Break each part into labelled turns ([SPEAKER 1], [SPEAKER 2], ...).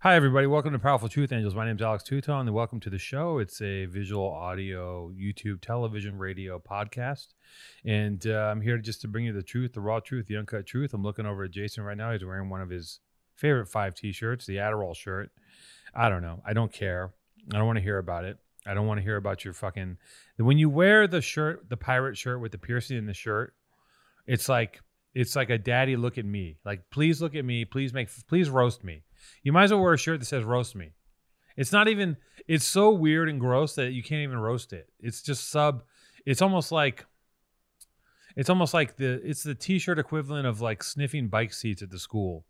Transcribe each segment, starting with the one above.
[SPEAKER 1] Hi, everybody. Welcome to Powerful Truth Angels. My name is Alex Tutone, and welcome to the show. It's a visual, audio, YouTube, television, radio podcast. And uh, I'm here just to bring you the truth, the raw truth, the uncut truth. I'm looking over at Jason right now. He's wearing one of his favorite five t shirts, the Adderall shirt. I don't know. I don't care. I don't want to hear about it. I don't want to hear about your fucking. When you wear the shirt, the pirate shirt with the piercing in the shirt, it's like. It's like a daddy look at me. Like, please look at me. Please make, please roast me. You might as well wear a shirt that says roast me. It's not even it's so weird and gross that you can't even roast it. It's just sub it's almost like it's almost like the it's the t-shirt equivalent of like sniffing bike seats at the school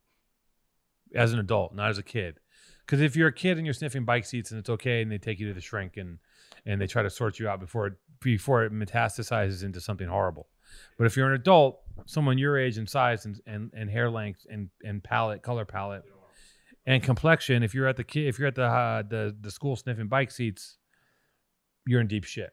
[SPEAKER 1] as an adult, not as a kid. Cuz if you're a kid and you're sniffing bike seats and it's okay and they take you to the shrink and and they try to sort you out before it before it metastasizes into something horrible. But if you're an adult, someone your age and size and and, and hair length and and palette, color palette and complexion. If you're at the ki- if you're at the uh, the the school sniffing bike seats, you're in deep shit.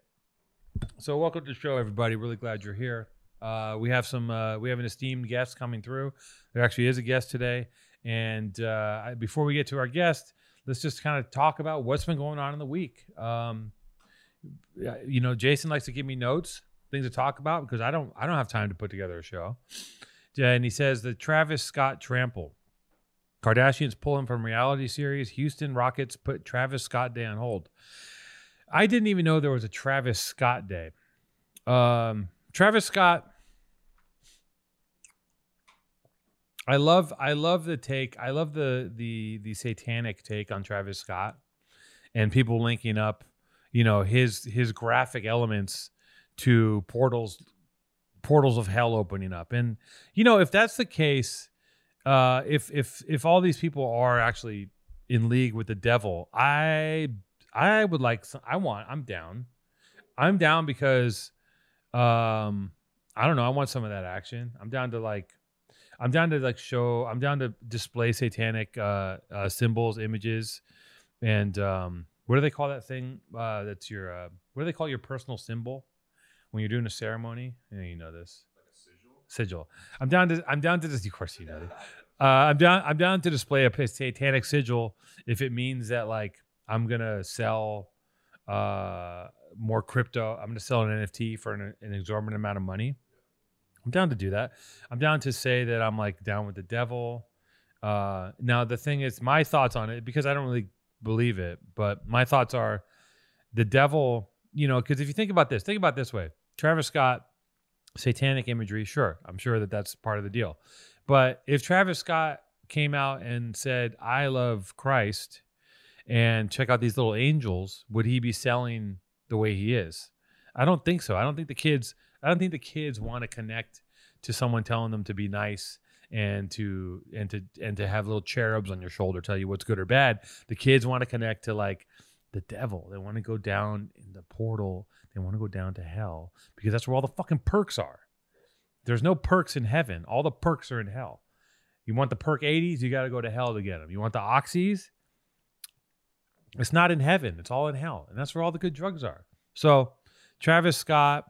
[SPEAKER 1] So welcome to the show, everybody. Really glad you're here. Uh, we have some uh, we have an esteemed guest coming through. There actually is a guest today. And uh, I, before we get to our guest, let's just kind of talk about what's been going on in the week. Um, yeah, you know, Jason likes to give me notes, things to talk about because I don't I don't have time to put together a show. And he says the Travis Scott trample. Kardashians pull him from reality series. Houston Rockets put Travis Scott Day on hold. I didn't even know there was a Travis Scott Day. Um, Travis Scott. I love I love the take. I love the the the satanic take on Travis Scott and people linking up, you know, his his graphic elements to portals portals of hell opening up. And you know, if that's the case, uh, if if if all these people are actually in league with the devil, I I would like some, I want I'm down. I'm down because um I don't know, I want some of that action. I'm down to like I'm down to like show I'm down to display satanic uh, uh symbols, images and um what do they call that thing uh that's your uh what do they call your personal symbol when you're doing a ceremony? You know, you know this. Sigil. I'm down to I'm down to this of course you know this. Uh, I'm down. I'm down to display a satanic sigil if it means that like I'm gonna sell uh, more crypto. I'm gonna sell an NFT for an, an exorbitant amount of money. I'm down to do that. I'm down to say that I'm like down with the devil. Uh, now the thing is, my thoughts on it because I don't really believe it, but my thoughts are the devil. You know, because if you think about this, think about it this way: Travis Scott, satanic imagery. Sure, I'm sure that that's part of the deal. But if Travis Scott came out and said, I love Christ and check out these little angels, would he be selling the way he is? I don't think so. I don't think the kids I don't think the kids want to connect to someone telling them to be nice and to and to and to have little cherubs on your shoulder tell you what's good or bad. The kids want to connect to like the devil. They want to go down in the portal. They want to go down to hell because that's where all the fucking perks are. There's no perks in heaven. All the perks are in hell. You want the perk 80s, you got to go to hell to get them. You want the oxys? It's not in heaven. It's all in hell. And that's where all the good drugs are. So, Travis Scott,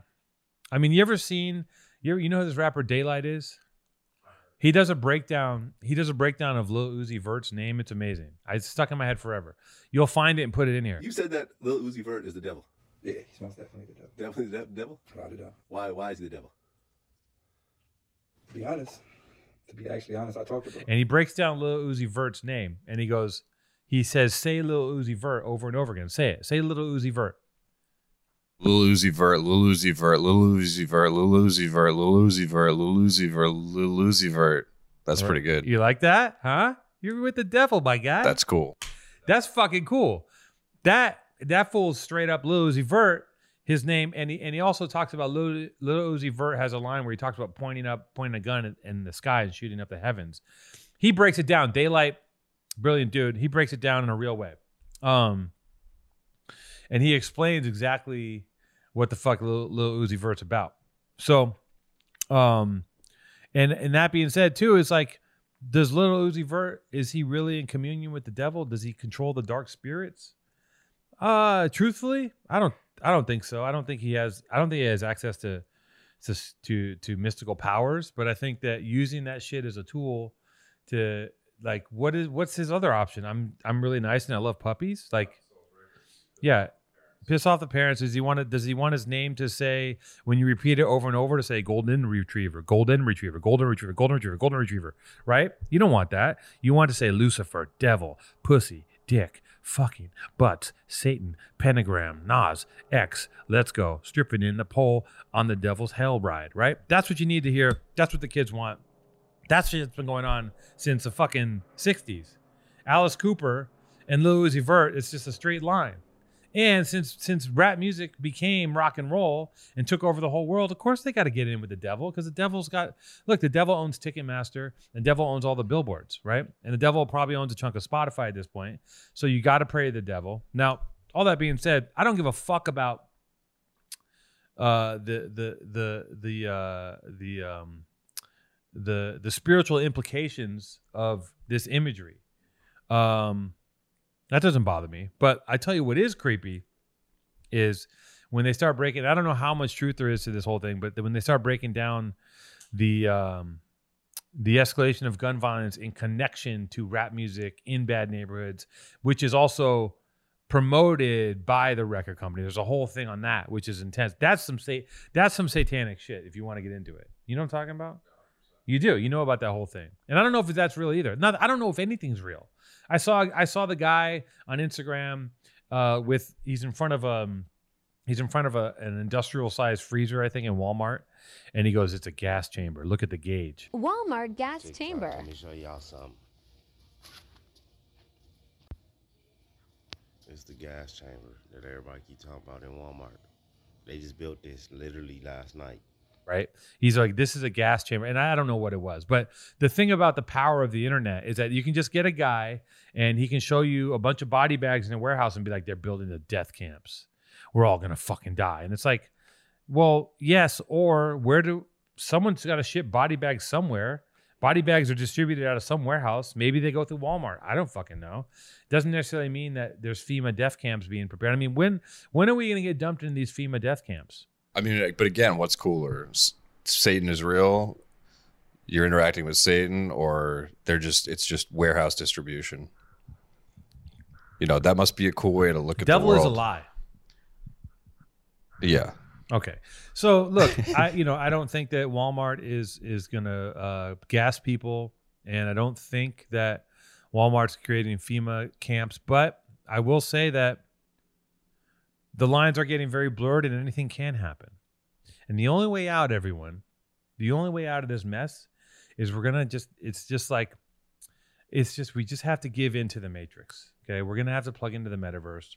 [SPEAKER 1] I mean, you ever seen you you know who this rapper Daylight is? He does a breakdown. He does a breakdown of Lil Uzi Vert's name. It's amazing. I it's stuck in my head forever. You'll find it and put it in here.
[SPEAKER 2] You said that Lil Uzi Vert is the devil.
[SPEAKER 3] Yeah, he's most definitely the devil.
[SPEAKER 2] Definitely the de- devil.
[SPEAKER 3] Without a doubt.
[SPEAKER 2] Why? Why is he the devil?
[SPEAKER 3] To be honest, to be actually honest, I talked about
[SPEAKER 1] and he breaks down Lil Uzi Vert's name, and he goes, he says, "Say Lil Uzi Vert" over and over again. Say it. Say Lil Uzi Vert.
[SPEAKER 4] Lil Uzi Vert, Lil Uzi Vert, Lil Uzi Vert, Lil Uzi Vert, Lil Uzi Vert, Lil Uzi Vert, Lil Uzi Vert. That's
[SPEAKER 1] Right.
[SPEAKER 4] pretty good.
[SPEAKER 1] You like that, huh? You're with the devil, my guy.
[SPEAKER 4] That's cool.
[SPEAKER 1] That's fucking cool. That that fool's straight up Lil Uzi Vert. His name, and he and he also talks about Lil, Lil Uzi Vert has a line where he talks about pointing up, pointing a gun in, in the sky and shooting up the heavens. He breaks it down. Daylight, brilliant dude. He breaks it down in a real way, um, and he explains exactly what the fuck Lil, Lil Uzi Vert's about. So, um, and and that being said, too, it's like does little Uzi Vert is he really in communion with the devil? Does he control the dark spirits? Uh truthfully, I don't I don't think so. I don't think he has I don't think he has access to to to, to mystical powers, but I think that using that shit as a tool to like what is what's his other option? I'm I'm really nice and I love puppies. Like, yeah, piss off the parents. Does he want to? Does he want his name to say when you repeat it over and over to say golden retriever, golden retriever, golden retriever, golden retriever, golden retriever? Right? You don't want that. You want to say Lucifer, devil, pussy, dick, fucking butts, Satan, pentagram, Nas, X. Let's go stripping in the pole on the devil's hell ride. Right? That's what you need to hear. That's what the kids want. That's shit's been going on since the fucking 60s. Alice Cooper and Lil Uzi Vert, it's just a straight line. And since since rap music became rock and roll and took over the whole world, of course they got to get in with the devil because the devil's got look, the devil owns Ticketmaster, the devil owns all the billboards, right? And the devil probably owns a chunk of Spotify at this point. So you got to pray to the devil. Now, all that being said, I don't give a fuck about uh the the the the uh the um the the spiritual implications of this imagery. Um, that doesn't bother me, but I tell you what is creepy is when they start breaking. I don't know how much truth there is to this whole thing, but when they start breaking down the um, the escalation of gun violence in connection to rap music in bad neighborhoods, which is also promoted by the record company. There's a whole thing on that, which is intense. That's some state. That's some satanic shit. If you want to get into it, you know what I'm talking about. You do. You know about that whole thing, and I don't know if that's real either. Not, I don't know if anything's real. I saw I saw the guy on Instagram uh, with he's in front of um he's in front of a, an industrial sized freezer I think in Walmart, and he goes, "It's a gas chamber. Look at the gauge."
[SPEAKER 5] Walmart gas
[SPEAKER 6] Big
[SPEAKER 5] chamber.
[SPEAKER 6] Front, let me uh, show y'all something. It's the gas chamber that everybody keep talking about in Walmart. They just built this literally last night.
[SPEAKER 1] right? He's like, this is a gas chamber. And I don't know what it was. But the thing about the power of the internet is that you can just get a guy and he can show you a bunch of body bags in a warehouse and be like, they're building the death camps. We're all going to fucking die. And it's like, well, yes. Or where do someone's got to ship body bags somewhere? Body bags are distributed out of some warehouse. Maybe they go through Walmart. I don't fucking know. Doesn't necessarily mean that there's FEMA death camps being prepared. I mean, when when are we going to get dumped in these FEMA death camps?
[SPEAKER 4] I mean, but again, what's cooler? S- Satan is real. You're interacting with Satan, or they're just it's just warehouse distribution. You know that must be a cool way to look at
[SPEAKER 1] Devil
[SPEAKER 4] the
[SPEAKER 1] is
[SPEAKER 4] world.
[SPEAKER 1] a lie.
[SPEAKER 4] Yeah,
[SPEAKER 1] Okay. So look, I you know, I don't think that Walmart is is going to uh gas people and I don't think that Walmart's creating FEMA camps, but I will say that the lines are getting very blurred and anything can happen. And the only way out everyone, the only way out of this mess is we're going to just it's just like it's just we just have to give into the matrix. Okay? We're going to have to plug into the metaverse.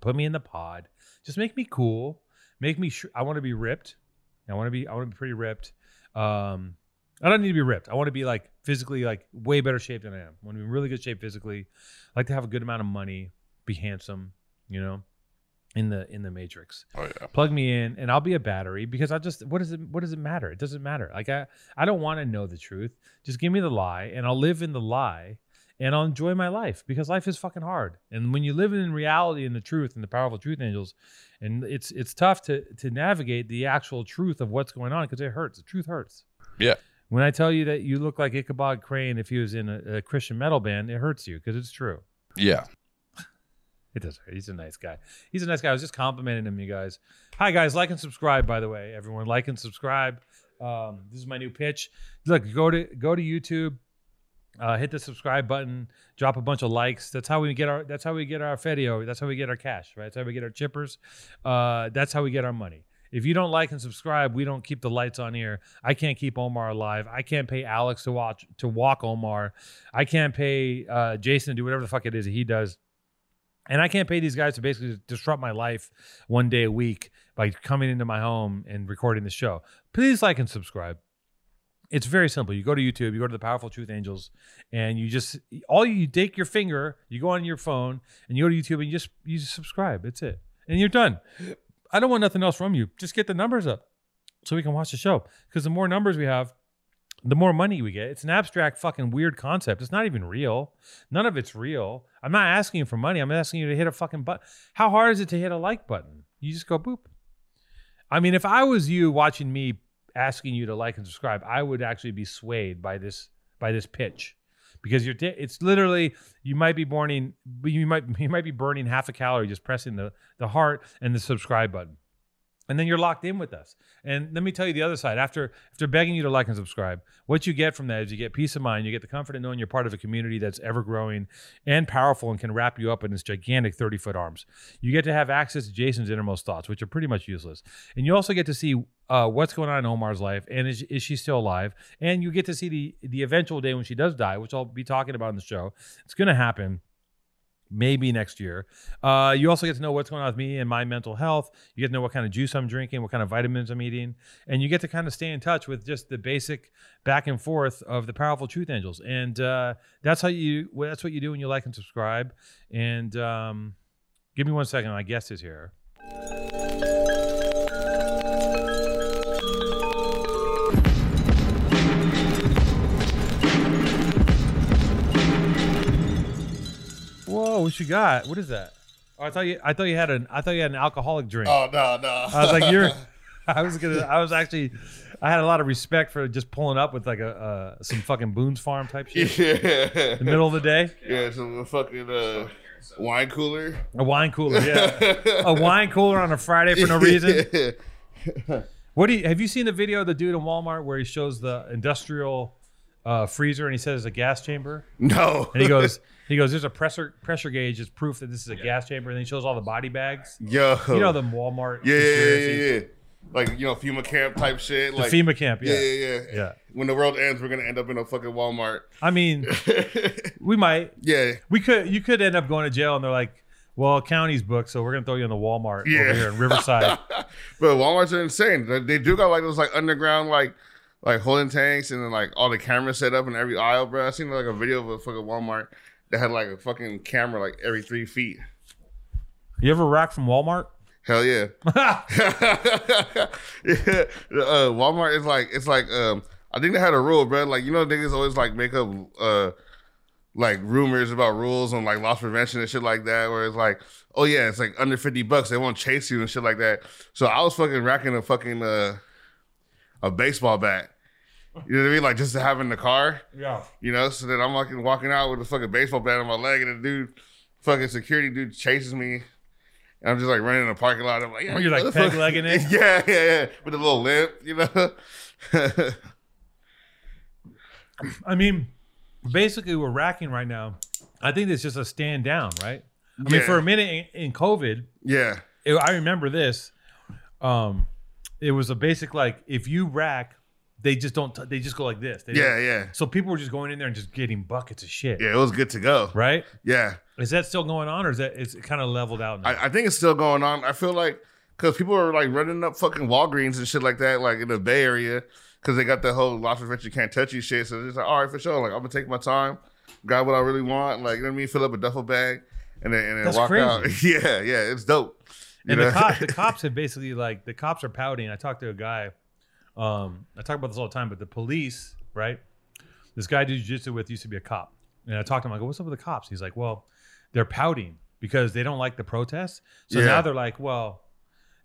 [SPEAKER 1] Put me in the pod. Just make me cool make me sure I want to be ripped. I want to be I want to be pretty ripped. Um I don't need to be ripped. I want to be like physically like way better shape than I am. I want to be in really good shape physically. I like to have a good amount of money, be handsome, you know, in the in the matrix.
[SPEAKER 4] oh yeah.
[SPEAKER 1] Plug me in and I'll be a battery because I just what does it what does it matter? It doesn't matter. Like I I don't want to know the truth. Just give me the lie and I'll live in the lie and I'll enjoy my life because life is fucking hard. And when you live in reality and the truth and the powerful truth angels, and it's it's tough to to navigate the actual truth of what's going on because it hurts. The truth hurts.
[SPEAKER 4] Yeah.
[SPEAKER 1] When I tell you that you look like Ichabod Crane if he was in a, a Christian metal band, it hurts you because it's true.
[SPEAKER 4] Yeah.
[SPEAKER 1] It does hurt. He's a nice guy. He's a nice guy. I was just complimenting him, you guys. Hi, guys. Like and subscribe, by the way, everyone. Like and subscribe. Um, this is my new pitch. Look, go to go to YouTube, uh, hit the subscribe button, drop a bunch of likes. That's how we get our. That's how we get our E fedio. That's how we get our cash. Right. That's how we get our chippers. Uh, that's how we get our money. If you don't like and subscribe, we don't keep the lights on here. I can't keep Omar alive. I can't pay Alex to watch to walk Omar. I can't pay uh, Jason to do whatever the fuck it is that he does. And I can't pay these guys to basically disrupt my life one day a week by coming into my home and recording the show. Please like and subscribe. It's very simple. You go to YouTube, you go to the Powerful Truth Angels, and you just all you, you take your finger, you go on your phone, and you go to YouTube and you just you just subscribe. It's it, and you're done. I don't want nothing else from you. Just get the numbers up so we can watch the show. Because the more numbers we have, the more money we get. It's an abstract, fucking weird concept. It's not even real. None of it's real. I'm not asking you for money. I'm asking you to hit a fucking button. How hard is it to hit a like button? You just go boop. I mean, if I was you watching me asking you to like and subscribe, I would actually be swayed by this by this pitch because you're di- it's literally you might be burning you might you might be burning half a calorie just pressing the the heart and the subscribe button. And then you're locked in with us. And let me tell you the other side. After after begging you to like and subscribe, what you get from that is you get peace of mind, you get the comfort in knowing you're part of a community that's ever growing and powerful and can wrap you up in its gigantic 30 foot arms. You get to have access to Jason's innermost thoughts, which are pretty much useless. And you also get to see uh, what's going on in Omar's life and is, is she still alive? And you get to see the the eventual day when she does die, which I'll be talking about in the show. It's going to happen. Maybe next year. Uh, you also get to know what's going on with me and my mental health. You get to know what kind of juice I'm drinking, what kind of vitamins I'm eating, and you get to kind of stay in touch with just the basic back and forth of the powerful truth angels. And uh, that's how you. well, That's what you do when you like and subscribe. And um, give me one second. My guest is here. Whoa! What you got? What is that? Oh, I thought you. I thought you had an. I thought you had an alcoholic drink.
[SPEAKER 4] Oh no, no.
[SPEAKER 1] I was like, you're. I was gonna. I was actually. I had a lot of respect for just pulling up with like a uh, some fucking Boone's Farm type shit
[SPEAKER 5] Yeah.
[SPEAKER 1] in the middle of the day.
[SPEAKER 5] Yeah, some fucking uh, wine cooler.
[SPEAKER 1] A wine cooler, yeah. a wine cooler on a Friday for no reason.
[SPEAKER 5] Yeah.
[SPEAKER 1] What do you have you seen the video of the dude in Walmart where he shows the industrial uh, freezer and he says it's a gas chamber?
[SPEAKER 5] No.
[SPEAKER 1] And he goes, he goes, there's a pressure pressure gauge. It's proof that this is a gas chamber. And then he shows all the body bags.
[SPEAKER 5] Yo.
[SPEAKER 1] You know the Walmart.
[SPEAKER 5] Oh. Yeah, yeah, yeah,
[SPEAKER 1] conspiracy?
[SPEAKER 5] yeah, yeah. Like you know, FEMA camp type shit.
[SPEAKER 1] The
[SPEAKER 5] like
[SPEAKER 1] FEMA camp, yeah.
[SPEAKER 5] yeah, yeah, yeah,
[SPEAKER 1] Yeah.
[SPEAKER 5] When the world ends, we're gonna end up in a fucking Walmart.
[SPEAKER 1] I mean, we might,
[SPEAKER 5] yeah.
[SPEAKER 1] we could, you could end up going to jail, and they're like, "Well, county's booked, so we're gonna throw you in the Walmart over
[SPEAKER 5] Yeah.
[SPEAKER 1] here in Riverside."
[SPEAKER 5] But Walmarts are insane. They, they do got like those like underground like like holding tanks and then like all the cameras set up in every aisle, bro. I seen like a video of a fucking Walmart that had like a fucking camera like every three feet.
[SPEAKER 1] you ever rock from Walmart?
[SPEAKER 5] Hell yeah. yeah. Uh, Walmart is like it's like um I think they had a rule, bro. Like you know niggas always like make up uh like rumors about rules on like loss prevention and shit like that, where it's like, oh yeah, it's like under fifty bucks, they won't chase you and shit like that. So I was fucking racking a fucking uh a baseball bat. You know what I mean? Like just to have in the car.
[SPEAKER 1] Yeah.
[SPEAKER 5] You know, so then I'm fucking walking out with a fucking baseball bat on my leg, and the dude, fucking security dude, chases me. And I'm just like running in the parking lot. I'm like, yeah,
[SPEAKER 1] Oh, you're, like,
[SPEAKER 5] motherfucker.
[SPEAKER 1] peg-legging it?
[SPEAKER 5] yeah, yeah, yeah, with a little limp, you know.
[SPEAKER 1] I mean, basically, we're racking right now. I think it's just a stand down, right? I mean,
[SPEAKER 5] Yeah.
[SPEAKER 1] for a minute in, in COVID,
[SPEAKER 5] yeah,
[SPEAKER 1] it, I remember this. Um, it was a basic like if you rack, they just don't. T- they just go like this. They
[SPEAKER 5] yeah,
[SPEAKER 1] don't-
[SPEAKER 5] yeah,
[SPEAKER 1] So people were just going in there and just getting buckets of shit.
[SPEAKER 5] yeah. It was good to go.
[SPEAKER 1] Right?
[SPEAKER 5] Yeah,
[SPEAKER 1] Is that still going on, or is that it's kind of leveled out now?
[SPEAKER 5] I, I think it's still going on. I feel like because people are like running up fucking Walgreens and shit like that, like in the Bay Area, because they got the whole loss prevention can't touch you shit. So they're just like, all right, for sure. Like I'm gonna take my time, grab what I really want. Like you know what I mean? Fill up a duffel bag and then and then
[SPEAKER 1] That's
[SPEAKER 5] walk
[SPEAKER 1] crazy.
[SPEAKER 5] out. yeah, yeah, it's dope. You
[SPEAKER 1] and the
[SPEAKER 5] know?
[SPEAKER 1] cops, the cops have basically like the cops are pouting. I talked to a guy. Um, I talk about this all the time, but the police, right? This guy I did jujitsu with used to be a cop, and I talked to him. I go, "What's up with the cops?" He's like, "Well, they're pouting because they don't like the protests. So
[SPEAKER 5] Yeah.
[SPEAKER 1] now they're like, well,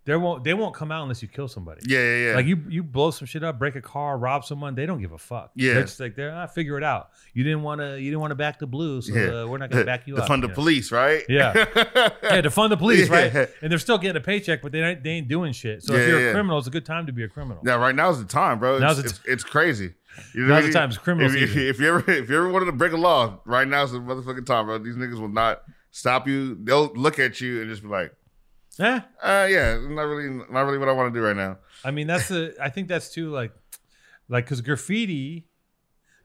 [SPEAKER 1] they won't they won't come out unless you kill somebody.
[SPEAKER 5] yeah, yeah, yeah.
[SPEAKER 1] Like you you blow some shit up, break a car, rob someone, they don't give a fuck.
[SPEAKER 5] Yeah.
[SPEAKER 1] they're just like they're ah, figure it out. You didn't want to you didn't want to back the blue, so
[SPEAKER 5] Yeah.
[SPEAKER 1] uh, we're not gonna
[SPEAKER 5] the,
[SPEAKER 1] back you
[SPEAKER 5] the
[SPEAKER 1] up. you
[SPEAKER 5] fund of
[SPEAKER 1] know?
[SPEAKER 5] police, right?
[SPEAKER 1] Yeah. Yeah, to fund the police,
[SPEAKER 5] Yeah.
[SPEAKER 1] right? And they're still getting a paycheck, but they ain't, they ain't doing shit. So if
[SPEAKER 5] Yeah,
[SPEAKER 1] you're a
[SPEAKER 5] yeah.
[SPEAKER 1] criminal, it's a good time to be a criminal.
[SPEAKER 5] Now, right now's the time, bro. It's,
[SPEAKER 1] Now's the
[SPEAKER 5] it's, it's crazy. You
[SPEAKER 1] Now's
[SPEAKER 5] know what I
[SPEAKER 1] the
[SPEAKER 5] mean?
[SPEAKER 1] time. It's criminal
[SPEAKER 5] If, if,
[SPEAKER 1] season.
[SPEAKER 5] if you ever if you ever wanted to break a law, right now's the motherfucking time, bro. These niggas will not stop you. They'll look at you and just be like,
[SPEAKER 1] Eh,
[SPEAKER 5] uh, yeah, not really, not really what I want to do right now.
[SPEAKER 1] I mean that's the I think that's too like like because graffiti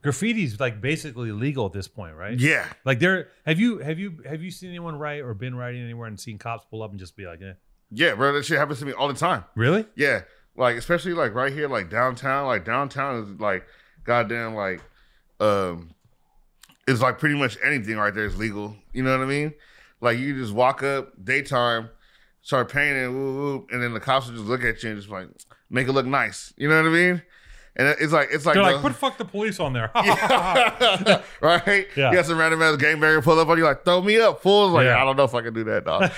[SPEAKER 1] graffiti's like basically legal at this point, right?
[SPEAKER 5] Yeah,
[SPEAKER 1] Like there have you have you have you seen anyone write or been writing anywhere and seen cops pull up and just be like, eh.
[SPEAKER 5] yeah, bro. That shit happens to me all the time.
[SPEAKER 1] Really?
[SPEAKER 5] Yeah, like especially like right here, like downtown. Like downtown is like goddamn like um, it's like pretty much anything right there is legal. You know what I mean? Like you just walk up daytime, start painting, woo, woo, and then the cops will just look at you and just like make it look nice. You know what I mean? And it- it's like it's like
[SPEAKER 1] They're like,
[SPEAKER 5] the-
[SPEAKER 1] put fuck the police on there.
[SPEAKER 5] Yeah. right?
[SPEAKER 1] Yeah.
[SPEAKER 5] You got some random ass gangbanger pull up on you, like, throw me up, fool. It's Like,
[SPEAKER 1] Yeah.
[SPEAKER 5] I don't know if I can do that, dog.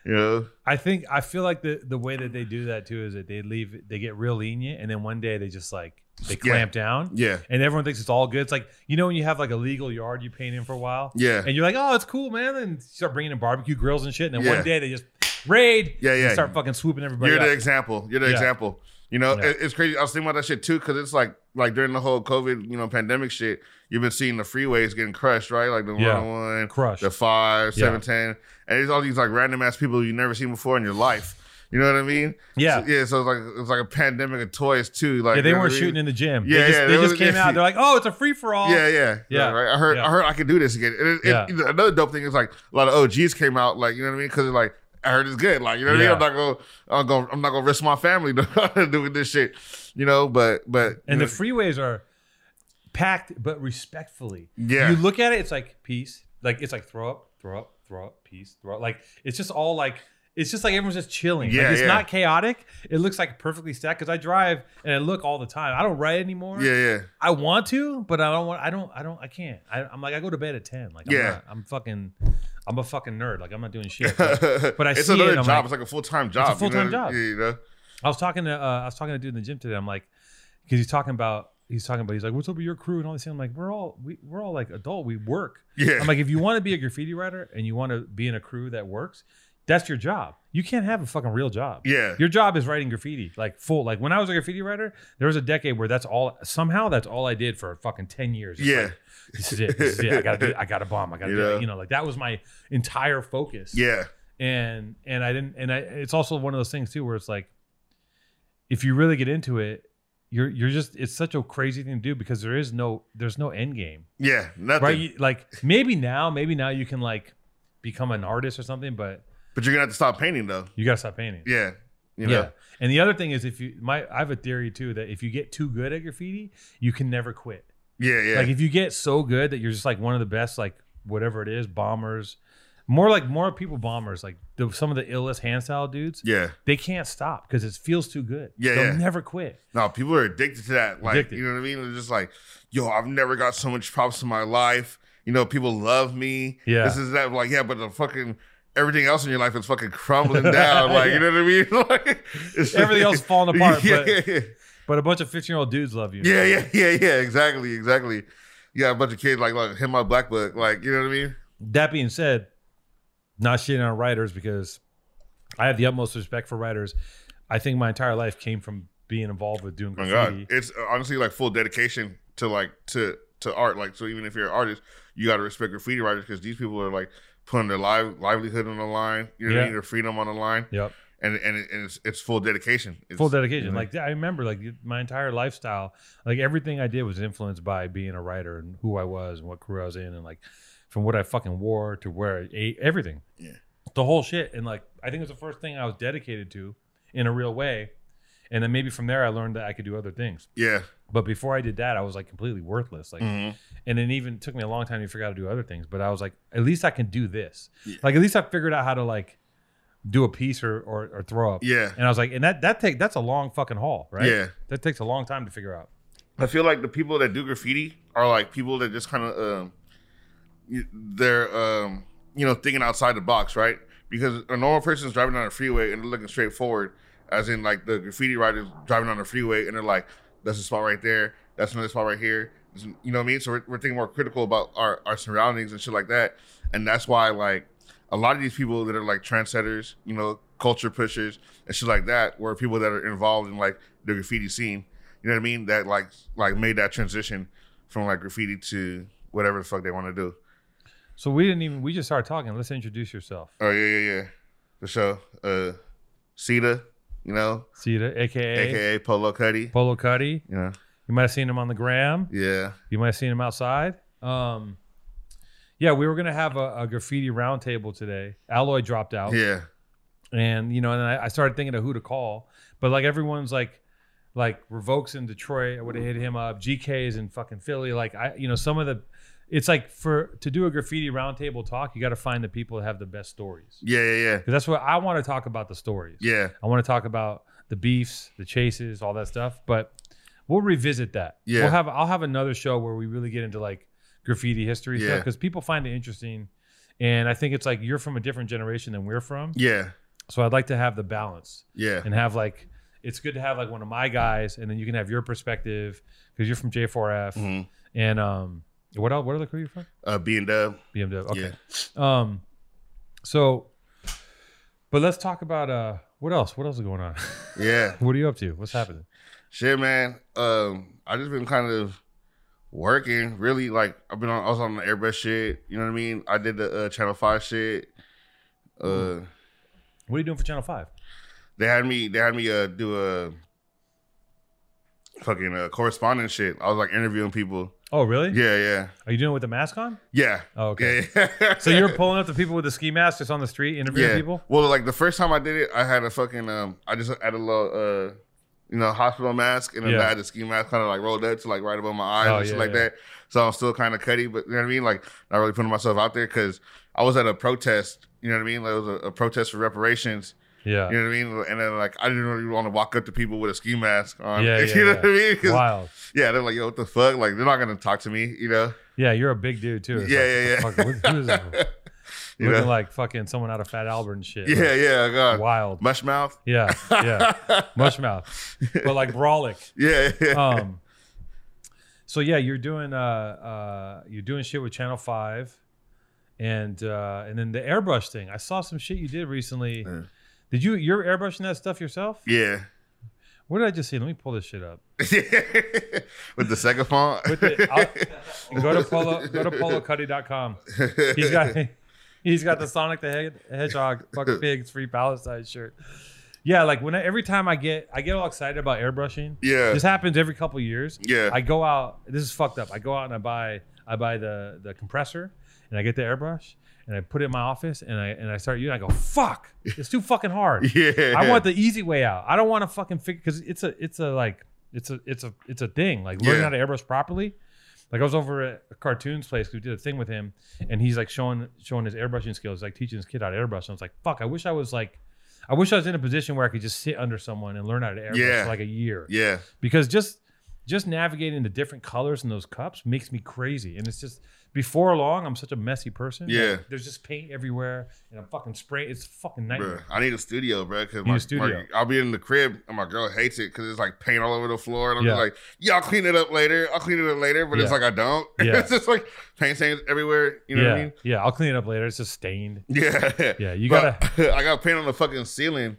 [SPEAKER 5] you know?
[SPEAKER 1] I think I feel like the the way that they do that too is that they leave they get real lenient and then one day they just like They clamp down.
[SPEAKER 5] Yeah.
[SPEAKER 1] And everyone thinks it's all good. It's like you know when you have like a legal yard you paint in for a while,
[SPEAKER 5] Yeah.
[SPEAKER 1] and you're like, oh, it's cool, man. And you start bringing in barbecue grills and shit, and then
[SPEAKER 5] Yeah.
[SPEAKER 1] one day they just raid.
[SPEAKER 5] Yeah,
[SPEAKER 1] and
[SPEAKER 5] yeah.
[SPEAKER 1] Start fucking swooping everybody.
[SPEAKER 5] You're
[SPEAKER 1] up.
[SPEAKER 5] the example. You're the
[SPEAKER 1] Yeah.
[SPEAKER 5] example. You know,
[SPEAKER 1] Yeah.
[SPEAKER 5] it- it's crazy. I was thinking about that shit too, because it's like like during the whole COVID, you know, pandemic shit. You've been seeing the freeways getting crushed, right? Like the
[SPEAKER 1] Yeah.
[SPEAKER 5] one oh one,
[SPEAKER 1] Crushed.
[SPEAKER 5] the five,
[SPEAKER 1] Yeah.
[SPEAKER 5] seven ten, and there's all these like random ass people you've never seen before in your life. You know what I mean?
[SPEAKER 1] Yeah.
[SPEAKER 5] So, yeah. So it's like it's like a pandemic of toys too. Like
[SPEAKER 1] yeah, they
[SPEAKER 5] you know
[SPEAKER 1] weren't
[SPEAKER 5] what I mean?
[SPEAKER 1] shooting in the gym.
[SPEAKER 5] Yeah,
[SPEAKER 1] they just,
[SPEAKER 5] yeah,
[SPEAKER 1] they
[SPEAKER 5] they
[SPEAKER 1] just
[SPEAKER 5] were-
[SPEAKER 1] came out. They're like, oh, it's a free for all.
[SPEAKER 5] Yeah, yeah,
[SPEAKER 1] Yeah.
[SPEAKER 5] Right. I heard,
[SPEAKER 1] Yeah.
[SPEAKER 5] I heard, I could do this again. And it- it-
[SPEAKER 1] Yeah.
[SPEAKER 5] you know, another dope thing is like a lot of OGs came out, like you know what I mean, because like I heard it's good, like you know what
[SPEAKER 1] Yeah.
[SPEAKER 5] I mean. I'm not gonna, I'm gonna, I'm not gonna risk my family doing this shit, you know. But, but
[SPEAKER 1] And the
[SPEAKER 5] you
[SPEAKER 1] freeways are packed, but respectfully.
[SPEAKER 5] Yeah.
[SPEAKER 1] You look at it, it's like peace. Like it's like throw up, throw up, throw up, peace, throw up. Like it's just all like it's just like everyone's just chilling.
[SPEAKER 5] Yeah,
[SPEAKER 1] like it's
[SPEAKER 5] yeah.
[SPEAKER 1] not chaotic. It looks like perfectly stacked because I drive and I look all the time. I don't write anymore.
[SPEAKER 5] know, yeah, yeah,
[SPEAKER 1] I want to, but I don't want. I don't. I don't. I can't. I, I'm like I go to bed at ten. Like I'm
[SPEAKER 5] Yeah.
[SPEAKER 1] not- I'm fucking. I'm a fucking nerd. Like I'm not doing shit. But
[SPEAKER 5] but
[SPEAKER 1] I
[SPEAKER 5] it's
[SPEAKER 1] see it,
[SPEAKER 5] another
[SPEAKER 1] and I'm
[SPEAKER 5] job.
[SPEAKER 1] like-
[SPEAKER 5] it's like a full time job. you
[SPEAKER 1] full-time
[SPEAKER 5] know?
[SPEAKER 1] job.
[SPEAKER 5] Yeah, you know?
[SPEAKER 1] I was talking to uh, I was talking to a dude in the gym today. I'm like, because he's talking about he's talking about he's like, what's up with your crew and all this. thing. I'm like, we're all we, we're all like adult. We work.
[SPEAKER 5] Yeah.
[SPEAKER 1] I'm like, if you want to be a graffiti writer and you want to be in a crew that works, that's your job. You can't have a fucking real job.
[SPEAKER 5] Yeah.
[SPEAKER 1] Your job is writing graffiti, like full. Like when I was a graffiti writer, there was a decade where that's all. Somehow that's all I did for fucking ten years. It's
[SPEAKER 5] Yeah.
[SPEAKER 1] like, this is it. This is it. I gotta. Do, I gotta bomb. I gotta.
[SPEAKER 5] You
[SPEAKER 1] do
[SPEAKER 5] know?
[SPEAKER 1] it. You know, like that was my entire focus
[SPEAKER 5] yeah,
[SPEAKER 1] and and I didn't and I it's also one of those things too where it's like if you really get into it you're you're just it's such a crazy thing to do because there is no there's no end game
[SPEAKER 5] yeah, nothing.
[SPEAKER 1] right You- like maybe now maybe now you can like become an artist or something but
[SPEAKER 5] But you're gonna have to stop painting though.
[SPEAKER 1] you got to stop painting
[SPEAKER 5] Yeah, you know.
[SPEAKER 1] and the other thing is if you my I have a theory too that if you get too good at graffiti you can never quit
[SPEAKER 5] Yeah, yeah,
[SPEAKER 1] like if you get so good that you're just like one of the best, like whatever it is, bombers, more like more people bombers, like the, some of the illest hand style dudes.
[SPEAKER 5] yeah.
[SPEAKER 1] They can't stop because it feels too good.
[SPEAKER 5] Yeah,
[SPEAKER 1] they'll
[SPEAKER 5] yeah.
[SPEAKER 1] never quit.
[SPEAKER 5] No, people are addicted to that. Like,
[SPEAKER 1] Addicted.
[SPEAKER 5] you know what I mean? They're just like, yo, I've never got so much props in my life. You know, people love me.
[SPEAKER 1] Yeah.
[SPEAKER 5] This is that. Like, yeah, but the fucking everything else in your life is fucking crumbling down. Like, you know what I mean? like, it's-
[SPEAKER 1] Everything else is falling apart,
[SPEAKER 5] Yeah,
[SPEAKER 1] but-
[SPEAKER 5] yeah,
[SPEAKER 1] But a bunch of fifteen year old dudes love you.
[SPEAKER 5] yeah, yeah, yeah, yeah. Exactly, exactly. Yeah, a bunch of kids like, like hit my black book. Like, you know what I mean?
[SPEAKER 1] That being said, not shitting on writers because I have the utmost respect for writers. I think my entire life came from being involved with doing
[SPEAKER 5] Oh my God,
[SPEAKER 1] graffiti.
[SPEAKER 5] it's honestly like full dedication to like to to art. Like, so even if you're an artist, you got to respect graffiti writers because these people are like putting their live livelihood on the line. You know, what I
[SPEAKER 1] Yeah.
[SPEAKER 5] mean? their freedom on the line.
[SPEAKER 1] Yep.
[SPEAKER 5] and and, it, and it's it's full dedication. It's,
[SPEAKER 1] full dedication.
[SPEAKER 5] you know?
[SPEAKER 1] Like I remember, like my entire lifestyle, like everything I did was influenced by being a writer and who I was and what crew I was in, and like from what I fucking wore to where I ate, everything.
[SPEAKER 5] Yeah.
[SPEAKER 1] the whole shit. And like I think it was the first thing I was dedicated to in a real way. And then maybe from there I learned that I could do other things.
[SPEAKER 5] yeah,
[SPEAKER 1] But before I did that, I was like completely worthless. Like,
[SPEAKER 5] Mhm.
[SPEAKER 1] and it even took me a long time to figure out how to do other things. But I was like, at least I can do this.
[SPEAKER 5] Yeah.
[SPEAKER 1] Like, at least I figured out how to like do a piece or or, or throw up.
[SPEAKER 5] yeah,
[SPEAKER 1] And I was like, and that that take that's a long fucking haul, right?
[SPEAKER 5] yeah.
[SPEAKER 1] That takes a long time to figure out.
[SPEAKER 5] I feel like the people that do graffiti are like people that just kind of um, you- they're um, you know thinking outside the box, right? Because a normal person's driving on a freeway and they're looking straight forward, as in like the graffiti writers driving on the freeway and they're like, "That's a spot right there. That's another spot right here." You know what I mean? So we're, we're thinking more critical about our our surroundings and shit like that, and that's why like a lot of these people that are like trendsetters, you know, culture pushers and shit like that, were people that are involved in like the graffiti scene. You know what I mean? That like like made that transition from like graffiti to whatever the fuck they want to do.
[SPEAKER 1] So we didn't even we just started talking. Let's introduce yourself.
[SPEAKER 5] Oh yeah, yeah, yeah. For sure. Uh Sita, you know,
[SPEAKER 1] Sita, aka,
[SPEAKER 5] aka Polo Cuddy.
[SPEAKER 1] Polo Cuddy.
[SPEAKER 5] You know.
[SPEAKER 1] You might have seen him on the gram.
[SPEAKER 5] Yeah.
[SPEAKER 1] You might have seen him outside. Um yeah, we were gonna have a, a graffiti roundtable today. Alloy dropped out,
[SPEAKER 5] Yeah.
[SPEAKER 1] and you know, and I, I started thinking of who to call, but like everyone's like, like revokes in Detroit. I would have hit him up. GK is in fucking Philly. Like I, you know, some of the, it's like for to do a graffiti roundtable talk, you got to find the people that have the best stories.
[SPEAKER 5] Yeah, yeah, yeah.
[SPEAKER 1] Because that's what I want to talk about the stories.
[SPEAKER 5] Yeah.
[SPEAKER 1] I want to talk about the beefs, the chases, all that stuff. But we'll revisit that.
[SPEAKER 5] Yeah.
[SPEAKER 1] We'll have I'll have another show where we really get into like graffiti history
[SPEAKER 5] Yeah.
[SPEAKER 1] stuff because people find it interesting. And I think it's like you're from a different generation than we're from.
[SPEAKER 5] Yeah.
[SPEAKER 1] So I'd like to have the balance
[SPEAKER 5] Yeah.
[SPEAKER 1] and have like it's good to have like one of my guys, and then you can have your perspective because you're from J4F,
[SPEAKER 5] Mhm.
[SPEAKER 1] and um, what else? What other crew you from?
[SPEAKER 5] Uh, B and Dub.
[SPEAKER 1] BMW. Okay.
[SPEAKER 5] Yeah.
[SPEAKER 1] Um, so, but let's talk about uh, what else? What else is going on?
[SPEAKER 5] Yeah.
[SPEAKER 1] what are you up to? What's happening?
[SPEAKER 5] Shit, man. Um, I just been kind of working. Really, like I've been on. I was on the Airbus shit. You know what I mean? I did the uh, Channel Five shit. Uh,
[SPEAKER 1] What are you doing for Channel Five?
[SPEAKER 5] they had me. They had me uh do a fucking uh, correspondence shit. I was like interviewing people.
[SPEAKER 1] Oh, really?
[SPEAKER 5] Yeah, yeah,
[SPEAKER 1] Are you doing it with the mask on?
[SPEAKER 5] yeah.
[SPEAKER 1] Oh, okay.
[SPEAKER 5] Yeah, yeah.
[SPEAKER 1] So you're pulling up the people with the ski masks just on the street interviewing people?
[SPEAKER 5] Well, like the first time I did it, I had a fucking um, I just had a little uh, you know, hospital mask, and then
[SPEAKER 1] Yeah.
[SPEAKER 5] I had the ski mask kind of like rolled up to like right above my eyes
[SPEAKER 1] Oh,
[SPEAKER 5] and shit
[SPEAKER 1] yeah,
[SPEAKER 5] like
[SPEAKER 1] yeah.
[SPEAKER 5] that. So I'm still kind of cutty, but you know what I mean. Like not really putting myself out there because I was at a protest. You know what I mean? Like, it was a, a protest for reparations.
[SPEAKER 1] Yeah.
[SPEAKER 5] You know what I mean? And then like I didn't really want to walk up to people with a ski mask on.
[SPEAKER 1] Yeah, yeah,
[SPEAKER 5] you know
[SPEAKER 1] yeah.
[SPEAKER 5] what I mean? 'Cause,
[SPEAKER 1] Wild.
[SPEAKER 5] yeah, they're like, yo, what the fuck? Like they're not gonna talk to me. You know?
[SPEAKER 1] Yeah, you're a big dude too. It's
[SPEAKER 5] Yeah, yeah,
[SPEAKER 1] like,
[SPEAKER 5] yeah.
[SPEAKER 1] fuck, who- who is this?
[SPEAKER 5] You
[SPEAKER 1] Looking
[SPEAKER 5] know?
[SPEAKER 1] like fucking someone out of Fat Albert and shit.
[SPEAKER 5] yeah, yeah,
[SPEAKER 1] Like,
[SPEAKER 5] God.
[SPEAKER 1] wild.
[SPEAKER 5] Mush mouth.
[SPEAKER 1] Yeah, yeah. Mush mouth. But like brolic.
[SPEAKER 5] yeah, yeah.
[SPEAKER 1] Um so yeah, you're doing uh uh you're doing shit with Channel Five and uh and then the airbrush thing. I saw some shit you did recently.
[SPEAKER 5] Yeah.
[SPEAKER 1] Did you you're airbrushing that stuff yourself?
[SPEAKER 5] yeah.
[SPEAKER 1] What did I just see? Let me pull this shit up.
[SPEAKER 5] with the second font.
[SPEAKER 1] With the, I'll- go to polo go to polocuddy.com. He's got he's got the Sonic the Hedge- Hedgehog fuck pigs free Palestine shirt. Yeah, like when I, every time I get I get all excited about airbrushing.
[SPEAKER 5] yeah,
[SPEAKER 1] This happens every couple years.
[SPEAKER 5] yeah,
[SPEAKER 1] I go out. This is fucked up. I go out and I buy I buy the the compressor and I get the airbrush and I put it in my office and I and I start using. it. I go fuck. It's too fucking hard.
[SPEAKER 5] yeah.
[SPEAKER 1] I want the easy way out. I don't want to fucking figure because it's a it's a like it's a it's a it's a thing. Like learn
[SPEAKER 5] Yeah.
[SPEAKER 1] how to airbrush properly. Like I was over at a cartoons place. We did a thing with him, and he's like showing showing his airbrushing skills, like teaching his kid how to airbrush. And I was like, fuck. I wish I was like, I wish I was in a position where I could just sit under someone and learn how to airbrush
[SPEAKER 5] Yeah.
[SPEAKER 1] for like a year
[SPEAKER 5] yeah,
[SPEAKER 1] because just just navigating the different colors in those cups makes me crazy and it's just before long i'm such a messy person
[SPEAKER 5] Yeah.
[SPEAKER 1] Like, there's just paint everywhere and i'm fucking spraying it's a fucking
[SPEAKER 5] bruh.
[SPEAKER 1] nightmare
[SPEAKER 5] I need a studio, bro. Cause
[SPEAKER 1] Need
[SPEAKER 5] my,
[SPEAKER 1] a studio.
[SPEAKER 5] my- I'll be in the crib and my girl hates it because it's like paint all over the floor, and I'm
[SPEAKER 1] Yeah.
[SPEAKER 5] just like, yeah, I'll clean it up later. I'll clean it up later, but it's
[SPEAKER 1] Yeah.
[SPEAKER 5] like I don't.
[SPEAKER 1] Yeah.
[SPEAKER 5] it's just like paint stains everywhere. You know
[SPEAKER 1] yeah
[SPEAKER 5] what I mean?
[SPEAKER 1] yeah i'll clean it up later it's just stained
[SPEAKER 5] Yeah,
[SPEAKER 1] yeah you gotta
[SPEAKER 5] But I got paint on the fucking ceiling,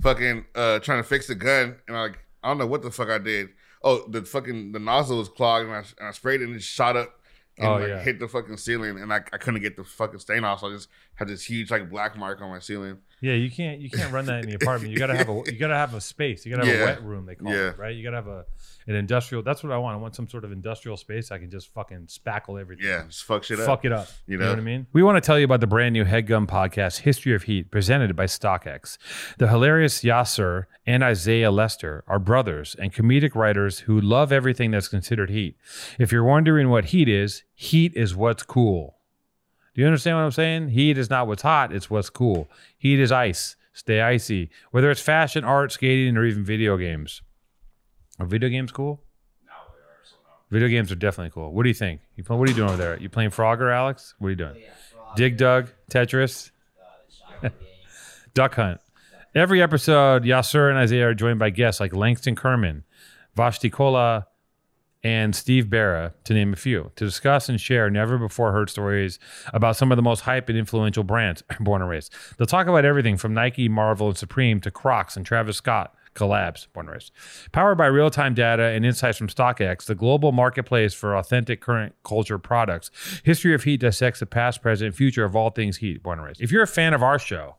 [SPEAKER 5] fucking uh trying to fix the gun, and like I don't know what the fuck I did. Oh, the fucking the nozzle was clogged, and I, and I sprayed it and it shot up and
[SPEAKER 1] Oh,
[SPEAKER 5] like,
[SPEAKER 1] yeah.
[SPEAKER 5] hit the fucking ceiling, and I, I couldn't get the fucking stain off. So I just had this huge like black mark on my ceiling.
[SPEAKER 1] yeah you can't you can't run that in the apartment you gotta have a you gotta have a space you gotta have a
[SPEAKER 5] Yeah.
[SPEAKER 1] wet room they call
[SPEAKER 5] Yeah.
[SPEAKER 1] it right you gotta have a an industrial that's what i want i want some sort of industrial space i can just fucking spackle everything
[SPEAKER 5] Yeah, just fuck shit up.
[SPEAKER 1] Fuck it up.
[SPEAKER 5] You
[SPEAKER 1] You know
[SPEAKER 5] know?
[SPEAKER 1] what I mean? We want to tell you about the brand new Headgum podcast, History of Heat, presented by StockX. The hilarious Yasser and Isaiah Lester are brothers and comedic writers who love everything that's considered heat. If you're wondering what heat is, heat is what's cool. Do you understand what I'm saying? Heat is not what's hot, it's what's cool. Heat is ice. Stay icy. Whether it's fashion, art, skating, or even video games. Are video games cool? Video games are definitely cool. What do you think? You play, what are you doing over there? You playing Frogger, Alex? What are you doing? Dig Dug, Tetris, Duck Hunt. Every episode, Yasser and Isaiah are joined by guests like Langston Kerman, Vashti Kola, and Steve Barra, to name a few, to discuss and share never before heard stories about some of the most hype and influential brands born and raised. They'll talk about everything from Nike, Marvel, and Supreme to Crocs and Travis Scott collabs born and raised. Powered by real time data and insights from StockX, the global marketplace for authentic current culture products, History of Heat dissects the past, present, and future of all things heat born and raised. If you're a fan of our show,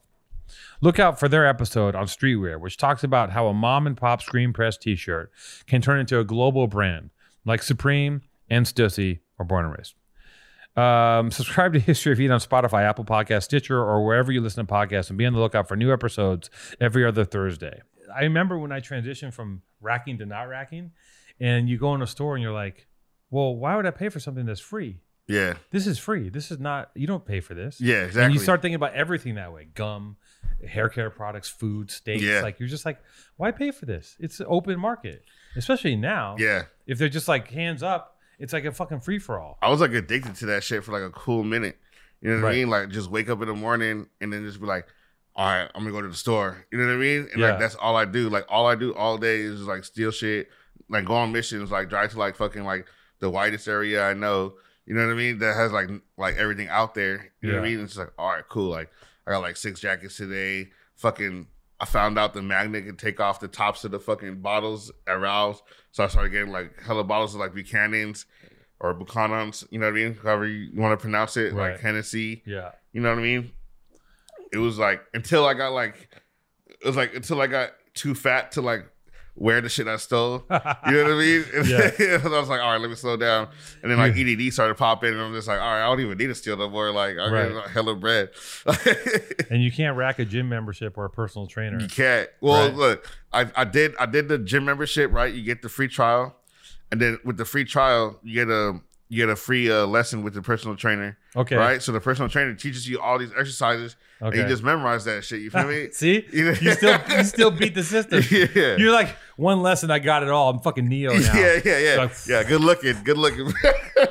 [SPEAKER 1] Look out for their episode on streetwear, which talks about how a mom and pop screen press t shirt can turn into a global brand like Supreme and Stussy or Born and Raised. Um, subscribe to History of Eat on Spotify, Apple Podcasts, Stitcher, or wherever you listen to podcasts, and be on the lookout for new episodes every other Thursday. I remember when I transitioned from racking to not racking, and you go in a store and you're like, well, why would I pay for something that's free?
[SPEAKER 5] Yeah,
[SPEAKER 1] This is free. This is not, you don't pay for this.
[SPEAKER 5] yeah, exactly.
[SPEAKER 1] And you start thinking about everything that way: gum, hair care products, food, steaks.
[SPEAKER 5] Yeah.
[SPEAKER 1] Like you're just like, why pay for this? It's an open market, especially now.
[SPEAKER 5] yeah,
[SPEAKER 1] If they're just like hands up, it's like a fucking free for all.
[SPEAKER 5] I was like addicted to that shit for like a cool minute. You know what
[SPEAKER 1] Right.
[SPEAKER 5] I mean? Like just wake up in the morning and then just be like, all right, I'm gonna go to the store. You know what I mean? And
[SPEAKER 1] Yeah.
[SPEAKER 5] like that's all I do. Like all I do all day is like steal shit, like go on missions, like drive to like fucking like the widest area I know. You know what I mean? That has like n- like everything out there. You know what I
[SPEAKER 1] Yeah.
[SPEAKER 5] mean? It's just like all right, cool. Like I got like six jackets today. Fucking, I found out the magnet can take off the tops of the fucking bottles at Ralph's, so I started getting like hella bottles of like Buchanan's or Buchanan's. You know what I mean? However you want to pronounce it,
[SPEAKER 1] Right.
[SPEAKER 5] like Hennessy.
[SPEAKER 1] Yeah.
[SPEAKER 5] You know what I mean? It was like until I got like it was like until I got too fat to like wear the shit I stole. You know what I mean? And
[SPEAKER 1] Yeah.
[SPEAKER 5] I was like, all right, let me slow down. And then like EDD started popping, and I'm just like, all right, I don't even need to steal no more. Like, I'm
[SPEAKER 1] Right.
[SPEAKER 5] getting hella bread.
[SPEAKER 1] and you can't rack a gym membership or a personal trainer.
[SPEAKER 5] You can't. Well,
[SPEAKER 1] Right.
[SPEAKER 5] look, I, I did I did the gym membership right. You get the free trial, and then with the free trial, you get a you get a free uh, lesson with the personal trainer,
[SPEAKER 1] Okay.
[SPEAKER 5] right? So the personal trainer teaches you all these exercises,
[SPEAKER 1] Okay.
[SPEAKER 5] and you just memorize that shit. You feel me?
[SPEAKER 1] See,
[SPEAKER 5] You know-
[SPEAKER 1] you still you still beat the system.
[SPEAKER 5] yeah.
[SPEAKER 1] You're like one lesson. I got it all. I'm fucking Neo now.
[SPEAKER 5] yeah, yeah, yeah,
[SPEAKER 1] Like-
[SPEAKER 5] yeah. Good looking, good looking.
[SPEAKER 1] You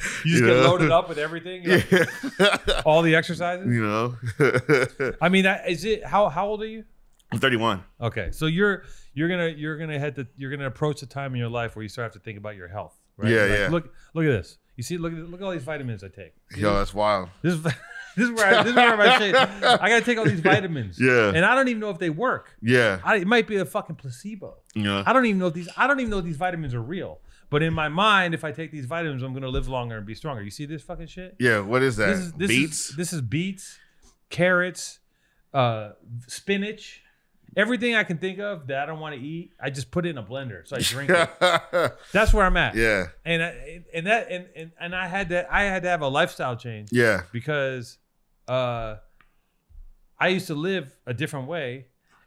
[SPEAKER 1] just
[SPEAKER 5] You
[SPEAKER 1] get
[SPEAKER 5] know?
[SPEAKER 1] loaded up with everything. You're
[SPEAKER 5] yeah.
[SPEAKER 1] like, All the exercises.
[SPEAKER 5] you know,
[SPEAKER 1] I mean, that- is it? How how old are you?
[SPEAKER 5] I'm 31.
[SPEAKER 1] Okay, so you're you're gonna you're gonna head to you're gonna approach the time in your life where you start to have to think about your health. Right?
[SPEAKER 5] Yeah,
[SPEAKER 1] Like,
[SPEAKER 5] yeah.
[SPEAKER 1] Look look at this. You see, look at look at all these vitamins I take.
[SPEAKER 5] Yo, that's wild.
[SPEAKER 1] This is, this is where I, this is where my shit. I gotta take all these vitamins.
[SPEAKER 5] Yeah.
[SPEAKER 1] and I don't even know if they work.
[SPEAKER 5] Yeah,
[SPEAKER 1] I, it might be a fucking placebo.
[SPEAKER 5] yeah,
[SPEAKER 1] I don't even know if these. I don't even know if these vitamins are real. But in my mind, if I take these vitamins, I'm gonna live longer and be stronger. You see this fucking shit?
[SPEAKER 5] yeah. What is that?
[SPEAKER 1] This is this
[SPEAKER 5] Beats.
[SPEAKER 1] Is, this is beets, carrots, uh, spinach. Everything I can think of that I don't want to eat, I just put it in a blender. So I drink it. That's where I'm at.
[SPEAKER 5] yeah,
[SPEAKER 1] And I, and that and, and and I had that I had to have a lifestyle change
[SPEAKER 5] yeah.
[SPEAKER 1] because uh I used to live a different way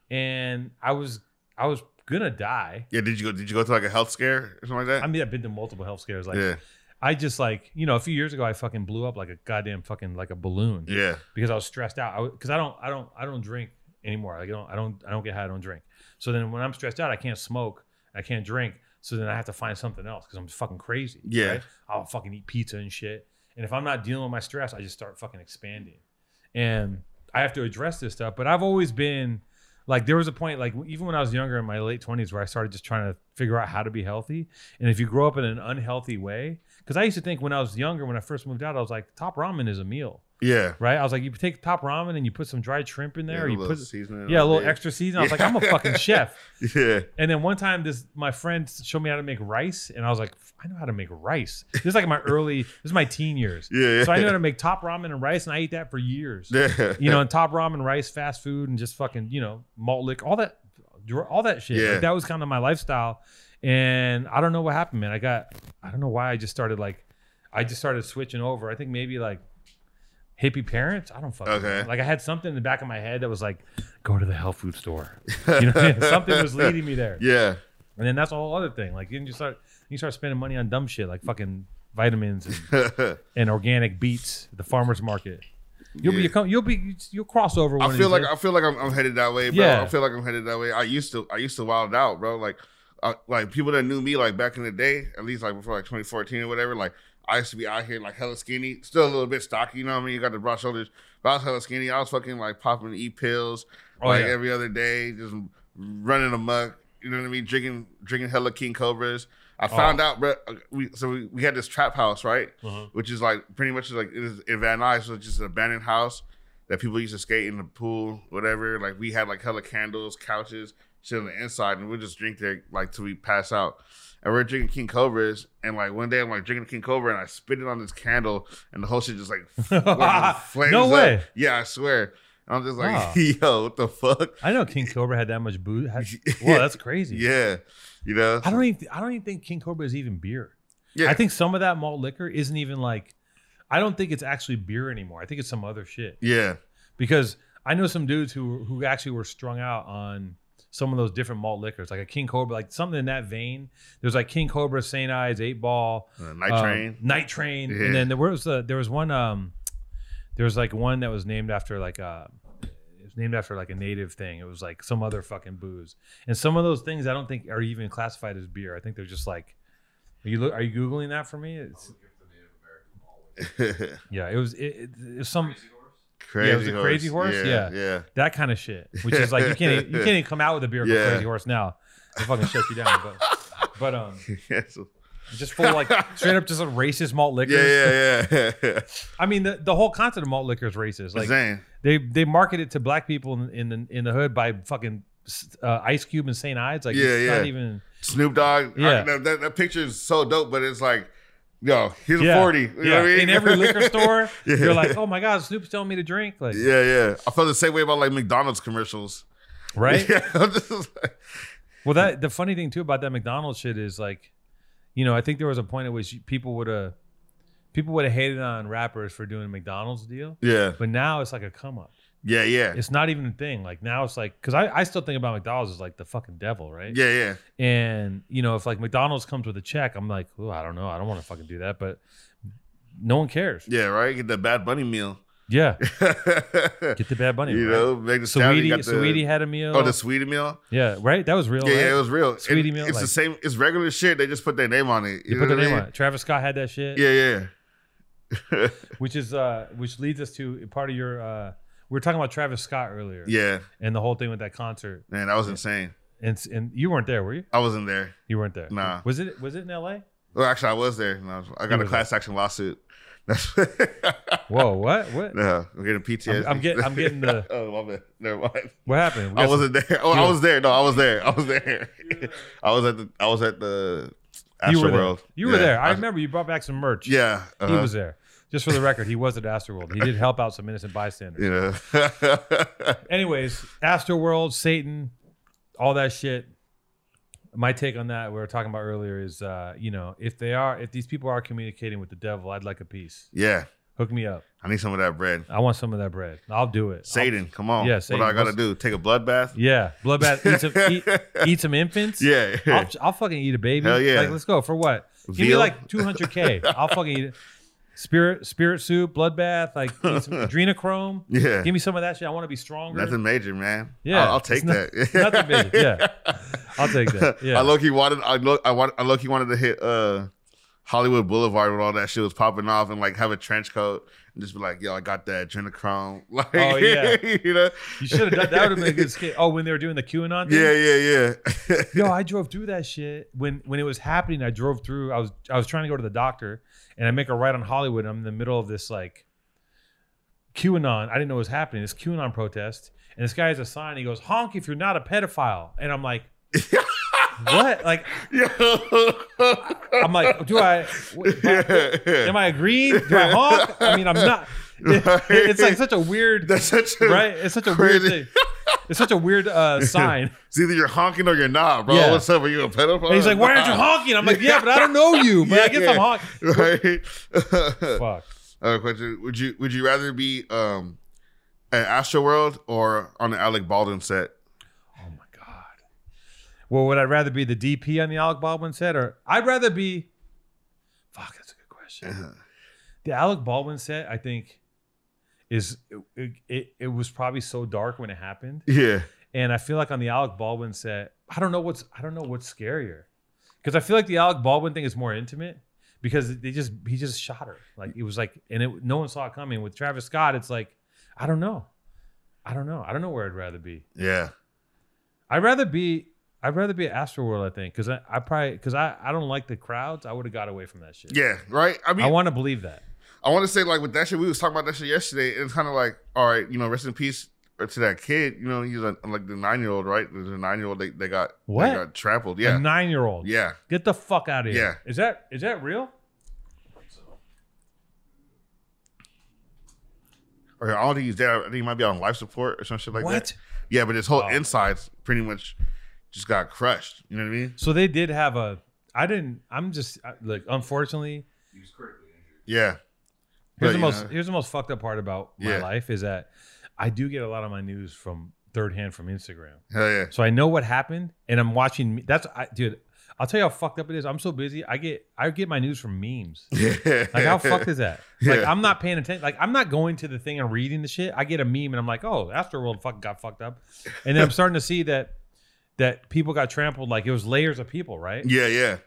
[SPEAKER 1] and I was I was gonna die.
[SPEAKER 5] Yeah, did you go? Did you go through like a health scare or something like that?
[SPEAKER 1] I mean, I've been to multiple health scares. Like
[SPEAKER 5] yeah,
[SPEAKER 1] I just like, you know, a few years ago I fucking blew up like a goddamn fucking like a balloon.
[SPEAKER 5] yeah,
[SPEAKER 1] because I was stressed out. Because I, don't, I don't, I don't drink anymore. Like, I don't, I don't, I don't get high. I don't drink. So then when I'm stressed out, I can't smoke. I can't drink. So then I have to find something else because I'm fucking crazy.
[SPEAKER 5] Yeah.
[SPEAKER 1] I'll fucking eat pizza and shit. And if I'm not dealing with my stress, I just start fucking expanding. And I have to address this stuff. But I've always been like, there was a point, like even when I was younger in my late 20s, where I started just trying to figure out how to be healthy. And if you grow up in an unhealthy way, because I used to think when I was younger, when I first moved out, I was like, top ramen is a meal
[SPEAKER 5] yeah.
[SPEAKER 1] right? I was like, you take top ramen and you put some dried shrimp in there, or
[SPEAKER 5] yeah,
[SPEAKER 1] you
[SPEAKER 5] a little
[SPEAKER 1] put
[SPEAKER 5] seasoning
[SPEAKER 1] yeah, a
[SPEAKER 5] on
[SPEAKER 1] little
[SPEAKER 5] it.
[SPEAKER 1] extra seasoning. I was like, I'm a fucking chef.
[SPEAKER 5] Yeah,
[SPEAKER 1] And then one time, this my friend showed me how to make rice, and I was like, I know how to make rice. This is like my early, this is my teen years,
[SPEAKER 5] yeah.
[SPEAKER 1] so I know how to make top ramen and rice, and I ate that for years.
[SPEAKER 5] yeah,
[SPEAKER 1] You know, and top ramen, rice, fast food, and just fucking you know malt liquor, all that, all that shit.
[SPEAKER 5] Yeah.
[SPEAKER 1] Like, that was kind of my lifestyle, and I don't know what happened, man. I got, I don't know why I just started like, I just started switching over. I think maybe like hippie parents. I don't fucking
[SPEAKER 5] Okay.
[SPEAKER 1] know. like I had something in the back of my head that was like, go to the health food store. You know, something was leading me there.
[SPEAKER 5] yeah,
[SPEAKER 1] And then that's a whole other thing. Like then you start you start spending money on dumb shit like fucking vitamins and, and organic beets at the farmers market. You'll
[SPEAKER 5] Yeah.
[SPEAKER 1] be you'll be you'll cross over. One
[SPEAKER 5] I feel
[SPEAKER 1] of these
[SPEAKER 5] like
[SPEAKER 1] days.
[SPEAKER 5] I feel like I'm, I'm headed that way, bro.
[SPEAKER 1] Yeah.
[SPEAKER 5] I feel like I'm headed that way. I used to I used to wild out, bro. Like I, like people that knew me like back in the day, at least like before like 2014 or whatever. Like I used to be out here like hella skinny, still a little bit stocky. You know what I mean? You got the broad shoulders, but I was hella skinny. I was fucking like popping e pills
[SPEAKER 1] Oh,
[SPEAKER 5] like
[SPEAKER 1] yeah.
[SPEAKER 5] every other day, just running amok. You know what I mean? Drinking drinking hella King Cobras.
[SPEAKER 1] Oh.
[SPEAKER 5] I found out, bro. We so we, we had this trap house, right?
[SPEAKER 1] Uh-huh.
[SPEAKER 5] Which is like pretty much like it is in Van Nuys, so it's just an abandoned house that people used to skate in the pool, whatever. Like we had like hella candles, couches, shit on the inside, and we just drink there like till we pass out. And we are drinking King Cobras, and like one day I'm like drinking King Cobra, and I spit it on this candle, and the whole shit just like fucking flames
[SPEAKER 1] No
[SPEAKER 5] up.
[SPEAKER 1] way.
[SPEAKER 5] Yeah, I swear. And I'm just like,
[SPEAKER 1] Wow.
[SPEAKER 5] yo, what the fuck?
[SPEAKER 1] I know King Cobra had that much booze. Had, whoa, that's crazy.
[SPEAKER 5] Yeah, you know.
[SPEAKER 1] I don't even I don't even think King Cobra is even beer.
[SPEAKER 5] Yeah,
[SPEAKER 1] I think some of that malt liquor isn't even like. I don't think it's actually beer anymore. I think it's some other shit.
[SPEAKER 5] yeah,
[SPEAKER 1] because I know some dudes who who actually were strung out on some of those different malt liquors, like a King Cobra, like something in that vein. There's like King Cobra, Saint Ives, Eight Ball,
[SPEAKER 5] Uh, night
[SPEAKER 1] um,
[SPEAKER 5] train.
[SPEAKER 1] Night Train,
[SPEAKER 5] Yeah.
[SPEAKER 1] and then there was a, there was one um there was like one that was named after like a it was named after like a native thing. It was like some other fucking booze, and some of those things I don't think are even classified as beer. I think they're just like. Are you look? Are you googling that for me? It's, yeah, it was it, it, it was some
[SPEAKER 5] Crazy
[SPEAKER 1] Yeah, it was a crazy horse?
[SPEAKER 5] Yeah,
[SPEAKER 1] Yeah.
[SPEAKER 5] yeah.
[SPEAKER 1] that kind of shit, which is like you can't you can't even come out with a beer called
[SPEAKER 5] Yeah.
[SPEAKER 1] Crazy Horse now. They fucking shut you down. But but um,
[SPEAKER 5] Yes.
[SPEAKER 1] just full like straight up just a racist malt liquor.
[SPEAKER 5] yeah, yeah, yeah.
[SPEAKER 1] I mean the, the whole concept of malt liquor is racist. Like
[SPEAKER 5] Zane.
[SPEAKER 1] they they market it to black people in, in the in the hood by fucking uh, Ice Cube and St. Ides. Like
[SPEAKER 5] Yeah,
[SPEAKER 1] it's
[SPEAKER 5] yeah.
[SPEAKER 1] not even
[SPEAKER 5] Snoop Dogg.
[SPEAKER 1] Yeah.
[SPEAKER 5] I- that, that- that picture is so dope, but it's like, yo, he's
[SPEAKER 1] Yeah.
[SPEAKER 5] a 40. You know what I mean?
[SPEAKER 1] in every liquor store.
[SPEAKER 5] Yeah.
[SPEAKER 1] You're like, oh my god, Snoop's telling me to drink. Like
[SPEAKER 5] yeah, yeah. I felt the same way about like McDonald's commercials.
[SPEAKER 1] right.
[SPEAKER 5] Yeah, I'm just like-
[SPEAKER 1] Well, that the funny thing too about that McDonald's shit is like, you know, I think there was a point at which people would have people would have hated on rappers for doing a McDonald's deal,
[SPEAKER 5] yeah,
[SPEAKER 1] but now it's like a come up.
[SPEAKER 5] yeah, yeah.
[SPEAKER 1] It's not even a thing. Like now it's like because I, I still think about McDonald's as like the fucking devil, right?
[SPEAKER 5] Yeah, yeah.
[SPEAKER 1] And you know, if like McDonald's comes with a check, I'm like, oh, I don't know, I don't want to fucking do that, but no one cares.
[SPEAKER 5] Yeah, right? Get the Bad Bunny meal.
[SPEAKER 1] Yeah,
[SPEAKER 5] Get
[SPEAKER 1] get the Bad Bunny.
[SPEAKER 5] You
[SPEAKER 1] right?
[SPEAKER 5] know, make the sandwich, you
[SPEAKER 1] Saweetie,
[SPEAKER 5] got the-
[SPEAKER 1] Saweetie had a meal.
[SPEAKER 5] Oh, the sweetie meal?
[SPEAKER 1] yeah, right. That was real.
[SPEAKER 5] Yeah,
[SPEAKER 1] right?
[SPEAKER 5] yeah, it was real.
[SPEAKER 1] Sweetie
[SPEAKER 5] And
[SPEAKER 1] meal,
[SPEAKER 5] It's
[SPEAKER 1] like-
[SPEAKER 5] the same. It's regular shit. They just put their name on it.
[SPEAKER 1] They
[SPEAKER 5] You
[SPEAKER 1] put their
[SPEAKER 5] know what I
[SPEAKER 1] name
[SPEAKER 5] mean?
[SPEAKER 1] on it. Travis Scott had that shit.
[SPEAKER 5] Yeah, yeah,
[SPEAKER 1] which is uh which leads us to part of your uh we were talking about Travis Scott earlier
[SPEAKER 5] yeah.
[SPEAKER 1] and the whole thing with that concert
[SPEAKER 5] Man, that was insane.
[SPEAKER 1] and s- and you weren't there were you
[SPEAKER 5] I wasn't there.
[SPEAKER 1] you weren't there
[SPEAKER 5] Nah.
[SPEAKER 1] was it was it in L A
[SPEAKER 5] Well, actually, I was there. No, I
[SPEAKER 1] You
[SPEAKER 5] got
[SPEAKER 1] were
[SPEAKER 5] a
[SPEAKER 1] there.
[SPEAKER 5] class action lawsuit. That's
[SPEAKER 1] whoa what what
[SPEAKER 5] no, I'm getting PTSD.
[SPEAKER 1] I'm- I'm get- I'm getting the-
[SPEAKER 5] oh, my bad. Never mind.
[SPEAKER 1] what happened We got
[SPEAKER 5] I
[SPEAKER 1] some-
[SPEAKER 5] wasn't there. Oh, I
[SPEAKER 1] Yeah.
[SPEAKER 5] was there. No, I was there. I was there. I was at the. I was at the.
[SPEAKER 1] you were
[SPEAKER 5] Astroworld.
[SPEAKER 1] there you were
[SPEAKER 5] Yeah.
[SPEAKER 1] there I remember you brought back some merch
[SPEAKER 5] Yeah.
[SPEAKER 1] he
[SPEAKER 5] uh-huh.
[SPEAKER 1] was there just for the record he was at Astroworld he did help out some innocent bystanders
[SPEAKER 5] You know.
[SPEAKER 1] anyways Astroworld Satan all that shit my take on that we were talking about earlier is uh you know if they are if these people are communicating with the devil I'd like a piece
[SPEAKER 5] yeah.
[SPEAKER 1] hook me up.
[SPEAKER 5] I need some of that bread.
[SPEAKER 1] I want some of that bread. I'll do it. I'll-
[SPEAKER 5] Satan, come on.
[SPEAKER 1] Oh, Yeah,
[SPEAKER 5] What do I
[SPEAKER 1] Satan.
[SPEAKER 5] gotta do? Take a bloodbath?
[SPEAKER 1] yeah, bloodbath. Eat some, eat, eat some infants.
[SPEAKER 5] Yeah.
[SPEAKER 1] I'll, I'll fucking eat a baby.
[SPEAKER 5] Hell yeah.
[SPEAKER 1] Like, let's go for what? Give me
[SPEAKER 5] Veal?
[SPEAKER 1] like 200k. I'll fucking eat it. Spirit, spirit soup, bloodbath, like eat some adrenochrome.
[SPEAKER 5] yeah.
[SPEAKER 1] Give me some of that shit. I want to be stronger.
[SPEAKER 5] Nothing major, man.
[SPEAKER 1] Yeah,
[SPEAKER 5] I'll, I'll
[SPEAKER 1] it's
[SPEAKER 5] take
[SPEAKER 1] not-
[SPEAKER 5] that.
[SPEAKER 1] nothing major, yeah. I'll take that. Yeah.
[SPEAKER 5] I low key wanted. I look. I want. I low key wanted to hit uh, Hollywood Boulevard when all that shit was popping off, and like have a trench coat and just be like, "Yo, I got that adrenochrome." Like,
[SPEAKER 1] Oh, yeah.
[SPEAKER 5] you know.
[SPEAKER 1] you should have done that. Would have been a good skit. Oh, when they were doing the QAnon thing?
[SPEAKER 5] Yeah, yeah, yeah.
[SPEAKER 1] Yo, I drove through that shit when when it was happening. I drove through. I was I was trying to go to the doctor, and I make a right on Hollywood. I'm in the middle of this like QAnon. I didn't know what was happening. This QAnon protest, and this guy has a sign. He goes, "Honk if you're not a pedophile," and I'm like. what like
[SPEAKER 5] Yo.
[SPEAKER 1] i'm like do i what- am i agreeing do i honk i mean i'm not it- it's like such a weird
[SPEAKER 5] That's such a,
[SPEAKER 1] right it's such a weird
[SPEAKER 5] crazy.
[SPEAKER 1] thing it's such a weird uh sign
[SPEAKER 5] It's either you're honking or you're not, bro.
[SPEAKER 1] Yeah.
[SPEAKER 5] What's up? Are you a pedophile?
[SPEAKER 1] and he's like why aren't you honking i'm like yeah but i don't know you but i
[SPEAKER 5] Yeah,
[SPEAKER 1] guess
[SPEAKER 5] yeah.
[SPEAKER 1] i'm honking
[SPEAKER 5] honking? Right.
[SPEAKER 1] fuck
[SPEAKER 5] Uh, question: Would you would you rather be um at Astroworld or on the Alec Baldwin set?
[SPEAKER 1] Oh my god. Well, would I rather be the DP on the Alec Baldwin set, or I'd rather be? Fuck, that's a good
[SPEAKER 5] Uh-huh.
[SPEAKER 1] question. the Alec Baldwin set, I think, is it, it, it was probably so dark when it happened,
[SPEAKER 5] Yeah,
[SPEAKER 1] and I feel like on the Alec Baldwin set, I don't know what's I don't know what's scarier, because I feel like the Alec Baldwin thing is more intimate because they just he just shot her like it was like and it, no one saw it coming. With Travis Scott, it's like I don't know, I don't know, I don't know where I'd rather be.
[SPEAKER 5] yeah,
[SPEAKER 1] I'd rather be I'd rather be at Astroworld, I think, because I, I probably because I, I don't like the crowds. I would have got away from that shit.
[SPEAKER 5] yeah. Right. I mean,
[SPEAKER 1] I want to believe that.
[SPEAKER 5] I want to say like with that shit, we was talking about that shit yesterday, and it's kind of like, all right, you know, rest in peace uh, to that kid. You know, he's a, like the nine year old, right? There's a nine year old. They they got
[SPEAKER 1] What?
[SPEAKER 5] They got trampled.
[SPEAKER 1] A
[SPEAKER 5] Yeah,
[SPEAKER 1] nine year old.
[SPEAKER 5] yeah.
[SPEAKER 1] Get the fuck out of here.
[SPEAKER 5] Yeah.
[SPEAKER 1] Is that is that real?
[SPEAKER 5] Or I don't think he's dead. I think he might be on life support or some shit like
[SPEAKER 1] what?
[SPEAKER 5] that. Yeah, but his whole
[SPEAKER 1] Oh.
[SPEAKER 5] insides pretty much just got crushed. You know what I mean?
[SPEAKER 1] So they did have a. I didn't. I'm just I- like unfortunately.
[SPEAKER 5] Yeah.
[SPEAKER 1] Here's
[SPEAKER 5] But,
[SPEAKER 1] the
[SPEAKER 5] you
[SPEAKER 1] most.
[SPEAKER 5] know.
[SPEAKER 1] Here's the most fucked up part about my
[SPEAKER 5] Yeah.
[SPEAKER 1] life is that I do get a lot of my news from third hand from Instagram.
[SPEAKER 5] Hell yeah.
[SPEAKER 1] So I know what happened, and I'm watching. me- That's I, dude. I'll tell you how fucked up it is. I'm so busy. I get I get my news from memes. Like how fucked is that? Like
[SPEAKER 5] Yeah.
[SPEAKER 1] I'm not paying attention. Like I'm not going to the thing and reading the shit. I get a meme and I'm like, oh, Astroworld fucking got fucked up, and then I'm starting to see that that people got trampled. Like it was layers of people, right?
[SPEAKER 5] Yeah, yeah.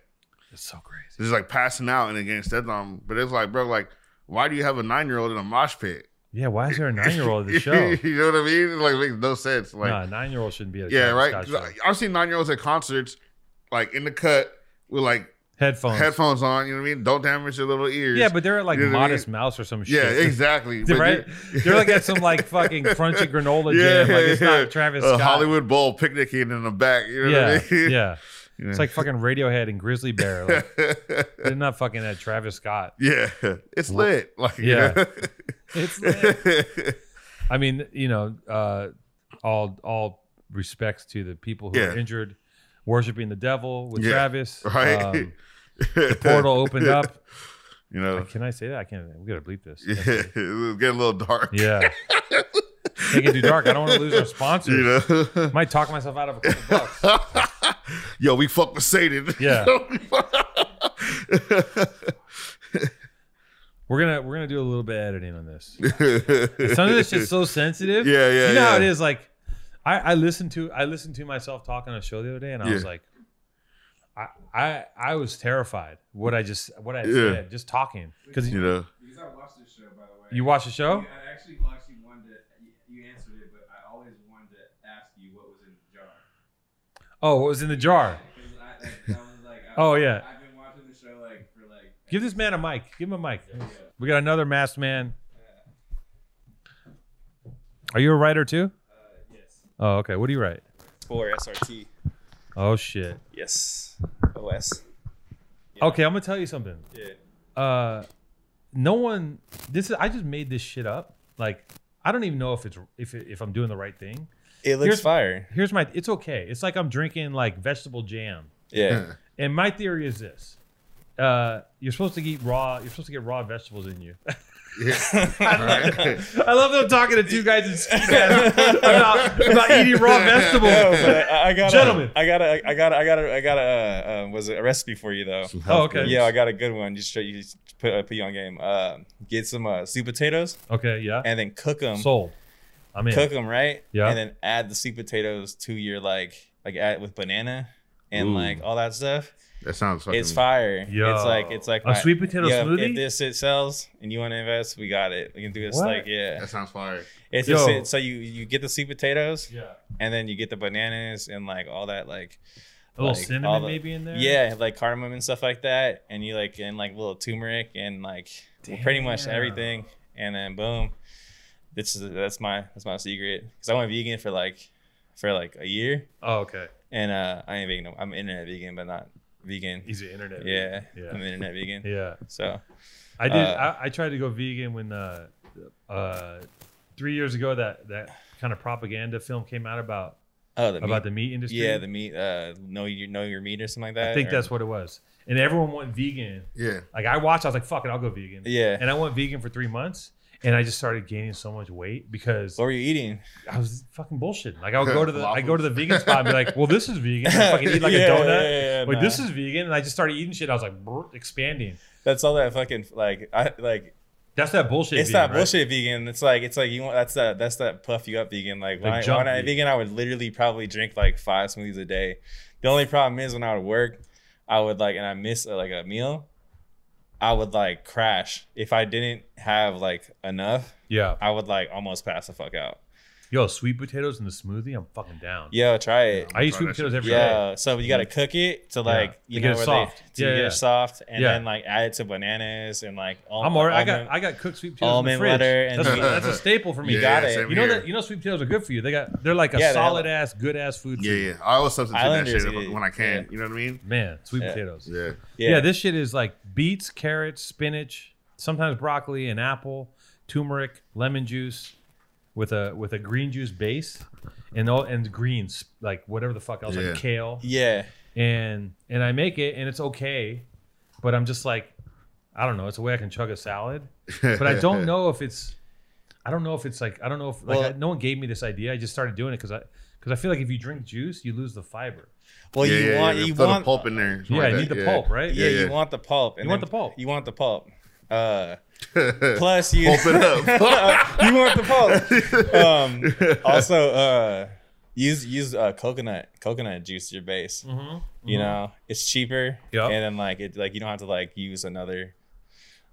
[SPEAKER 1] It's so crazy.
[SPEAKER 5] Just like passing out and then getting stepped on. But it's like, bro, like, why do you have a nine year old in a mosh pit?
[SPEAKER 1] Yeah, why is there a nine year old at the show?
[SPEAKER 5] you know what I mean? It, like makes no sense. Like
[SPEAKER 1] nah, nine year old shouldn't be at a
[SPEAKER 5] yeah,
[SPEAKER 1] Travis
[SPEAKER 5] right.
[SPEAKER 1] Scott
[SPEAKER 5] 'Cause
[SPEAKER 1] show.
[SPEAKER 5] I- I've seen nine year olds at concerts, like in the cut with like
[SPEAKER 1] Headphones.
[SPEAKER 5] headphones on. You know what I mean? Don't damage your little ears.
[SPEAKER 1] Yeah, but they're at like
[SPEAKER 5] You know what I
[SPEAKER 1] Modest Mouse or some shit.
[SPEAKER 5] yeah, exactly. But
[SPEAKER 1] right?
[SPEAKER 5] you-
[SPEAKER 1] They're like at some like fucking crunchy granola jam. like it's
[SPEAKER 5] yeah.
[SPEAKER 1] not Travis
[SPEAKER 5] A
[SPEAKER 1] Scott.
[SPEAKER 5] Hollywood Bowl picnicking in the back. You know
[SPEAKER 1] yeah,
[SPEAKER 5] what I mean?
[SPEAKER 1] yeah. It's like fucking Radiohead and Grizzly Bear. Like, they're not fucking at Travis Scott.
[SPEAKER 5] yeah, it's lit. Like you
[SPEAKER 1] Yeah.
[SPEAKER 5] know?
[SPEAKER 1] It's I mean, you know, uh, all all respects to the people who
[SPEAKER 5] Yeah.
[SPEAKER 1] are injured, worshiping the devil with
[SPEAKER 5] Yeah,
[SPEAKER 1] Travis.
[SPEAKER 5] right?
[SPEAKER 1] Um, portal opened up.
[SPEAKER 5] You know,
[SPEAKER 1] Can I say that? I can't. We gotta bleep this.
[SPEAKER 5] Oh. yeah, it was getting a little dark.
[SPEAKER 1] Yeah. Make it too dark. I don't want to lose our sponsors.
[SPEAKER 5] You know.
[SPEAKER 1] Might talk myself out of a couple bucks.
[SPEAKER 5] Yo, we fuck with Satan.
[SPEAKER 1] Yeah. We're gonna we're gonna do a little bit of editing on this. Some of this shit's so sensitive.
[SPEAKER 5] Yeah, yeah,
[SPEAKER 1] You know how it
[SPEAKER 5] yeah.
[SPEAKER 1] is. Like, I, I listened to I listened to myself talk on a show the other day, and I was
[SPEAKER 5] Yeah.
[SPEAKER 1] like, I, I I was terrified. What I just what I
[SPEAKER 5] Yeah.
[SPEAKER 1] said just talking because
[SPEAKER 5] you
[SPEAKER 1] you,
[SPEAKER 5] know.
[SPEAKER 7] Because I watched this show, by the way.
[SPEAKER 1] you watch the
[SPEAKER 7] I
[SPEAKER 1] show.
[SPEAKER 7] I actually, well, actually wanted to, you, you answered it, but I always wanted to ask you what was in the jar.
[SPEAKER 1] Oh, what was in the jar?
[SPEAKER 7] 'Cause I, like, I was like, I,
[SPEAKER 1] Oh, yeah.
[SPEAKER 7] I've been watching the show like for like.
[SPEAKER 1] Give this man a mic. Give him a mic. We got another masked man. Are you a writer too?
[SPEAKER 7] Uh, yes.
[SPEAKER 1] Oh, okay. What do you write?
[SPEAKER 8] for SRT.
[SPEAKER 1] Oh shit.
[SPEAKER 8] Yes. OS.
[SPEAKER 1] Okay, I'm gonna tell you something.
[SPEAKER 8] Yeah.
[SPEAKER 1] uh no one this is i just made this shit up like i don't even know if it's if it, if i'm doing the right thing
[SPEAKER 8] It looks
[SPEAKER 1] Here's-
[SPEAKER 8] fire.
[SPEAKER 1] here's my it's okay it's like i'm drinking like vegetable jam
[SPEAKER 8] Yeah.
[SPEAKER 1] and my theory is this uh you're supposed to eat raw you're supposed to get raw vegetables in you
[SPEAKER 5] Right.
[SPEAKER 1] i love that i'm talking to two guys in ski masks about, about eating raw vegetables
[SPEAKER 8] No, but I, I got
[SPEAKER 1] Gentlemen.
[SPEAKER 8] I got a, I got a, I got a, I got a, uh, uh, was it a recipe for you though?
[SPEAKER 1] oh okay
[SPEAKER 8] Yeah, I got a good one. Just show you, just put, uh, put you on game. Uh, get some uh, sweet potatoes
[SPEAKER 1] okay yeah
[SPEAKER 8] and then cook them.
[SPEAKER 1] sold i'm in
[SPEAKER 8] Um, cook them right.
[SPEAKER 1] Yeah.
[SPEAKER 8] And then add the sweet potatoes to your like, like add with banana and
[SPEAKER 5] Ooh.
[SPEAKER 8] like all that stuff.
[SPEAKER 5] That sounds fucking.
[SPEAKER 8] It's fire.
[SPEAKER 1] Yo.
[SPEAKER 8] It's like it's like
[SPEAKER 1] A sweet potato
[SPEAKER 8] yeah,
[SPEAKER 1] smoothie?
[SPEAKER 8] If this it sells and you want to invest, we got it. We can do this.
[SPEAKER 1] What?
[SPEAKER 8] Like yeah,
[SPEAKER 5] That sounds fire.
[SPEAKER 8] It's
[SPEAKER 1] Yo.
[SPEAKER 8] just it, so you you get the sweet potatoes
[SPEAKER 1] yeah
[SPEAKER 8] and then you get the bananas and like all that like
[SPEAKER 1] a little
[SPEAKER 8] Like, all
[SPEAKER 1] cinnamon
[SPEAKER 8] the-
[SPEAKER 1] maybe in there
[SPEAKER 8] yeah like cardamom and stuff like that and you like and like little turmeric and like pretty much
[SPEAKER 1] Damn.
[SPEAKER 8] everything and then boom this is that's my that's my secret because I went vegan for like for like a year
[SPEAKER 1] oh okay
[SPEAKER 8] and uh I ain't vegan no- I'm internet vegan but not vegan
[SPEAKER 1] he's an internet
[SPEAKER 8] yeah, I'm
[SPEAKER 1] yeah
[SPEAKER 8] internet vegan
[SPEAKER 1] yeah
[SPEAKER 8] so
[SPEAKER 1] I did.
[SPEAKER 8] Uh,
[SPEAKER 1] I, I tried to go vegan when uh, uh, three years ago that that kind of propaganda film came out about
[SPEAKER 8] oh the
[SPEAKER 1] about
[SPEAKER 8] meat,
[SPEAKER 1] the meat industry.
[SPEAKER 8] yeah the meat uh know your know your meat or something like that
[SPEAKER 1] I think
[SPEAKER 8] or-
[SPEAKER 1] that's what it was, and everyone went vegan.
[SPEAKER 5] Yeah.
[SPEAKER 1] Like I watched, I was like, "Fuck it, I'll go vegan."
[SPEAKER 8] Yeah.
[SPEAKER 1] and I went vegan for three months, and I just started gaining so much weight because
[SPEAKER 8] what were you eating
[SPEAKER 1] I was fucking bullshitting. Like I would go to the I go to the vegan spot and be like, "Well, this is vegan." I fucking eat like
[SPEAKER 8] Yeah,
[SPEAKER 1] a donut.
[SPEAKER 8] yeah, yeah, yeah,
[SPEAKER 1] like
[SPEAKER 8] nah.
[SPEAKER 1] this is vegan, and I just started eating shit. I was like, brr, expanding.
[SPEAKER 8] That's all that fucking like I like.
[SPEAKER 1] That's that bullshit.
[SPEAKER 8] it's
[SPEAKER 1] vegan,
[SPEAKER 8] not
[SPEAKER 1] right?
[SPEAKER 8] bullshit vegan. It's like it's like you want that's that that's that puff you up vegan. Like when,
[SPEAKER 1] Like
[SPEAKER 8] I,
[SPEAKER 1] junk
[SPEAKER 8] when I
[SPEAKER 1] vegan.
[SPEAKER 8] vegan, I would literally probably drink like five smoothies a day. The only problem is when I would work, I would like and I miss uh, like a meal, I would like crash if I didn't have like enough.
[SPEAKER 1] Yeah.
[SPEAKER 8] I would like almost pass the fuck out.
[SPEAKER 1] Yo, sweet potatoes in the smoothie. I'm fucking down.
[SPEAKER 8] Yo, try it.
[SPEAKER 1] I eat sweet potatoes every day. Mm.
[SPEAKER 8] Yeah, so you got to cook it to like
[SPEAKER 1] To
[SPEAKER 8] you
[SPEAKER 1] get
[SPEAKER 8] know
[SPEAKER 1] it
[SPEAKER 8] where
[SPEAKER 1] soft.
[SPEAKER 8] They, to
[SPEAKER 1] Yeah,
[SPEAKER 8] get
[SPEAKER 1] yeah.
[SPEAKER 8] it soft, and
[SPEAKER 1] Yeah.
[SPEAKER 8] then like add it to bananas and like al-
[SPEAKER 1] I'm alright. I got
[SPEAKER 8] almond-
[SPEAKER 1] I got cooked sweet potatoes in
[SPEAKER 8] almond
[SPEAKER 1] the fridge.
[SPEAKER 8] butter and
[SPEAKER 1] that's, a,
[SPEAKER 8] meat.
[SPEAKER 1] that's a staple for me.
[SPEAKER 5] yeah,
[SPEAKER 8] got
[SPEAKER 5] yeah,
[SPEAKER 8] it.
[SPEAKER 5] same
[SPEAKER 1] You know
[SPEAKER 5] here.
[SPEAKER 1] that you know sweet potatoes are good for you. They got they're like a
[SPEAKER 8] Yeah, they have-
[SPEAKER 1] solid ass good ass food.
[SPEAKER 5] Yeah,
[SPEAKER 1] for you.
[SPEAKER 5] yeah. I always substitute
[SPEAKER 8] Islanders
[SPEAKER 5] that shit
[SPEAKER 8] eat
[SPEAKER 5] if,
[SPEAKER 8] it.
[SPEAKER 5] when I can.
[SPEAKER 8] Yeah.
[SPEAKER 5] You know what I mean?
[SPEAKER 1] Man, sweet
[SPEAKER 8] Yeah.
[SPEAKER 1] potatoes.
[SPEAKER 5] Yeah.
[SPEAKER 1] Yeah. this shit is like beets, carrots, spinach, sometimes broccoli, an apple, turmeric, lemon juice, with a with a green juice base, and all and greens like whatever the fuck else
[SPEAKER 5] Yeah.
[SPEAKER 1] like kale.
[SPEAKER 8] yeah.
[SPEAKER 1] and and I make it and it's okay, but I'm just like, I don't know. It's a way I can chug a salad, but I don't know if it's, I don't know if it's like I don't know if like
[SPEAKER 8] Well-
[SPEAKER 1] I, no one gave me this idea. I just started doing it because I because I feel like if you drink juice, you lose the fiber.
[SPEAKER 8] Well,
[SPEAKER 5] yeah,
[SPEAKER 8] you
[SPEAKER 5] yeah,
[SPEAKER 8] want
[SPEAKER 5] yeah.
[SPEAKER 8] you
[SPEAKER 5] Put
[SPEAKER 8] want
[SPEAKER 5] a pulp in there.
[SPEAKER 1] Yeah, I need the pulp, right?
[SPEAKER 8] yeah,
[SPEAKER 5] Yeah, yeah.
[SPEAKER 8] you want the pulp. And
[SPEAKER 1] You want
[SPEAKER 8] then-
[SPEAKER 1] the pulp.
[SPEAKER 8] You want the pulp. Uh,
[SPEAKER 5] right?
[SPEAKER 8] plus you
[SPEAKER 5] Pulp it up.
[SPEAKER 8] you want the pulp. Um, also, uh, use use uh, coconut coconut juice your base.
[SPEAKER 1] Mm-hmm.
[SPEAKER 8] You know, it's cheaper.
[SPEAKER 1] Yeah.
[SPEAKER 8] And then like it like you don't have to like use another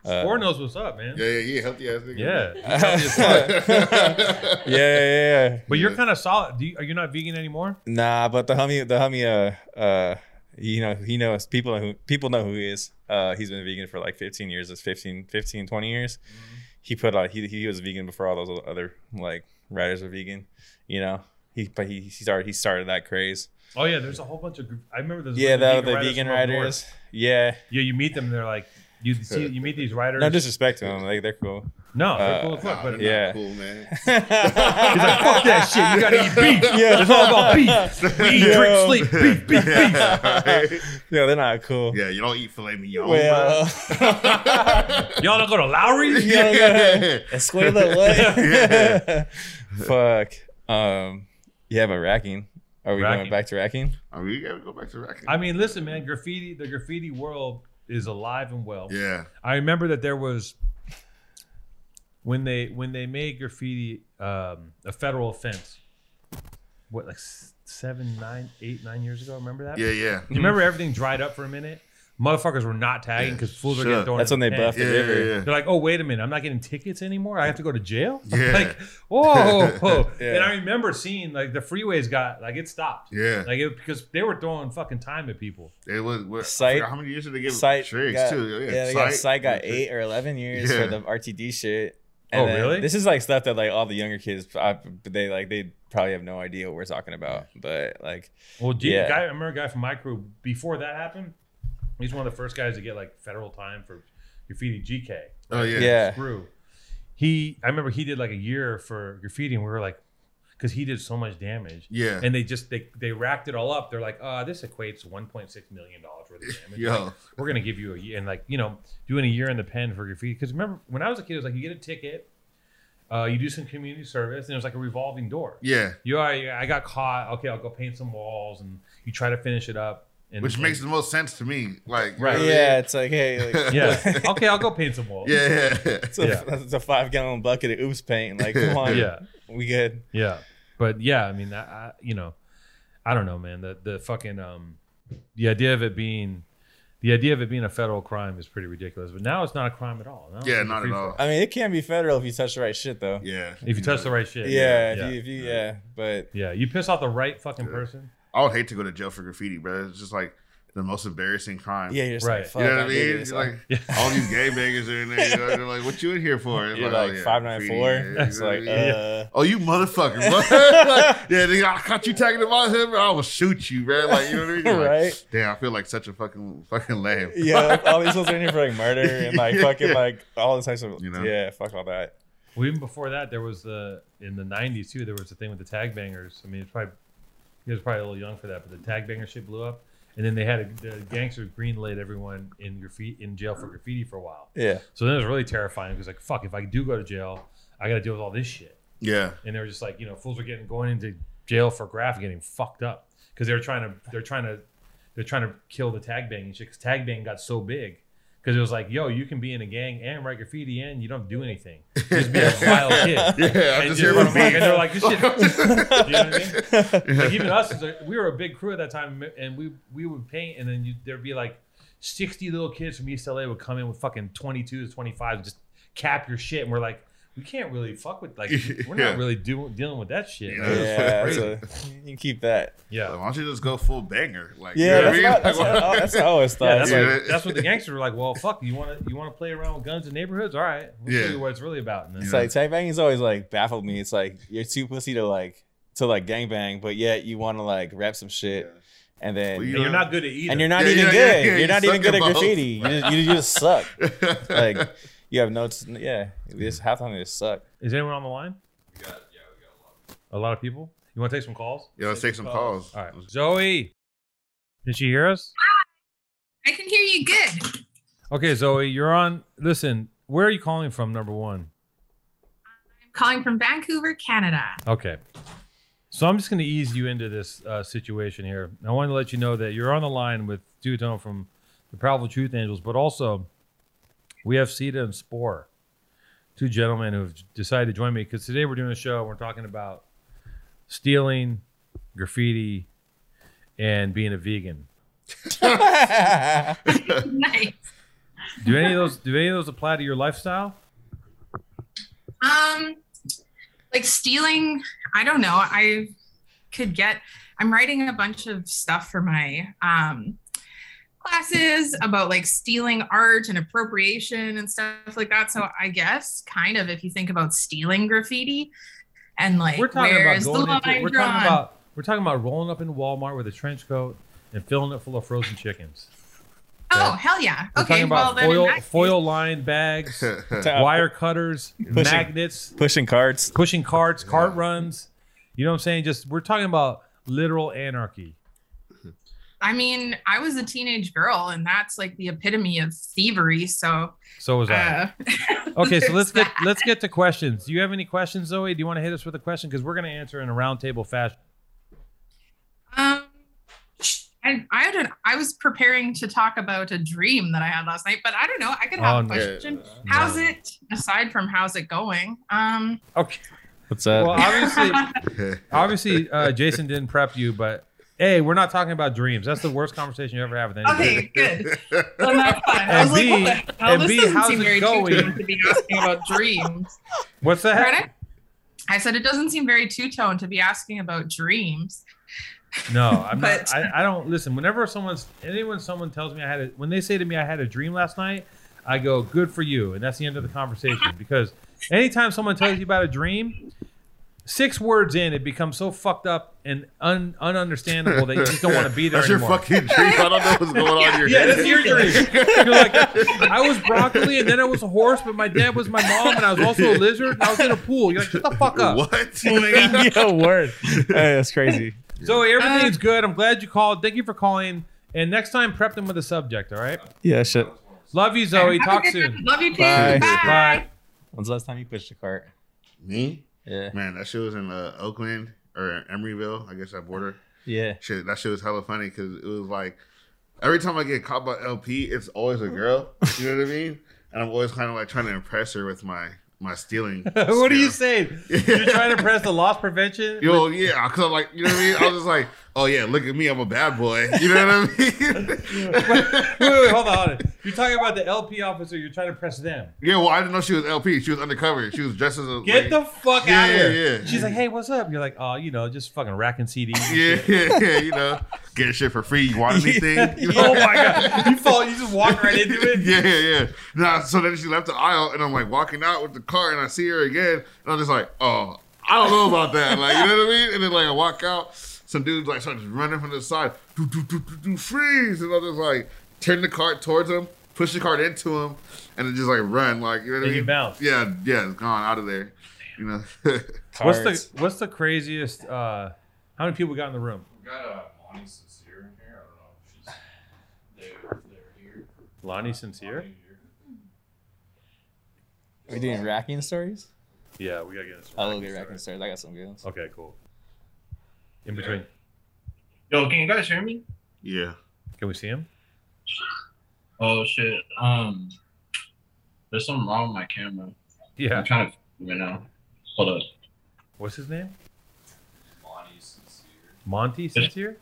[SPEAKER 8] Uh,
[SPEAKER 1] Or Mm-hmm. knows what's up, man.
[SPEAKER 5] Yeah, yeah, yeah. Healthy ass nigga.
[SPEAKER 1] Yeah.
[SPEAKER 8] yeah, yeah, yeah.
[SPEAKER 1] But you're
[SPEAKER 5] Yeah.
[SPEAKER 1] kind of solid. Do you, are you not vegan anymore?
[SPEAKER 8] Nah, but the homie, the homie, uh, uh, you know, he knows people who people know who he is. Uh, he's been vegan for like 15 years. It's 15, 15, 20 years.
[SPEAKER 1] Mm-hmm.
[SPEAKER 8] He put out. He he was vegan before all those other like writers were vegan. You know, he but he he started he started that craze.
[SPEAKER 1] Oh yeah, there's a whole bunch of. group- I remember there's
[SPEAKER 8] yeah, the, the
[SPEAKER 1] writers
[SPEAKER 8] vegan
[SPEAKER 1] from up north.
[SPEAKER 8] writers. Yeah,
[SPEAKER 1] Yeah, you meet them. They're like you see you meet these writers.
[SPEAKER 8] no disrespect to them. Like they're cool.
[SPEAKER 1] no, they're
[SPEAKER 8] uh,
[SPEAKER 1] cool as fuck.
[SPEAKER 5] Nah,
[SPEAKER 1] But
[SPEAKER 5] they're not
[SPEAKER 8] Yeah.
[SPEAKER 5] Cool man.
[SPEAKER 8] He's like, fuck
[SPEAKER 1] that shit. You gotta eat beef.
[SPEAKER 8] Yeah,
[SPEAKER 1] It's all about beef. We eat, drink,
[SPEAKER 8] Yo.
[SPEAKER 1] sleep, beef, beef, beef.
[SPEAKER 5] yeah,
[SPEAKER 8] Yeah, they're not cool.
[SPEAKER 5] you don't eat filet mignon.
[SPEAKER 8] well, uh,
[SPEAKER 1] Y'all don't go to Lowry's.
[SPEAKER 8] Yeah.
[SPEAKER 5] bro.
[SPEAKER 8] Escuela,
[SPEAKER 5] Yeah.
[SPEAKER 8] what? Fuck. Um, yeah, but racking. Are we
[SPEAKER 1] Racking.
[SPEAKER 8] going back to racking?
[SPEAKER 5] I mean, you gotta go back to racking.
[SPEAKER 1] I mean, listen, man, graffiti. The graffiti world is alive and well.
[SPEAKER 5] yeah,
[SPEAKER 1] I remember that there was when they when they made graffiti um, a federal offense. What like s- seven, nine, eight, nine years ago? Remember that?
[SPEAKER 5] yeah, yeah.
[SPEAKER 1] You remember everything dried up for a minute? Motherfuckers were not tagging because fools were
[SPEAKER 5] Shut
[SPEAKER 1] getting
[SPEAKER 5] up.
[SPEAKER 1] thrown.
[SPEAKER 8] That's
[SPEAKER 1] in
[SPEAKER 8] when
[SPEAKER 1] the
[SPEAKER 8] they
[SPEAKER 1] pen.
[SPEAKER 8] buffed
[SPEAKER 5] Yeah,
[SPEAKER 8] the river.
[SPEAKER 5] yeah, yeah.
[SPEAKER 1] They're like, oh wait a minute, I'm not getting tickets anymore. I have to go to jail.
[SPEAKER 5] Yeah.
[SPEAKER 1] Like, whoa. whoa.
[SPEAKER 8] Yeah.
[SPEAKER 1] And I remember seeing like the freeways got like it stopped.
[SPEAKER 5] Yeah.
[SPEAKER 1] Like it because they were throwing fucking time at people.
[SPEAKER 5] It was what, I
[SPEAKER 8] Sight-
[SPEAKER 5] forgot How many years did they give
[SPEAKER 8] Sight
[SPEAKER 5] tricks
[SPEAKER 8] got,
[SPEAKER 5] too?
[SPEAKER 8] Yeah, they got Sight got
[SPEAKER 5] Yeah.
[SPEAKER 8] eight or eleven years
[SPEAKER 5] Yeah.
[SPEAKER 8] for the RTD shit.
[SPEAKER 1] Oh, really?
[SPEAKER 8] This is like stuff that like all the younger kids, I, they like they probably have no idea what we're talking about. But like,
[SPEAKER 1] Well, dude,
[SPEAKER 8] Yeah.
[SPEAKER 1] guy, I remember a guy from my crew before that happened. He's one of the first guys to get like federal time for graffiti GK
[SPEAKER 5] Oh yeah,
[SPEAKER 8] yeah,
[SPEAKER 1] screw. He, I remember he did like a year for graffiti, and we were like, because he did so much damage,
[SPEAKER 5] yeah.
[SPEAKER 1] and they just they they racked it all up. They're like, uh, this equates 1.6 million dollars worth of damage. Like,
[SPEAKER 5] Yo,
[SPEAKER 1] we're gonna give you a year and like you know doing a year in the pen for graffiti because remember when i was a kid it was like you get a ticket uh, you do some community service and it was like a revolving door
[SPEAKER 5] yeah.
[SPEAKER 1] you are i got caught okay i'll go paint some walls and you try to finish it up and
[SPEAKER 5] Which
[SPEAKER 1] and-
[SPEAKER 5] makes the most sense to me. Like, you
[SPEAKER 1] Right.
[SPEAKER 5] know what I
[SPEAKER 8] yeah. It's like, hey, like,
[SPEAKER 1] yeah okay i'll go paint some walls
[SPEAKER 5] mean? yeah, yeah.
[SPEAKER 8] it's a,
[SPEAKER 1] Yeah.
[SPEAKER 8] it's a five gallon bucket of oops paint. Like, come on,
[SPEAKER 1] yeah
[SPEAKER 8] we good.
[SPEAKER 1] yeah but yeah i mean I, I you know i don't know man the the fucking um the idea of it being the idea of it being a federal crime is pretty ridiculous but now it's not a crime at all Now it's
[SPEAKER 5] Yeah,
[SPEAKER 1] like a
[SPEAKER 5] not
[SPEAKER 1] free
[SPEAKER 5] at
[SPEAKER 1] for
[SPEAKER 5] all.
[SPEAKER 8] I mean, it can be federal if you touch the right shit, though.
[SPEAKER 5] Yeah,
[SPEAKER 1] If you touch the right shit.
[SPEAKER 8] Yeah,
[SPEAKER 1] Yeah.
[SPEAKER 8] if you, if you, yeah, but
[SPEAKER 1] Yeah, you piss off the right fucking person.
[SPEAKER 5] I would hate to go to jail for graffiti, bro. It's just like the most embarrassing crime.
[SPEAKER 8] yeah, you're just
[SPEAKER 1] Right.
[SPEAKER 8] like,
[SPEAKER 5] you
[SPEAKER 8] fuck,
[SPEAKER 5] know what I
[SPEAKER 8] I did
[SPEAKER 5] mean?
[SPEAKER 8] this.
[SPEAKER 5] It's Like all these gay bangers are in there. you know, They're like, "What you in here for?" It's
[SPEAKER 8] You're
[SPEAKER 5] oh,
[SPEAKER 8] like
[SPEAKER 5] yeah,
[SPEAKER 8] five nine
[SPEAKER 5] graffiti,
[SPEAKER 8] four.
[SPEAKER 5] yeah, you
[SPEAKER 8] It's
[SPEAKER 5] know what I
[SPEAKER 8] like,
[SPEAKER 5] mean?
[SPEAKER 8] uh,
[SPEAKER 5] Oh, you motherfucker! What? Like, yeah, nigga, I caught you tagging about him. bro. I will shoot you, bro. Like, you know what I mean? You're like,
[SPEAKER 8] Right.
[SPEAKER 5] Damn, I feel like such a fucking fucking lamb.
[SPEAKER 8] yeah, like, all these ones are in here for like murder and like fucking
[SPEAKER 5] Yeah.
[SPEAKER 8] like all these types of,
[SPEAKER 5] You know?
[SPEAKER 8] yeah, fuck all that.
[SPEAKER 1] Well, even before that, there was the in the '90s too. There was the thing with the tag bangers. I mean, it's probably you guys are probably a little young for that, but the tag banger shit blew up, and then they had a, the gangsters greenlit everyone in graffiti in jail for graffiti for a while.
[SPEAKER 8] Yeah,
[SPEAKER 1] So then it was really terrifying because like, fuck, if I do go to jail, I got to deal with all this shit.
[SPEAKER 5] Yeah,
[SPEAKER 1] And they were just like, you know, fools were getting going into jail for graph, getting fucked up because they were trying to they're trying to they're trying to kill the tag banging shit because tag bang got so big. Because it was like, yo, you can be in a gang and write graffiti and you don't do anything. You Just be a wild kid.
[SPEAKER 5] yeah. I'm
[SPEAKER 1] and just
[SPEAKER 5] just here about
[SPEAKER 1] and
[SPEAKER 5] beef.
[SPEAKER 1] they're like, this shit.
[SPEAKER 7] Oh.
[SPEAKER 1] do you know what I mean? Like even us, it's like, we were a big crew at that time, and we we would paint, and then you, there'd be like sixty little kids from East LA would come in with fucking twenty twos, twenty fives, just cap your shit, and we're like, we can't really fuck with like we're
[SPEAKER 5] Yeah.
[SPEAKER 1] not really do, dealing with that shit.
[SPEAKER 5] Yeah.
[SPEAKER 1] Like,
[SPEAKER 8] yeah,
[SPEAKER 5] crazy.
[SPEAKER 8] so you can keep that.
[SPEAKER 5] Like,
[SPEAKER 1] Yeah,
[SPEAKER 5] why don't you just go full banger? Like,
[SPEAKER 8] Yeah,
[SPEAKER 5] you know what I
[SPEAKER 8] that's, what,
[SPEAKER 5] mean?
[SPEAKER 8] that's,
[SPEAKER 5] Like,
[SPEAKER 8] what,
[SPEAKER 5] why-
[SPEAKER 8] oh, that's what I always thought.
[SPEAKER 1] yeah. That's,
[SPEAKER 8] It's like,
[SPEAKER 5] Yeah.
[SPEAKER 1] What, that's what the gangsters were like. Well, fuck, you want to you want to play around with guns in neighborhoods? All right, we'll
[SPEAKER 5] Yeah.
[SPEAKER 1] show you what it's really about. And then,
[SPEAKER 8] it's like tag banging's always like baffled me. It's like you're too pussy to like to like gangbang, but yet you want to like rap some shit, and then
[SPEAKER 5] Well, you
[SPEAKER 1] and you're not good at either.
[SPEAKER 8] and you're not
[SPEAKER 5] Yeah,
[SPEAKER 8] even
[SPEAKER 5] yeah, yeah,
[SPEAKER 8] good.
[SPEAKER 5] yeah,
[SPEAKER 8] you're
[SPEAKER 5] you
[SPEAKER 8] not
[SPEAKER 5] suck
[SPEAKER 8] even good
[SPEAKER 5] at
[SPEAKER 8] at
[SPEAKER 5] both.
[SPEAKER 8] graffiti. You just, you just suck. Like you have no, t- yeah. This half time just suck.
[SPEAKER 1] Is anyone on the line?
[SPEAKER 7] We got, yeah, we got a lot.
[SPEAKER 1] A lot of people. You want to take some calls?
[SPEAKER 5] yeah, let's take some calls.
[SPEAKER 1] All right, Zoe. Did she hear us?
[SPEAKER 9] I can hear you good.
[SPEAKER 1] Okay, Zoe, you're on. Listen, where are you calling from? Number one.
[SPEAKER 9] I'm calling from Vancouver, Canada.
[SPEAKER 1] Okay. So I'm just going to ease you into this uh, situation here. I want to let you know that you're on the line with Dutone from the Powerful Truth Angels, but also we have Sita and Spore, two gentlemen who have decided to join me because today we're doing a show. and We're talking about stealing, graffiti, and being a vegan.
[SPEAKER 9] nice.
[SPEAKER 1] Do any of those do any of those apply to your lifestyle?
[SPEAKER 9] Um, like stealing. I don't know. I could get. I'm writing a bunch of stuff for my um, classes about like stealing art and appropriation and stuff like that. So I guess kind of if you think about stealing graffiti and like
[SPEAKER 1] We're talking about
[SPEAKER 9] where's
[SPEAKER 1] going
[SPEAKER 9] the line
[SPEAKER 1] into, we're
[SPEAKER 9] drawn?
[SPEAKER 1] talking about we're talking about rolling up in Walmart with a trench coat and filling it full of frozen chickens.
[SPEAKER 9] oh hell yeah.
[SPEAKER 1] We're
[SPEAKER 9] okay.
[SPEAKER 1] talking
[SPEAKER 9] well
[SPEAKER 1] about
[SPEAKER 9] then in
[SPEAKER 1] foil
[SPEAKER 9] that case-
[SPEAKER 1] foil lined bags, wire cutters,
[SPEAKER 8] Pushing.
[SPEAKER 1] magnets,
[SPEAKER 8] Pushing carts.
[SPEAKER 1] pushing carts, cart runs. You know what I'm saying? Just we're talking about literal anarchy.
[SPEAKER 9] I mean, I was a teenage girl, and that's like the epitome of thievery. So,
[SPEAKER 1] So was I.
[SPEAKER 9] uh,
[SPEAKER 1] Okay, so let's
[SPEAKER 9] there's
[SPEAKER 1] get let's get to questions. Do you have any questions, Zoe? Do you want to hit us with a question? Because we're gonna answer in a roundtable fashion.
[SPEAKER 9] that. Um, I, I don't. I was preparing to talk about a dream that I had last night, but I don't know. I could have
[SPEAKER 1] Oh,
[SPEAKER 9] a
[SPEAKER 1] no.
[SPEAKER 9] question.
[SPEAKER 1] No.
[SPEAKER 9] How's it? Aside from how's it going? Um,
[SPEAKER 1] Okay.
[SPEAKER 8] What's up?
[SPEAKER 1] Well, obviously,
[SPEAKER 5] yeah.
[SPEAKER 1] obviously, uh, Jason didn't prep you, but hey, we're not talking about dreams. That's the worst conversation you ever have with anybody.
[SPEAKER 9] okay, good. Well, that's fine. I
[SPEAKER 1] And
[SPEAKER 9] was like, what
[SPEAKER 1] B-
[SPEAKER 9] the hell?
[SPEAKER 1] and
[SPEAKER 9] This
[SPEAKER 1] B,
[SPEAKER 9] doesn't
[SPEAKER 1] how's
[SPEAKER 9] seem
[SPEAKER 1] it
[SPEAKER 9] very
[SPEAKER 1] going?
[SPEAKER 9] two-toned to be asking about dreams.
[SPEAKER 1] What's that?
[SPEAKER 9] Pardon? I said it doesn't seem very two-toned to be asking about dreams.
[SPEAKER 1] No, I'm
[SPEAKER 9] But-
[SPEAKER 1] not. I, I don't listen. Whenever someone's anyone someone tells me I had a, when they say to me I had a dream last night, I go good for you, and that's the end of the conversation because anytime someone tells you about a dream. Six words in, it becomes so fucked up and un- ununderstandable that you just don't want to be there
[SPEAKER 5] That's
[SPEAKER 1] anymore.
[SPEAKER 5] your fucking dream. I don't know what's going on in your
[SPEAKER 1] Yeah,
[SPEAKER 5] head.
[SPEAKER 1] that's your dream. You're like, I was broccoli and then I was a horse, but my dad was my mom and I was also a lizard and I was in a pool. You're like, shut the fuck up.
[SPEAKER 5] What?
[SPEAKER 8] yeah, word. Hey, that's crazy.
[SPEAKER 1] Zoe,
[SPEAKER 9] Uh,
[SPEAKER 1] everything's good. I'm glad you called. Thank you for calling. And next time, prep them with a subject, all right?
[SPEAKER 8] Yeah, shit.
[SPEAKER 1] Love you, Zoe.
[SPEAKER 9] Have a
[SPEAKER 1] Talk
[SPEAKER 9] good
[SPEAKER 1] soon.
[SPEAKER 9] night. Love you too. Bye.
[SPEAKER 8] Bye.
[SPEAKER 1] Bye.
[SPEAKER 8] When's the last time you pushed a cart?
[SPEAKER 5] Me?
[SPEAKER 8] Yeah.
[SPEAKER 5] Man, that shit was in uh, Oakland or Emeryville, I guess that border.
[SPEAKER 8] Yeah.
[SPEAKER 5] Shit, that shit was hella funny because it was like every time I get caught by LP, it's always a girl. You know what I mean? And I'm always kind of like trying to impress her with my my stealing.
[SPEAKER 1] what are you
[SPEAKER 5] skill.
[SPEAKER 1] saying? You're trying to press the loss prevention?
[SPEAKER 5] Yo, yeah, because I'm like, you know what I mean? I was just like, oh yeah, look at me, I'm a bad boy. You know what I
[SPEAKER 1] Wait,
[SPEAKER 5] mean?
[SPEAKER 1] wait, wait, hold on. hold on. You're talking about the LP officer. You're trying to press them.
[SPEAKER 5] yeah, well, I didn't know she was LP. She was undercover. She was dressed as a
[SPEAKER 1] Get
[SPEAKER 5] like-
[SPEAKER 1] the fuck
[SPEAKER 5] Yeah,
[SPEAKER 1] out of
[SPEAKER 5] yeah,
[SPEAKER 1] here.
[SPEAKER 5] yeah.
[SPEAKER 1] She's like, hey, what's up? You're like, oh, you know, just fucking racking CDs. and
[SPEAKER 5] yeah, yeah, yeah, you know, get shit for free. You want anything? You know?
[SPEAKER 1] oh my god! You fall, you just walk right into it.
[SPEAKER 5] yeah, yeah, yeah. Nah, so then she left the aisle, and I'm like walking out with the car, and I see her again, and I'm just like, oh, I don't know about that. Like, you know what I mean? And then like I walk out, some dude like starts running from the side, do do do do do freeze, and I'm just like turn the cart towards him, push the cart into him, and then just like run, like you know what
[SPEAKER 1] And
[SPEAKER 5] I mean?
[SPEAKER 1] you bounce.
[SPEAKER 5] Yeah, yeah, it's gone out of there. You know,
[SPEAKER 1] What's
[SPEAKER 8] Carts.
[SPEAKER 1] the What's the craziest? Uh, how many people got in the room?
[SPEAKER 7] We got uh, Bonnie Sincere in here. I don't know if she's they're, they're here.
[SPEAKER 1] Lonnie Sincere.
[SPEAKER 7] Bonnie's here.
[SPEAKER 8] Are we doing racking stories?
[SPEAKER 1] Yeah, we gotta get this.
[SPEAKER 8] I will get Oh, racking stories. I got some good ones.
[SPEAKER 1] Okay, cool. In between,
[SPEAKER 10] Yo, can you guys hear me?
[SPEAKER 5] yeah.
[SPEAKER 1] can we see him?
[SPEAKER 10] Oh shit. Um, there's something wrong with my camera.
[SPEAKER 1] Yeah.
[SPEAKER 10] I'm trying to figure it out. Hold up.
[SPEAKER 1] What's his name?
[SPEAKER 7] Bonnie Sincere.
[SPEAKER 1] Monty Sincere.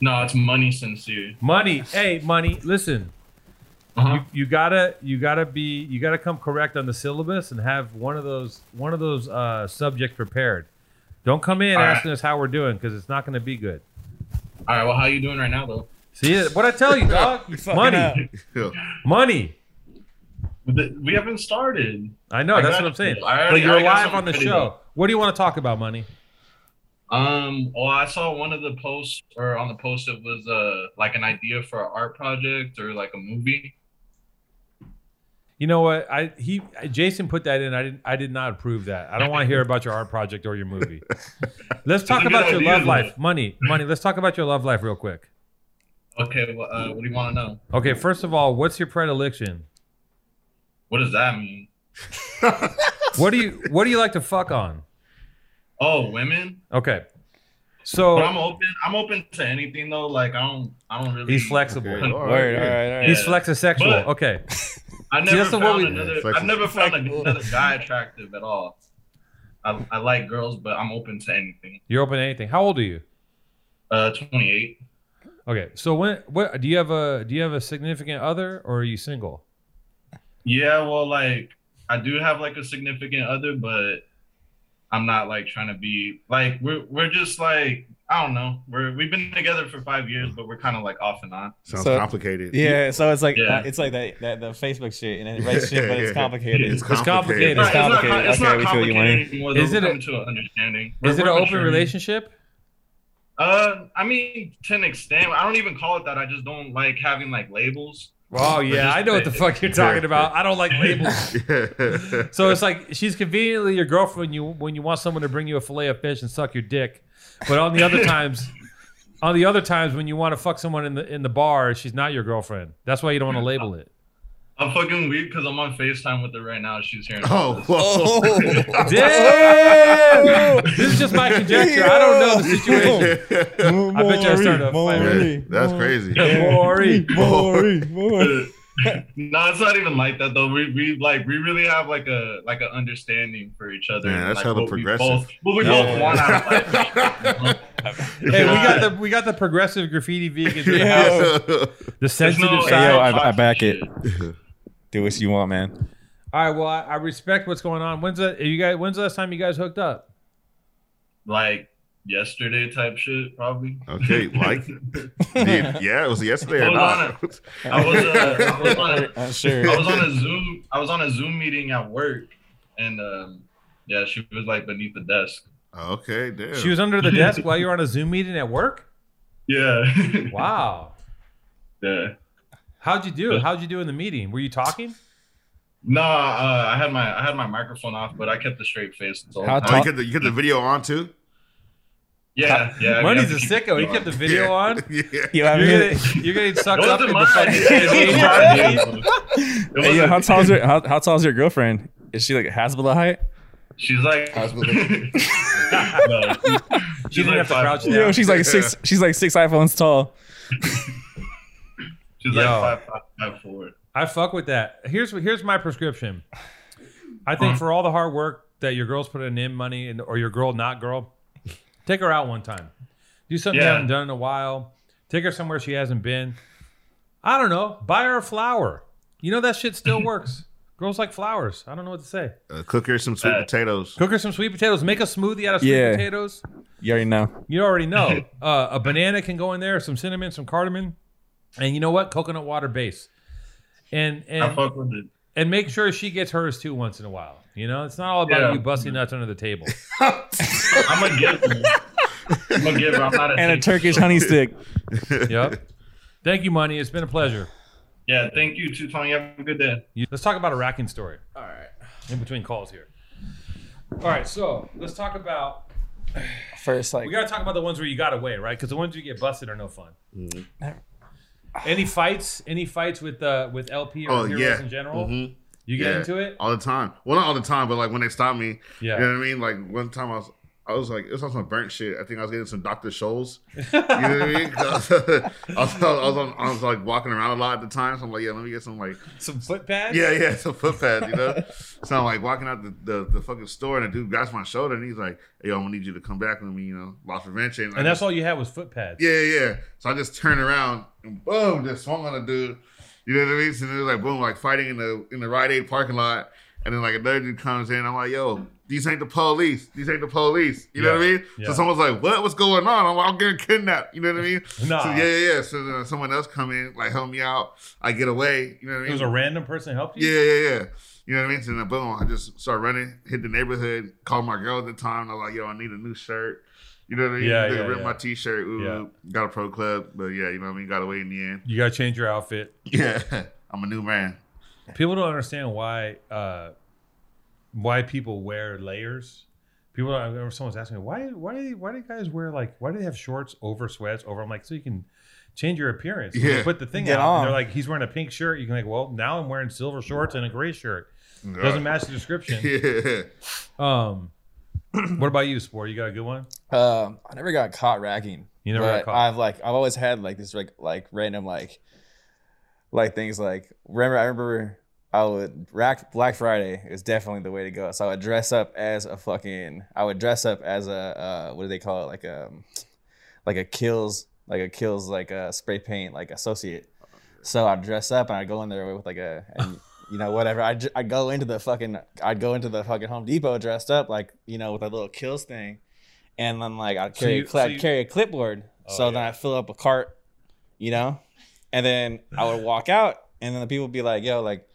[SPEAKER 10] No, it's money sincere.
[SPEAKER 1] Money. Hey, money. Listen,
[SPEAKER 10] Uh-huh.
[SPEAKER 1] you gotta you gotta be you gotta come correct on the syllabus and have one of those one of those uh, subjects prepared. Don't come in
[SPEAKER 10] All right.
[SPEAKER 1] asking us how we're doing because it's not gonna be good.
[SPEAKER 10] All right. Well, how you doing right now though?
[SPEAKER 1] See what I tell you, dog? money,
[SPEAKER 8] up.
[SPEAKER 5] yeah.
[SPEAKER 1] money.
[SPEAKER 10] Th- We haven't started.
[SPEAKER 1] I know.
[SPEAKER 10] I
[SPEAKER 1] that's
[SPEAKER 10] got
[SPEAKER 1] what I'm saying.
[SPEAKER 10] you. I already-
[SPEAKER 1] but you're
[SPEAKER 10] I got
[SPEAKER 1] live
[SPEAKER 10] something
[SPEAKER 1] on the
[SPEAKER 10] ready,
[SPEAKER 1] show. What do you want to talk about, money?
[SPEAKER 10] Um. Well, I saw one of the posts, or on the post, it was uh like an idea for an art project or like a movie.
[SPEAKER 1] You know what? I he Jason put that in. I didn't. I did not approve that. I don't want to hear about your art project or your movie. Let's talk
[SPEAKER 10] a good
[SPEAKER 1] about your
[SPEAKER 10] idea,
[SPEAKER 1] love
[SPEAKER 10] though.
[SPEAKER 1] life, money, money. Let's talk about your love life real quick.
[SPEAKER 10] Okay. Well, uh, what do you want to know?
[SPEAKER 1] Okay, first of all, what's your predilection?
[SPEAKER 10] What does that mean?
[SPEAKER 1] What do you What do you like to fuck on?
[SPEAKER 10] Oh, women.
[SPEAKER 1] Okay,
[SPEAKER 10] But I'm
[SPEAKER 1] so
[SPEAKER 10] open. I'm open to anything though. Like I don't. I don't really.
[SPEAKER 1] he's flexible.
[SPEAKER 5] Okay, all
[SPEAKER 8] Word.
[SPEAKER 5] yeah.
[SPEAKER 8] All right. All right.
[SPEAKER 1] He's
[SPEAKER 10] Yeah.
[SPEAKER 1] flexisexual.
[SPEAKER 10] But-
[SPEAKER 1] Okay,
[SPEAKER 10] I
[SPEAKER 1] See,
[SPEAKER 10] never
[SPEAKER 1] that's the
[SPEAKER 10] found
[SPEAKER 1] one we-
[SPEAKER 10] another.
[SPEAKER 5] Yeah, it's like-
[SPEAKER 10] I've never found a- another guy attractive at all. I, I like girls, but I'm open to anything.
[SPEAKER 1] you're open to anything. How old are you?
[SPEAKER 10] Uh, 28.
[SPEAKER 1] Okay, so when what do you have a do you have a significant other or are you single?
[SPEAKER 10] Yeah, well, like I do have like a significant other, but I'm not like trying to be like we're we're just like I don't know. We're we've been together for five years, but we're kind of like off and on.
[SPEAKER 8] So- Yeah, so it's like it's like that, that the Facebook shit and then right shit, but it's complicated. It's complicated.
[SPEAKER 10] It's
[SPEAKER 8] okay,
[SPEAKER 10] not,
[SPEAKER 8] we
[SPEAKER 10] it's
[SPEAKER 8] feel
[SPEAKER 10] not
[SPEAKER 8] you,
[SPEAKER 10] complicated
[SPEAKER 8] Wayne.
[SPEAKER 10] anymore.
[SPEAKER 1] Is
[SPEAKER 10] Is it
[SPEAKER 1] it a-
[SPEAKER 10] to an understanding?
[SPEAKER 1] Is it
[SPEAKER 10] We're-
[SPEAKER 1] an
[SPEAKER 10] we're
[SPEAKER 1] open
[SPEAKER 10] maturing.
[SPEAKER 1] relationship?
[SPEAKER 10] Uh, I mean, to an extent. I don't even call it that. I just don't like having like labels.
[SPEAKER 1] Oh
[SPEAKER 10] Or
[SPEAKER 1] yeah,
[SPEAKER 10] just-
[SPEAKER 1] I know what the fuck you're talking about. I don't like labels. so it's like she's conveniently your girlfriend when you when you want someone to bring you a fillet of fish and suck your dick, but on the other times, on the other times when you want to fuck someone in the in the bar, she's not your girlfriend. That's why you don't want to label it.
[SPEAKER 10] I'm fucking weak because I'm on Facetime with her right now. She's hearing.
[SPEAKER 5] Oh,
[SPEAKER 1] Damn! this is just my conjecture. I don't know the situation. I bet you I started a fight.
[SPEAKER 5] That's crazy.
[SPEAKER 1] Maury,
[SPEAKER 10] Maury, no, it's not even like that though. We, we like we really have like a like an understanding for each other.
[SPEAKER 5] Man,
[SPEAKER 10] and,
[SPEAKER 5] that's
[SPEAKER 10] like,
[SPEAKER 5] hella
[SPEAKER 10] what we
[SPEAKER 5] progressive.
[SPEAKER 10] both- What we
[SPEAKER 5] Yeah.
[SPEAKER 10] both want out of life.
[SPEAKER 1] Hey, we got the we got the progressive graffiti vegans in the
[SPEAKER 8] Yeah.
[SPEAKER 1] house. The sensitive
[SPEAKER 8] Hey,
[SPEAKER 1] side.
[SPEAKER 8] yo, I, I back it. Do what you want, man.
[SPEAKER 1] All right. Well, I, I respect what's going on. When's the you guys? When's the last time you guys hooked up?
[SPEAKER 10] Like yesterday type shit, probably.
[SPEAKER 5] Okay, like, dude, yeah, it was yesterday or
[SPEAKER 10] I was on
[SPEAKER 5] not.
[SPEAKER 10] a- I was, uh, I was on a-
[SPEAKER 5] I'm sure.
[SPEAKER 10] I was on a Zoom. I was on a Zoom meeting at work, and um, yeah, she was like beneath the desk.
[SPEAKER 5] Okay, damn.
[SPEAKER 1] She was under the desk while you were on a Zoom meeting at work.
[SPEAKER 10] Yeah.
[SPEAKER 1] Wow.
[SPEAKER 10] Yeah.
[SPEAKER 1] How'd you do? How'd you do in the meeting? Were you talking?
[SPEAKER 10] No, uh, I had my I had my microphone off, but I kept a straight face. the whole
[SPEAKER 5] How
[SPEAKER 10] time.
[SPEAKER 5] tall- Oh, you, get the, you get the video on too?
[SPEAKER 10] Yeah, yeah.
[SPEAKER 1] Money's a sicko. He kept the video
[SPEAKER 5] Yeah.
[SPEAKER 1] on.
[SPEAKER 5] Yeah.
[SPEAKER 1] You
[SPEAKER 5] I
[SPEAKER 1] are
[SPEAKER 5] mean-
[SPEAKER 1] gonna you're getting sucked
[SPEAKER 10] It
[SPEAKER 1] up in
[SPEAKER 10] wasn't
[SPEAKER 1] the
[SPEAKER 10] mine.
[SPEAKER 1] fucking
[SPEAKER 10] It
[SPEAKER 1] HR
[SPEAKER 10] wasn't
[SPEAKER 1] meeting.
[SPEAKER 8] Hey, yo, how tall's your how, how tall's your girlfriend? Is she like Hasbullah height?
[SPEAKER 10] She's like, no,
[SPEAKER 1] she didn't have to crouch
[SPEAKER 8] Yo,
[SPEAKER 1] down.
[SPEAKER 8] she's like six. She's like six iPhones tall.
[SPEAKER 1] Yo.
[SPEAKER 10] she's like five, five, five, four.
[SPEAKER 1] I fuck with that. Here's here's my prescription. I
[SPEAKER 10] Uh-huh.
[SPEAKER 1] think for all the hard work that your girl's putting in money and or your girl not girl, take her out one time. Do something you
[SPEAKER 10] Yeah.
[SPEAKER 1] haven't done in a while. Take her somewhere she hasn't been. I don't know. Buy her a flower. You know that shit still works. Girls like flowers. I don't know what to say.
[SPEAKER 5] Uh, cook her some sweet
[SPEAKER 10] Uh,
[SPEAKER 5] potatoes.
[SPEAKER 1] Cook her some sweet potatoes. Make a smoothie out of sweet
[SPEAKER 8] Yeah.
[SPEAKER 1] potatoes.
[SPEAKER 8] You already know.
[SPEAKER 1] You already know. Uh, a banana can go in there, some cinnamon, some cardamom, and you know what? Coconut water base. And and
[SPEAKER 10] I fuck with it.
[SPEAKER 1] and make sure she gets hers too once in a while. You know, it's not all about
[SPEAKER 10] Yeah.
[SPEAKER 1] you busting nuts under the table.
[SPEAKER 10] I'm a giver. I'm a giver. I'm not a
[SPEAKER 8] And a
[SPEAKER 10] taker.
[SPEAKER 8] Turkish honey stick.
[SPEAKER 1] yep. Thank you, money. It's been a pleasure.
[SPEAKER 10] Yeah, thank you, Tuton. You have a good day.
[SPEAKER 1] You- Let's talk about a racking story. All right. In between calls here. All right, so let's talk about.
[SPEAKER 8] First, like
[SPEAKER 1] We got to talk about the ones where you got away, right? Because the ones you get busted are no fun. Any fights? Any fights with uh with LP or
[SPEAKER 5] Oh,
[SPEAKER 1] heroes
[SPEAKER 5] yeah.
[SPEAKER 1] in general?
[SPEAKER 10] Mm-hmm.
[SPEAKER 5] Mhm.
[SPEAKER 1] You get
[SPEAKER 5] Yeah.
[SPEAKER 1] into it?
[SPEAKER 5] all the time. Well, not all the time, but like when they stopped me,
[SPEAKER 1] Yeah.
[SPEAKER 5] you know what I mean. Like one time I was, I was like, it was on some burnt shit. I think I was getting some Dr. Scholl's. You know what I mean? 'Cause I was, I was, I was, on, I was like walking around a lot at the time, so I'm like, yeah, let me get some like,
[SPEAKER 1] Some foot pads?
[SPEAKER 5] yeah, yeah, some foot pads, you know. so I'm like walking out the, the, the fucking store, and a dude grabs my shoulder, and he's like, hey, yo, I'm gonna need you to come back with me, you know, lost revenge, and, I
[SPEAKER 1] And that's
[SPEAKER 5] just-
[SPEAKER 1] all you had was foot pads.
[SPEAKER 5] yeah, yeah. So I just turned around and boom, just swung on a dude. You know what I mean? So it was like boom, like fighting in the in the Rite Aid parking lot. And then like another dude comes in. I'm like, yo, these ain't the police. These ain't the police. You know what I mean?
[SPEAKER 1] Yeah.
[SPEAKER 5] So someone's like, what? What's going on? I'm, like, I'm getting kidnapped. You know what I mean?
[SPEAKER 1] Nah.
[SPEAKER 5] So yeah, yeah, yeah. So then someone else come in, like help me out. I get away. You know what I mean?
[SPEAKER 1] It was a random person that helped you.
[SPEAKER 5] Yeah, yeah, yeah. You know what I mean? So then boom, I just started running, hit the neighborhood, called my girl at the time. and I was like, yo, I need a new shirt. You know what I mean?
[SPEAKER 1] Yeah,
[SPEAKER 5] They
[SPEAKER 1] yeah,
[SPEAKER 5] ripped
[SPEAKER 1] yeah.
[SPEAKER 5] my t shirt.
[SPEAKER 1] Yeah.
[SPEAKER 5] Got a pro club. But yeah, you know what I mean? Got away in the end.
[SPEAKER 1] You got to change your outfit.
[SPEAKER 5] Yeah. I'm a new man.
[SPEAKER 1] people don't understand why uh why people wear layers people don't- I remember someone's asking me why why do why do you guys wear like why do they have shorts over sweats over i'm like so you can change your appearance When you
[SPEAKER 5] Yeah.
[SPEAKER 1] put the thing
[SPEAKER 8] Get
[SPEAKER 1] out and
[SPEAKER 8] on.
[SPEAKER 1] they're like he's wearing a pink shirt you can like well now i'm wearing silver shorts and a gray shirt doesn't match the description
[SPEAKER 5] Yeah.
[SPEAKER 1] um what about you sport you got a good one
[SPEAKER 8] Um, I never got caught ragging.
[SPEAKER 1] You never
[SPEAKER 8] but
[SPEAKER 1] got caught.
[SPEAKER 8] I've like I've always had like this like like random like like things like remember I remember I would rack Black Friday is definitely the way to go. So I would dress up as a fucking I would dress up as a uh, what do they call it like um like a kills like uh, a kills like a spray paint like associate. So I'd dress up and I'd go in there with like a and you know, whatever. I j- I go into the fucking I'd go into the fucking Home Depot dressed up like you know with a little kills thing, and then like I'd
[SPEAKER 1] So
[SPEAKER 8] carry
[SPEAKER 1] you-
[SPEAKER 8] a cl-
[SPEAKER 1] so
[SPEAKER 8] I'd
[SPEAKER 1] you-
[SPEAKER 8] carry a clipboard.
[SPEAKER 1] Oh,
[SPEAKER 8] so then I would fill up a cart, you know, and then I would walk out, and then the people would be like, "Yo, like."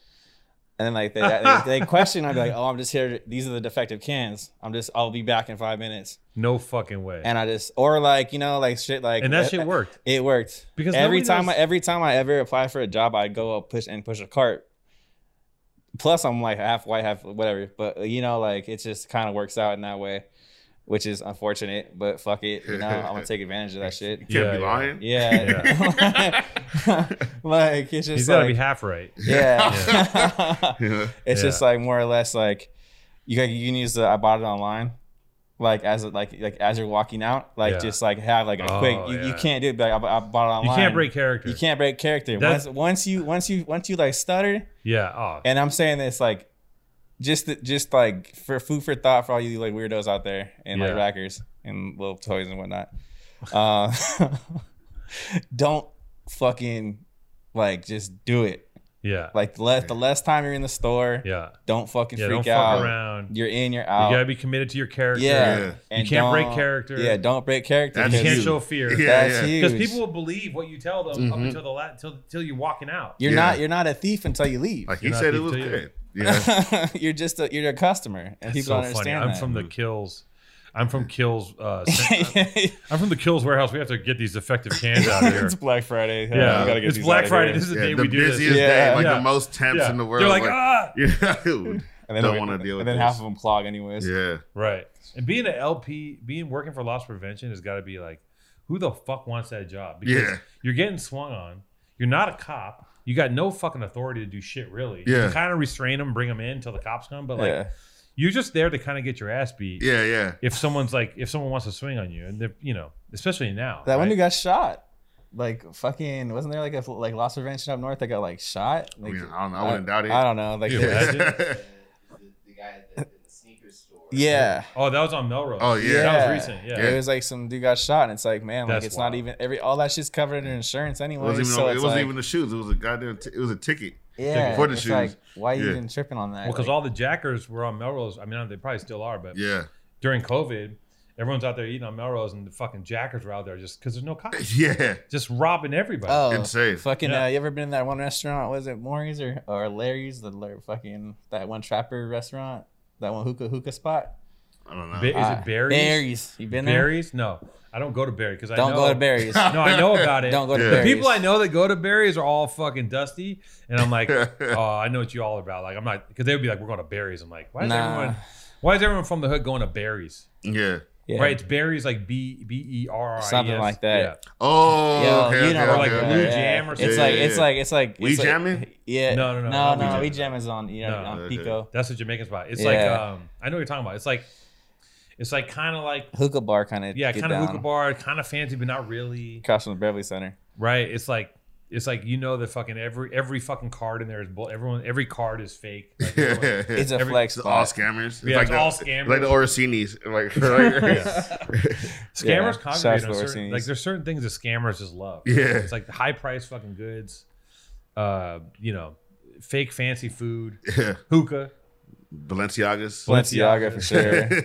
[SPEAKER 8] And then like they, they, they question, I'd be like, "Oh, I'm just here. to- These are the defective cans. I'm just. I'll be back in five minutes."
[SPEAKER 1] No fucking way.
[SPEAKER 8] And I just, or like, you know, like shit, like,
[SPEAKER 1] And that
[SPEAKER 8] eh,
[SPEAKER 1] shit worked.
[SPEAKER 8] It worked
[SPEAKER 1] Because
[SPEAKER 8] every
[SPEAKER 1] nobody
[SPEAKER 8] time,
[SPEAKER 1] knows-
[SPEAKER 8] I, every time I ever apply for a job, I go up, push and push a cart. Plus, I'm like half white, half whatever. But you know, like it just kind of works out in that way, which is unfortunate. But fuck it, you know, I'm gonna take advantage of that shit.
[SPEAKER 5] You can't be lying.
[SPEAKER 8] Yeah. like it's just
[SPEAKER 1] He's gotta
[SPEAKER 8] like-
[SPEAKER 1] be half right.
[SPEAKER 8] Yeah.
[SPEAKER 5] Yeah.
[SPEAKER 8] it's
[SPEAKER 1] Yeah.
[SPEAKER 8] just like more or less like you can you can use the I bought it online. Like as it- like like as you're walking out, like
[SPEAKER 1] Yeah.
[SPEAKER 8] just like have like a quick.
[SPEAKER 1] Oh,
[SPEAKER 8] You, you
[SPEAKER 1] yeah.
[SPEAKER 8] can't do it. Like I, I bought it
[SPEAKER 1] You
[SPEAKER 8] online.
[SPEAKER 1] can't break character.
[SPEAKER 8] You can't break character.
[SPEAKER 1] That's-
[SPEAKER 8] Once once you once you once you like stutter,
[SPEAKER 1] Yeah. Oh,
[SPEAKER 8] and I'm saying this like just th- just like for food for thought for all you like weirdos out there and
[SPEAKER 1] Yeah.
[SPEAKER 8] like rackers and little toys and whatnot. Uh, don't fucking like just do it.
[SPEAKER 1] yeah.
[SPEAKER 8] Like the less the less time you're in the store,
[SPEAKER 1] Yeah.
[SPEAKER 8] don't fucking
[SPEAKER 1] Yeah.
[SPEAKER 8] freak
[SPEAKER 1] Don't
[SPEAKER 8] out.
[SPEAKER 1] fuck around.
[SPEAKER 8] You're in, you're
[SPEAKER 1] You
[SPEAKER 8] out.
[SPEAKER 1] gotta be committed to your character.
[SPEAKER 8] yeah.
[SPEAKER 5] You
[SPEAKER 1] You can't break character.
[SPEAKER 8] Yeah, don't break character.
[SPEAKER 5] That's
[SPEAKER 1] You
[SPEAKER 8] because
[SPEAKER 1] can't
[SPEAKER 5] huge.
[SPEAKER 1] show fear.
[SPEAKER 5] Yeah.
[SPEAKER 8] That's huge.
[SPEAKER 1] Because people will believe what you tell them up
[SPEAKER 5] Mhm.
[SPEAKER 1] until the la- till, till you're walking out.
[SPEAKER 8] you're
[SPEAKER 5] Yeah.
[SPEAKER 8] not you're not a thief until you leave.
[SPEAKER 5] Like
[SPEAKER 1] You're
[SPEAKER 5] he
[SPEAKER 1] not
[SPEAKER 5] said, it
[SPEAKER 1] deep
[SPEAKER 5] was
[SPEAKER 1] to you.
[SPEAKER 5] good. Yeah.
[SPEAKER 8] you're just a, you're a customer, and
[SPEAKER 1] That's
[SPEAKER 8] people
[SPEAKER 1] so
[SPEAKER 8] don't
[SPEAKER 1] funny.
[SPEAKER 8] understand
[SPEAKER 1] I'm
[SPEAKER 8] that.
[SPEAKER 1] from the kills. I'm from kills. Uh, cen-
[SPEAKER 8] It's
[SPEAKER 1] I'm from the kills warehouse. We have to get these defective cans out of here.
[SPEAKER 8] Black Friday. Uh,
[SPEAKER 1] Yeah,
[SPEAKER 8] we gotta get
[SPEAKER 1] it's
[SPEAKER 8] these
[SPEAKER 1] Black
[SPEAKER 8] outta
[SPEAKER 1] Friday.
[SPEAKER 8] here.
[SPEAKER 1] This is the
[SPEAKER 5] Yeah,
[SPEAKER 1] day
[SPEAKER 5] the
[SPEAKER 1] we do
[SPEAKER 5] busiest
[SPEAKER 1] this.
[SPEAKER 8] Yeah.
[SPEAKER 5] day, like
[SPEAKER 1] Yeah.
[SPEAKER 5] the most temps
[SPEAKER 1] Yeah.
[SPEAKER 5] in the world.
[SPEAKER 1] They're like, ah,
[SPEAKER 5] yeah, dude.
[SPEAKER 8] and then
[SPEAKER 5] Don't
[SPEAKER 8] we-
[SPEAKER 5] wanna deal with
[SPEAKER 8] And then
[SPEAKER 5] this.
[SPEAKER 8] half of them clog anyways.
[SPEAKER 5] yeah.
[SPEAKER 1] right. And being an LP, being working for loss prevention has got to be like, who the fuck wants that job?
[SPEAKER 5] Yeah.
[SPEAKER 1] you're getting swung on. You're not a cop. You got no fucking authority to do shit, really. You
[SPEAKER 5] Yeah.
[SPEAKER 1] can kind of restrain them, bring them in until the cops come, but like
[SPEAKER 8] yeah.
[SPEAKER 1] you're just there to kind of get your ass beat.
[SPEAKER 5] Yeah, yeah.
[SPEAKER 1] If someone's like, if someone wants to swing on you, and they're, you know, especially now.
[SPEAKER 8] That one
[SPEAKER 1] right?
[SPEAKER 8] who got shot. Like fucking, wasn't there like a like loss prevention up north that got like shot?
[SPEAKER 5] I
[SPEAKER 8] Like,
[SPEAKER 5] mean, I don't know. I wouldn't doubt it.
[SPEAKER 8] I don't know. Like,
[SPEAKER 1] Dude,
[SPEAKER 8] yeah,
[SPEAKER 1] that- Imagine.
[SPEAKER 7] The, the guy at the, the sneaker store.
[SPEAKER 8] yeah.
[SPEAKER 1] Oh, that was on Melrose.
[SPEAKER 5] Oh, yeah.
[SPEAKER 1] That was recent. Yeah.
[SPEAKER 8] It was like some dude got shot, and it's like, man, like
[SPEAKER 1] That's
[SPEAKER 8] it's
[SPEAKER 1] wild.
[SPEAKER 8] not even every all that shit's covered under insurance anyway.
[SPEAKER 5] it wasn't, even,
[SPEAKER 8] so
[SPEAKER 5] it
[SPEAKER 8] it's
[SPEAKER 5] wasn't
[SPEAKER 8] like,
[SPEAKER 5] even the shoes. It was a goddamn. T- it was a ticket.
[SPEAKER 8] yeah.
[SPEAKER 5] for the
[SPEAKER 8] it's
[SPEAKER 5] shoes.
[SPEAKER 8] like, why you
[SPEAKER 5] Yeah.
[SPEAKER 8] even tripping on that?
[SPEAKER 1] Well, because
[SPEAKER 8] Like,
[SPEAKER 1] all the jackers were on Melrose. I mean, they probably still are, but
[SPEAKER 5] Yeah,
[SPEAKER 1] during COVID, everyone's out there eating on Melrose, and the fucking jackers were out there just because there's no cops,
[SPEAKER 5] yeah.
[SPEAKER 1] just robbing everybody.
[SPEAKER 8] oh,
[SPEAKER 5] Insane.
[SPEAKER 8] Fucking,
[SPEAKER 1] Yeah.
[SPEAKER 8] uh, you ever been in that one restaurant? Was it Maury's or or Larry's? The Lar- fucking that one trapper restaurant, that one hookah hookah spot.
[SPEAKER 5] I don't
[SPEAKER 1] Ba-
[SPEAKER 5] know.
[SPEAKER 1] is
[SPEAKER 8] Ah,
[SPEAKER 1] it berries?
[SPEAKER 8] Berries. You been there?
[SPEAKER 1] Berries? No, I don't go to Berry because I
[SPEAKER 8] Don't
[SPEAKER 1] know,
[SPEAKER 8] go to berries.
[SPEAKER 1] No, I know about it.
[SPEAKER 8] Don't go to
[SPEAKER 5] Yeah.
[SPEAKER 1] the
[SPEAKER 8] berries.
[SPEAKER 1] people I know that go to berries are all fucking dusty, and I'm like, oh, I know what you all are about. Like, I'm not because they would be like, we're going to berries. I'm like, why is
[SPEAKER 8] Nah.
[SPEAKER 1] everyone? Why is everyone from the hood going to berries?
[SPEAKER 5] Yeah.
[SPEAKER 8] Yeah.
[SPEAKER 1] Right, it's berries like B B E R R I S.
[SPEAKER 8] Something like that.
[SPEAKER 5] Oh,
[SPEAKER 8] Yo,
[SPEAKER 5] okay,
[SPEAKER 8] you know,
[SPEAKER 5] okay,
[SPEAKER 1] or like
[SPEAKER 5] okay,
[SPEAKER 1] Blue
[SPEAKER 5] okay.
[SPEAKER 8] yeah.
[SPEAKER 1] Jam or
[SPEAKER 8] It's
[SPEAKER 5] something.
[SPEAKER 8] like
[SPEAKER 5] Yeah,
[SPEAKER 8] it's
[SPEAKER 5] yeah.
[SPEAKER 8] like it's like
[SPEAKER 5] We
[SPEAKER 8] it's like-
[SPEAKER 5] jamming?
[SPEAKER 8] yeah.
[SPEAKER 1] No, no, no,
[SPEAKER 8] no,
[SPEAKER 1] not we
[SPEAKER 8] no.
[SPEAKER 1] jamming.
[SPEAKER 8] We jam is on you know
[SPEAKER 1] No,
[SPEAKER 8] on
[SPEAKER 5] okay.
[SPEAKER 8] Pico
[SPEAKER 1] That's the Jamaican spot. It's like
[SPEAKER 8] Yeah.
[SPEAKER 1] um, I know what you're talking about. It's like, it's like kind of like
[SPEAKER 8] hookah bar kind of
[SPEAKER 1] yeah, kind of hookah bar, kind of fancy, but not really.
[SPEAKER 8] across from the Beverly Center.
[SPEAKER 1] Right? It's like it's like you know that fucking every every fucking card in there is bull. Everyone every card is fake. Like, everyone-
[SPEAKER 5] Yeah.
[SPEAKER 8] It's a
[SPEAKER 1] Every-
[SPEAKER 8] flex
[SPEAKER 5] It's all
[SPEAKER 8] spot.
[SPEAKER 5] scammers. It's
[SPEAKER 1] Yeah,
[SPEAKER 5] like
[SPEAKER 1] it's
[SPEAKER 5] the,
[SPEAKER 1] all scammers.
[SPEAKER 5] Like the Orsini's. Like, right?
[SPEAKER 1] Scammers
[SPEAKER 8] Yeah,
[SPEAKER 1] congregate
[SPEAKER 8] shots
[SPEAKER 1] on
[SPEAKER 8] that we're
[SPEAKER 1] certain,
[SPEAKER 8] seeing.
[SPEAKER 1] like there's certain things that scammers just love.
[SPEAKER 5] Yeah.
[SPEAKER 1] it's like the high price fucking goods, uh, you know, fake fancy food,
[SPEAKER 5] yeah.
[SPEAKER 1] hookah.
[SPEAKER 5] Balenciagas.
[SPEAKER 8] Balenciaga for sure.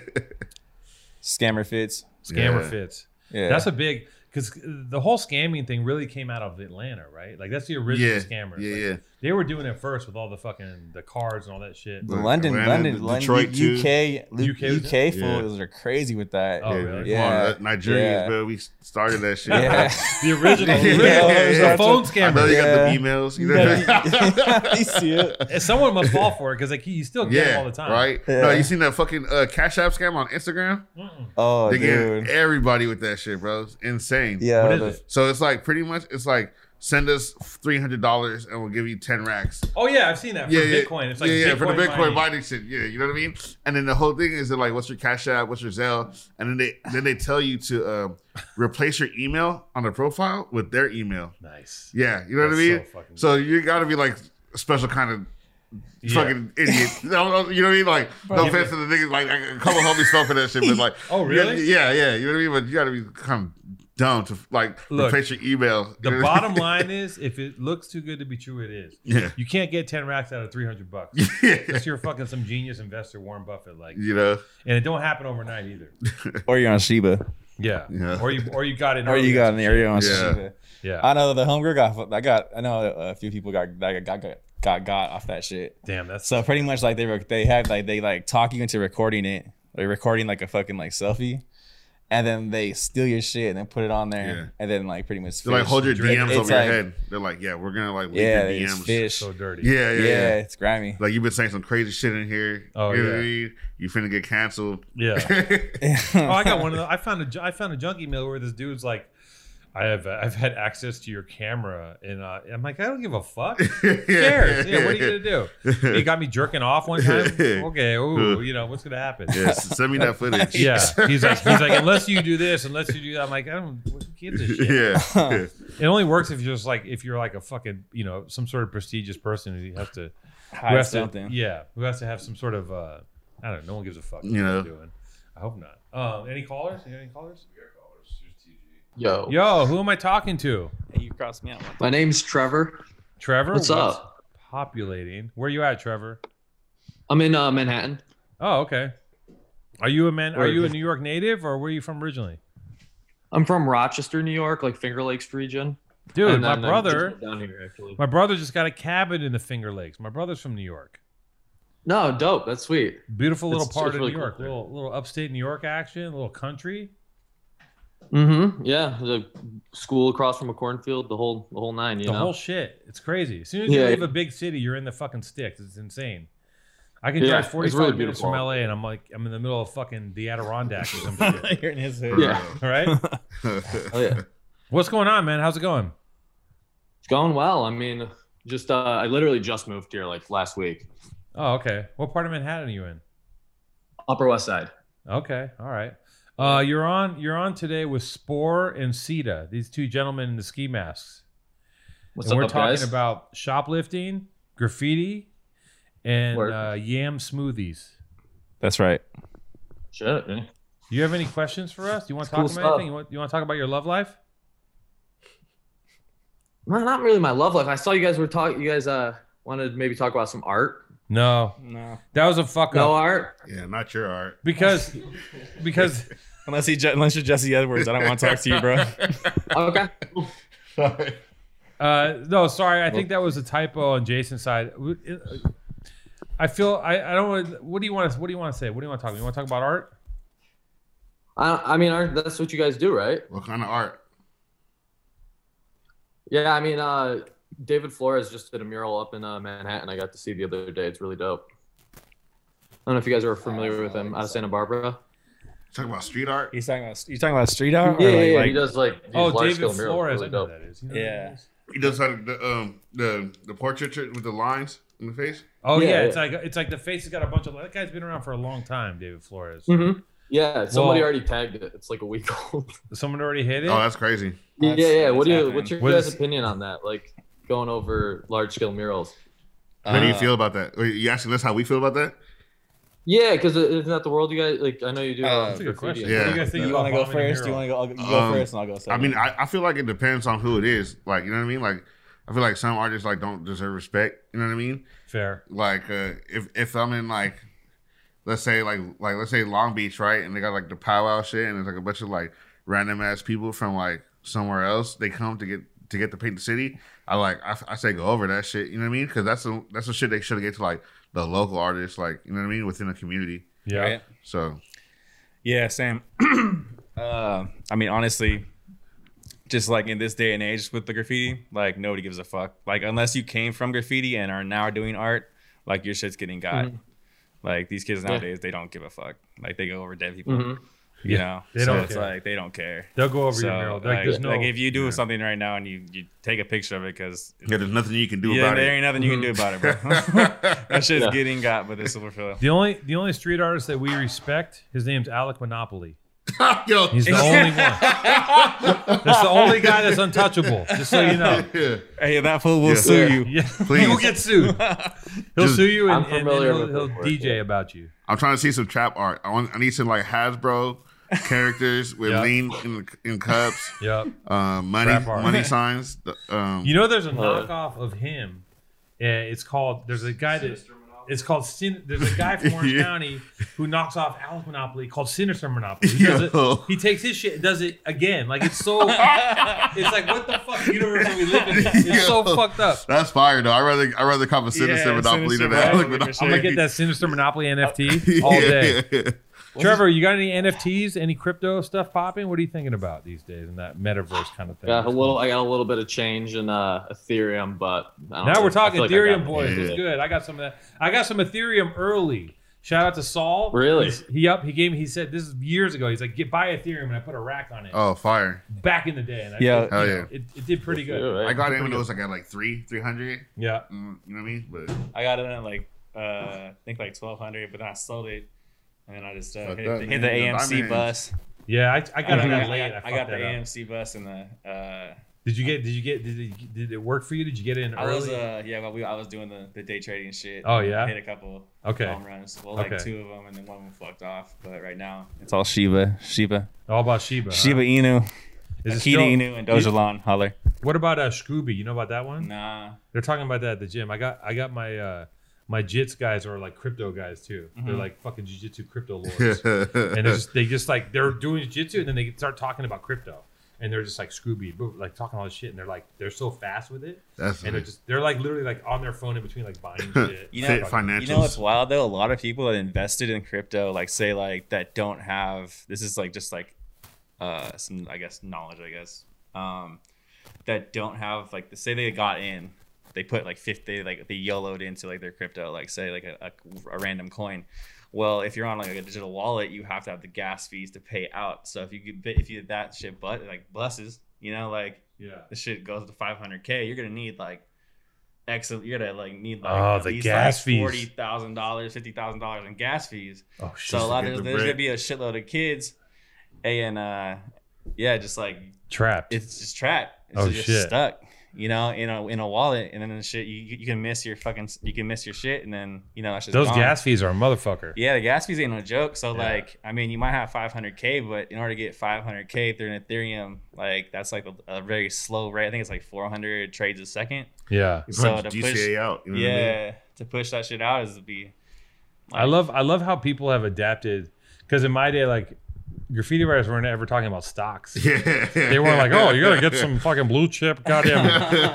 [SPEAKER 8] Scammer fits.
[SPEAKER 1] Scammer
[SPEAKER 5] Yeah.
[SPEAKER 1] fits.
[SPEAKER 8] Yeah.
[SPEAKER 1] That's a big because the whole scamming thing really came out of Atlanta, right? Like that's the original
[SPEAKER 5] yeah.
[SPEAKER 1] scammers.
[SPEAKER 5] Yeah,
[SPEAKER 1] Like,
[SPEAKER 5] yeah.
[SPEAKER 1] They were doing it first with all the fucking the cards and all that shit.
[SPEAKER 5] Like
[SPEAKER 8] London,
[SPEAKER 5] Atlanta,
[SPEAKER 8] London,
[SPEAKER 5] D-
[SPEAKER 8] London,
[SPEAKER 5] Detroit,
[SPEAKER 8] U-
[SPEAKER 5] too.
[SPEAKER 8] UK, Lu-
[SPEAKER 1] UK was
[SPEAKER 8] UK
[SPEAKER 5] it? Yeah.
[SPEAKER 8] fools are crazy with that.
[SPEAKER 1] Oh,
[SPEAKER 5] yeah.
[SPEAKER 1] really?
[SPEAKER 5] Come on,
[SPEAKER 8] Yeah.
[SPEAKER 5] uh, Nigerians,
[SPEAKER 8] Yeah.
[SPEAKER 5] bro. We started that shit.
[SPEAKER 8] Yeah.
[SPEAKER 1] The original,
[SPEAKER 5] Yeah,
[SPEAKER 1] the original,
[SPEAKER 5] yeah,
[SPEAKER 1] it was
[SPEAKER 5] yeah.
[SPEAKER 1] the phone
[SPEAKER 5] I know
[SPEAKER 1] scammer.
[SPEAKER 5] you got
[SPEAKER 8] Yeah.
[SPEAKER 5] the emails. You know?
[SPEAKER 8] you see it.
[SPEAKER 1] And Someone must fall for it because like you still get
[SPEAKER 5] yeah,
[SPEAKER 1] them all the time,
[SPEAKER 5] right? No,
[SPEAKER 8] Yeah.
[SPEAKER 5] you seen that fucking uh, Cash App scam on Instagram?
[SPEAKER 1] Mm-mm.
[SPEAKER 8] Oh,
[SPEAKER 5] they
[SPEAKER 8] dude.
[SPEAKER 5] get everybody with that shit, bro. It's insane.
[SPEAKER 8] yeah.
[SPEAKER 1] What is
[SPEAKER 8] the-
[SPEAKER 1] it?
[SPEAKER 5] So it's like pretty much, it's like send us three hundred dollars and we'll give you ten racks.
[SPEAKER 1] Oh yeah, I've seen that for
[SPEAKER 5] yeah, yeah,
[SPEAKER 1] Bitcoin. It's like
[SPEAKER 5] yeah,
[SPEAKER 1] Bitcoin
[SPEAKER 5] yeah, for the Bitcoin mining.
[SPEAKER 1] mining.
[SPEAKER 5] shit. Yeah, you know what I mean. And then the whole thing is that like, what's your Cash App? What's your Zelle? And then they then they tell you to um, replace your email on the profile with their email.
[SPEAKER 1] Nice.
[SPEAKER 5] Yeah, you know
[SPEAKER 1] That's
[SPEAKER 5] what I mean.
[SPEAKER 1] so fucking
[SPEAKER 5] So, you got to be like a special kind of
[SPEAKER 1] Yeah.
[SPEAKER 5] fucking idiot. No, no, you know what I mean? Like, no offense to the niggas, like a couple homies fell for that shit, but like,
[SPEAKER 1] Oh, really?
[SPEAKER 5] Yeah, yeah, yeah, You know what I mean? But you got to be kind of dumb to like
[SPEAKER 1] Look,
[SPEAKER 5] replace your email.
[SPEAKER 1] The bottom line is, if it looks too good to be true, it is.
[SPEAKER 5] Yeah.
[SPEAKER 1] You can't get ten racks out of three hundred bucks. Unless you're fucking some genius investor, Warren Buffett, like
[SPEAKER 5] you know,
[SPEAKER 1] and it don't happen overnight either.
[SPEAKER 8] or you're on Sheba.
[SPEAKER 1] Yeah.
[SPEAKER 5] Yeah.
[SPEAKER 1] Or you or you got it.
[SPEAKER 8] Or you got an area on
[SPEAKER 5] Yeah.
[SPEAKER 8] Shiba.
[SPEAKER 1] Yeah.
[SPEAKER 8] I know the homegirl got. I got. I know a few people got that got got got got off that shit.
[SPEAKER 1] Damn, that's
[SPEAKER 8] So pretty much like they rec- they have like they like talk you into recording it. They're recording like a fucking like selfie, and then they steal your shit and then put it on there,
[SPEAKER 5] Yeah.
[SPEAKER 8] and then like pretty much
[SPEAKER 5] they like
[SPEAKER 8] fish.
[SPEAKER 5] hold your DMs
[SPEAKER 8] It's
[SPEAKER 5] over your
[SPEAKER 8] like-
[SPEAKER 5] head. They're like, yeah, we're gonna like leak
[SPEAKER 8] Yeah,
[SPEAKER 5] your
[SPEAKER 8] it's
[SPEAKER 5] DMs.
[SPEAKER 8] fish.
[SPEAKER 1] so dirty.
[SPEAKER 5] Yeah,
[SPEAKER 8] yeah,
[SPEAKER 5] yeah, yeah.
[SPEAKER 8] it's grimy.
[SPEAKER 5] Like you've been saying some crazy shit in here.
[SPEAKER 1] Oh,
[SPEAKER 5] you know
[SPEAKER 1] yeah.
[SPEAKER 5] what I mean? You finna get canceled.
[SPEAKER 1] Yeah. Oh, I got one of the, I found a ju- I found a junk email where this dude's like, I have I've had access to your camera, and uh, I'm like, I don't give a fuck. Who cares? Yeah, what are you gonna do? He got me jerking off one time. Okay, ooh, you know what's gonna happen?
[SPEAKER 5] Yeah, s- send me that footage.
[SPEAKER 1] Yeah, he's like he's like unless you do this, unless you do that. I'm like I don't who gives a shit.
[SPEAKER 5] yeah.
[SPEAKER 1] It only works if you're just like if you're like a fucking you know some sort of prestigious person who has to who
[SPEAKER 8] Hide
[SPEAKER 1] has
[SPEAKER 8] something.
[SPEAKER 1] to yeah who has to have some sort of uh I don't know. No one gives a fuck.
[SPEAKER 5] You
[SPEAKER 1] what they're
[SPEAKER 5] know.
[SPEAKER 1] doing. I hope not. Um, any callers? You got Any callers?
[SPEAKER 11] Yo,
[SPEAKER 1] Yo, who am I talking to?
[SPEAKER 8] Hey, you crossed me out. One
[SPEAKER 11] my name's Trevor.
[SPEAKER 1] Trevor.
[SPEAKER 11] What's up?
[SPEAKER 1] Populating. Where you at, Trevor?
[SPEAKER 11] I'm in uh, Manhattan.
[SPEAKER 1] Oh, okay. Are you a man? Are
[SPEAKER 11] Where-
[SPEAKER 1] you a New York native, or where are you from originally?
[SPEAKER 11] I'm from Rochester, New York, like Finger Lakes region.
[SPEAKER 1] Dude,
[SPEAKER 11] And
[SPEAKER 1] my
[SPEAKER 11] then uh, I
[SPEAKER 1] brother,
[SPEAKER 11] just moved down here actually.
[SPEAKER 1] my brother just got a cabin in the Finger Lakes. My brother's from New York.
[SPEAKER 11] No, dope. That's sweet.
[SPEAKER 1] Beautiful little
[SPEAKER 11] It's-
[SPEAKER 1] part
[SPEAKER 11] it's
[SPEAKER 1] of
[SPEAKER 11] really
[SPEAKER 1] New
[SPEAKER 11] cool
[SPEAKER 1] York.
[SPEAKER 11] there.
[SPEAKER 1] Little little upstate New York action. Little country.
[SPEAKER 11] Mm-hmm. Yeah, the school across from a cornfield, the whole the whole nine. You
[SPEAKER 1] the
[SPEAKER 11] know.
[SPEAKER 1] whole shit. It's crazy. As soon as you
[SPEAKER 11] Yeah.
[SPEAKER 1] leave a big city, you're in the fucking sticks. It's insane. I can
[SPEAKER 11] Yeah,
[SPEAKER 1] drive
[SPEAKER 11] it's
[SPEAKER 1] 45
[SPEAKER 11] really
[SPEAKER 1] minutes
[SPEAKER 11] beautiful.
[SPEAKER 1] from LA and I'm like, I'm in the middle of fucking the Adirondacks or some
[SPEAKER 8] time.
[SPEAKER 1] shit.
[SPEAKER 8] you're in his hood.
[SPEAKER 11] Yeah.
[SPEAKER 1] All right.
[SPEAKER 11] Oh yeah.
[SPEAKER 1] What's going on, man? How's it going?
[SPEAKER 11] It's going well. I mean, just uh, I literally just moved here like last week.
[SPEAKER 1] Oh, okay. What part of Manhattan are you in?
[SPEAKER 11] Upper West Side.
[SPEAKER 1] Okay. All right. Uh, you're on. You're on today with Spore and Sita, these two gentlemen in the ski masks.
[SPEAKER 11] What's
[SPEAKER 1] and
[SPEAKER 11] up,
[SPEAKER 1] we're talking
[SPEAKER 11] guys?
[SPEAKER 1] about shoplifting, graffiti, and
[SPEAKER 11] Word.
[SPEAKER 1] uh, yam smoothies.
[SPEAKER 8] That's right.
[SPEAKER 11] Shit. man.
[SPEAKER 1] Do you have any questions for us? Do you want
[SPEAKER 11] It's
[SPEAKER 1] to talk
[SPEAKER 11] cool
[SPEAKER 1] about
[SPEAKER 11] stuff.
[SPEAKER 1] anything? You want, you want to talk about your love life?
[SPEAKER 11] Well, not really my love life. I saw you guys were talking. You guys uh wanted to maybe talk about some art.
[SPEAKER 1] No,
[SPEAKER 8] No.
[SPEAKER 1] that was a fuck
[SPEAKER 11] No
[SPEAKER 1] up
[SPEAKER 11] art.
[SPEAKER 5] Yeah, not your art.
[SPEAKER 1] because because
[SPEAKER 8] Unless he, ju- unless you're Jesse Edwards, I don't want to talk to you, bro.
[SPEAKER 11] Okay.
[SPEAKER 1] uh, no, sorry, I think that was a typo on Jason's side. uh, I feel I, I don't. wanna- What do you want? To, what do you want to say? What do you want to talk about? You want to talk about art?
[SPEAKER 11] I I mean, art, that's what you guys do, right?
[SPEAKER 5] What kind of art?
[SPEAKER 11] Yeah. I mean, uh, David Flores just did a mural up in uh, Manhattan. I got to see the other day. It's really dope. I don't know if you guys are familiar with him out of Santa Barbara.
[SPEAKER 5] Talking about street art?
[SPEAKER 8] He's talking about you talking about street art.
[SPEAKER 11] Yeah,
[SPEAKER 8] or
[SPEAKER 11] yeah,
[SPEAKER 8] like,
[SPEAKER 11] yeah.
[SPEAKER 8] like-
[SPEAKER 11] he does like these
[SPEAKER 1] Oh,
[SPEAKER 11] large-scale
[SPEAKER 1] David
[SPEAKER 11] murals.
[SPEAKER 1] Flores.
[SPEAKER 11] Really
[SPEAKER 1] I know who
[SPEAKER 11] dope.
[SPEAKER 1] that is. You know who that
[SPEAKER 8] yeah.
[SPEAKER 1] is?
[SPEAKER 5] He does have the um the the portraiture with the lines in the face.
[SPEAKER 1] Oh yeah,
[SPEAKER 11] Yeah,
[SPEAKER 1] it's
[SPEAKER 11] yeah.
[SPEAKER 1] like it's like the face has got a bunch of. That guy's been around for a long time, David Flores.
[SPEAKER 11] Mm-hmm. Yeah, somebody
[SPEAKER 1] Well-
[SPEAKER 11] already tagged it. It's like a week old.
[SPEAKER 1] Someone already hit it.
[SPEAKER 5] Oh, that's crazy.
[SPEAKER 11] yeah,
[SPEAKER 8] That's-
[SPEAKER 11] yeah. What do you?
[SPEAKER 8] that's
[SPEAKER 11] What's your
[SPEAKER 1] happening.
[SPEAKER 11] guys'
[SPEAKER 1] Was-
[SPEAKER 11] opinion on that? Like going over large scale murals.
[SPEAKER 5] How do you
[SPEAKER 8] Uh,
[SPEAKER 5] feel about that? Are you asking us how we feel about that?
[SPEAKER 11] Yeah, because isn't that the world you guys like? I know you do.
[SPEAKER 8] Uh,
[SPEAKER 11] um,
[SPEAKER 1] That's a good
[SPEAKER 11] graffiti.
[SPEAKER 1] question.
[SPEAKER 5] Yeah.
[SPEAKER 1] What do you guys think
[SPEAKER 8] You
[SPEAKER 1] about
[SPEAKER 8] want to go
[SPEAKER 1] bombing a
[SPEAKER 8] first? You
[SPEAKER 1] mural?
[SPEAKER 8] want to go? I'll, you go
[SPEAKER 5] Um,
[SPEAKER 8] first, and I'll go second.
[SPEAKER 5] I mean, I, I feel like it depends on who it is. Like, you know what I mean? Like, I feel like some artists like don't deserve respect. You know what I mean?
[SPEAKER 1] Fair.
[SPEAKER 5] Like, uh, if if I'm in like, let's say like like let's say Long Beach, right? And they got like the powwow shit, and it's like a bunch of like random ass people from like somewhere else. They come to get to get to paint the city. I like I, I say go over that shit. You know what I mean? Because that's the that's the shit they should have get to like the local artists. Like, you know what I mean? Within the community.
[SPEAKER 1] Yeah.
[SPEAKER 8] Right?
[SPEAKER 5] So
[SPEAKER 8] Yeah, Sam. uh, I mean, honestly, just like in this day and age with the graffiti, like nobody gives a fuck. Like unless you came from graffiti and are now doing art, like your shit's getting got. Like these kids
[SPEAKER 11] Mm-hmm. Yeah.
[SPEAKER 8] nowadays, they don't give a fuck. Like they go over dead people,
[SPEAKER 11] Mhm.
[SPEAKER 8] you
[SPEAKER 1] Yeah.
[SPEAKER 8] know.
[SPEAKER 1] They
[SPEAKER 8] so
[SPEAKER 1] don't
[SPEAKER 8] it's
[SPEAKER 1] care.
[SPEAKER 8] like they don't care.
[SPEAKER 1] They'll go over
[SPEAKER 8] so
[SPEAKER 1] your mural. Like,
[SPEAKER 8] like,
[SPEAKER 1] there's no.
[SPEAKER 8] like, if you do
[SPEAKER 5] Yeah.
[SPEAKER 8] something right now and you, you take a picture of it because
[SPEAKER 5] yeah, there's nothing you can do
[SPEAKER 8] yeah,
[SPEAKER 5] about
[SPEAKER 8] there
[SPEAKER 5] it.
[SPEAKER 8] ain't nothing you can do about it, bro. that shit's
[SPEAKER 11] Yeah.
[SPEAKER 8] getting got with the silver fill.
[SPEAKER 1] the only the only street artist that we respect, his name's Alec Monopoly.
[SPEAKER 5] Yo,
[SPEAKER 1] He's the only one. That's the only guy that's untouchable. Just so you know.
[SPEAKER 5] yeah.
[SPEAKER 8] Hey, that fool will
[SPEAKER 5] Yeah.
[SPEAKER 8] sue you.
[SPEAKER 1] Yeah,
[SPEAKER 5] Please.
[SPEAKER 1] he'll get sued. He'll
[SPEAKER 5] Just-
[SPEAKER 1] sue you,
[SPEAKER 11] I'm
[SPEAKER 1] and, and then
[SPEAKER 11] familiar
[SPEAKER 1] he'll,
[SPEAKER 11] with
[SPEAKER 1] he'll
[SPEAKER 11] his work,
[SPEAKER 1] DJ
[SPEAKER 11] yeah.
[SPEAKER 1] about you.
[SPEAKER 5] I'm trying to see some trap art. I want. I need some like Hasbro characters with
[SPEAKER 1] Yeah.
[SPEAKER 5] lean in, in cups.
[SPEAKER 1] Yep.
[SPEAKER 5] Uh, money
[SPEAKER 1] Crap hard.
[SPEAKER 5] money signs. the- Um,
[SPEAKER 1] You know, there's a knockoff of him. Uh, it's called. There's a guy that. It's called. Sin, there's a guy from Orange
[SPEAKER 5] Yeah.
[SPEAKER 1] County who knocks off Alec Monopoly called Sinister Monopoly. He, does it,
[SPEAKER 5] Yo.
[SPEAKER 1] he takes his shit and does it again. Like it's so. it's like what the fuck universe are we living in? It's so
[SPEAKER 5] Yo,
[SPEAKER 1] fucked up.
[SPEAKER 5] That's fire though. I rather I rather cop a sinister
[SPEAKER 1] Yeah,
[SPEAKER 5] monopoly
[SPEAKER 1] Sinister
[SPEAKER 5] than Alec
[SPEAKER 1] Monopoly,
[SPEAKER 5] monopoly.
[SPEAKER 1] for sure. I'm gonna get that Sinister Monopoly NFT all day. Trevor, you got any NFTs, any crypto stuff popping? What are you thinking about these days in that metaverse kind of thing?
[SPEAKER 4] Uh,
[SPEAKER 11] Got a little. I got a little bit of change in uh, Ethereum, but I don't
[SPEAKER 1] Now
[SPEAKER 11] know.
[SPEAKER 1] we're
[SPEAKER 11] I
[SPEAKER 1] talking
[SPEAKER 11] feel like I got
[SPEAKER 1] Ethereum
[SPEAKER 11] it.
[SPEAKER 1] boys. It's good. I got some of that. I got some Ethereum early. Shout out to Saul.
[SPEAKER 11] Really?
[SPEAKER 1] He's- he up. He gave me. He said this is years ago. He's like, get buy Ethereum, and I put a rack on it
[SPEAKER 5] Oh, fire!
[SPEAKER 1] back in the day. And I,
[SPEAKER 5] Yeah.
[SPEAKER 1] it,
[SPEAKER 5] Hell
[SPEAKER 1] you know,
[SPEAKER 5] yeah.
[SPEAKER 1] It, it did pretty good.
[SPEAKER 5] I got
[SPEAKER 1] Pretty
[SPEAKER 5] in when it
[SPEAKER 1] good.
[SPEAKER 5] was like at like three, three hundred.
[SPEAKER 1] Yeah.
[SPEAKER 5] Mm, you know what I mean? But
[SPEAKER 8] I got it at like uh, I think like twelve hundred, but then I sold it, and then I just uh,
[SPEAKER 5] Fuck
[SPEAKER 8] hit,
[SPEAKER 5] that,
[SPEAKER 8] the,
[SPEAKER 5] man.
[SPEAKER 8] hit the
[SPEAKER 5] Diamond
[SPEAKER 8] AMC
[SPEAKER 5] hands.
[SPEAKER 8] bus.
[SPEAKER 1] Yeah, I- I got it
[SPEAKER 8] I,
[SPEAKER 1] late. I
[SPEAKER 8] got, I
[SPEAKER 1] fucked
[SPEAKER 8] got the
[SPEAKER 1] that up.
[SPEAKER 8] AMC bus and the. Uh,
[SPEAKER 1] Did you get? Did you get? Did it, did it work for you? Did you get in
[SPEAKER 8] I
[SPEAKER 1] early?
[SPEAKER 8] was uh yeah, but we I was doing the, the day trading shit.
[SPEAKER 1] Oh, yeah?
[SPEAKER 8] hit a couple
[SPEAKER 1] Okay.
[SPEAKER 8] home runs. Well, like
[SPEAKER 1] Okay.
[SPEAKER 8] two of them, and then one of them fucked off. But right now it's
[SPEAKER 1] all
[SPEAKER 8] Shiba, Shiba.
[SPEAKER 1] All about Shiba. huh?
[SPEAKER 8] Shiba Inu,
[SPEAKER 1] Uh-huh. Is it
[SPEAKER 8] Akita
[SPEAKER 1] still-
[SPEAKER 8] Inu, and Doja
[SPEAKER 1] You-
[SPEAKER 8] Lon. Holler.
[SPEAKER 1] What about uh, Scooby? You know about that one?
[SPEAKER 8] Nah.
[SPEAKER 1] They're talking about that at the gym. I got I got my uh my jits guys are like crypto guys too. They're
[SPEAKER 8] Mhm.
[SPEAKER 1] like fucking jujitsu crypto lords. and it's just, they just like they're doing jujitsu and then they start talking about crypto. And they're just like Scooby, boop, like talking all this shit, and they're like they're so fast with it.
[SPEAKER 5] That's
[SPEAKER 1] and they're
[SPEAKER 5] funny.
[SPEAKER 1] just they're like literally like on their phone in between like buying shit.
[SPEAKER 8] You know, you know what's wild though? A lot of people that invested in crypto, like say like that don't have this is like just like uh some I guess knowledge, I guess. Um that don't have like the say they got in, they put like fifty like they YOLO'd into like their crypto, like say like a, a, a random coin. Well, if you're on like a digital wallet, you have to have the gas fees to pay out. So if you get if you that shit but like buses, you know, like
[SPEAKER 1] Yeah.
[SPEAKER 8] the shit goes to 500k, you're gonna need like excellent. You're gonna like need like
[SPEAKER 1] Oh,
[SPEAKER 8] at
[SPEAKER 1] the
[SPEAKER 8] least,
[SPEAKER 1] gas
[SPEAKER 8] like,
[SPEAKER 1] fees.
[SPEAKER 8] forty thousand dollars, fifty thousand dollars in gas fees.
[SPEAKER 1] Oh,
[SPEAKER 8] so
[SPEAKER 1] shit.
[SPEAKER 8] a lot
[SPEAKER 1] Get
[SPEAKER 8] of
[SPEAKER 1] the
[SPEAKER 8] there's
[SPEAKER 1] brick.
[SPEAKER 8] gonna be a shitload of kids, and uh, yeah, just like
[SPEAKER 1] Trapped.
[SPEAKER 8] It's just trapped. It's
[SPEAKER 1] Oh,
[SPEAKER 8] just
[SPEAKER 1] shit.
[SPEAKER 8] stuck. You know, in a in a wallet, and then the shit you you can miss your fucking you can miss your shit, and then you know that's just
[SPEAKER 1] Those
[SPEAKER 8] gone.
[SPEAKER 1] gas fees are a motherfucker.
[SPEAKER 8] Yeah, the gas fees ain't no joke. So like, I mean, you might have 500k, but in order to get 500k through an Ethereum, like that's like a, a very slow rate. I think it's like 400 trades a second.
[SPEAKER 1] Yeah. You
[SPEAKER 8] So to
[SPEAKER 1] punch
[SPEAKER 8] push
[SPEAKER 1] GCA out, you know what I
[SPEAKER 8] yeah,
[SPEAKER 1] mean?
[SPEAKER 8] to push that shit out is to be.
[SPEAKER 1] I love I love how people have adapted because in my day, like graffiti writers weren't ever talking about stocks. They were like, oh, you gotta get some fucking blue chip, goddamn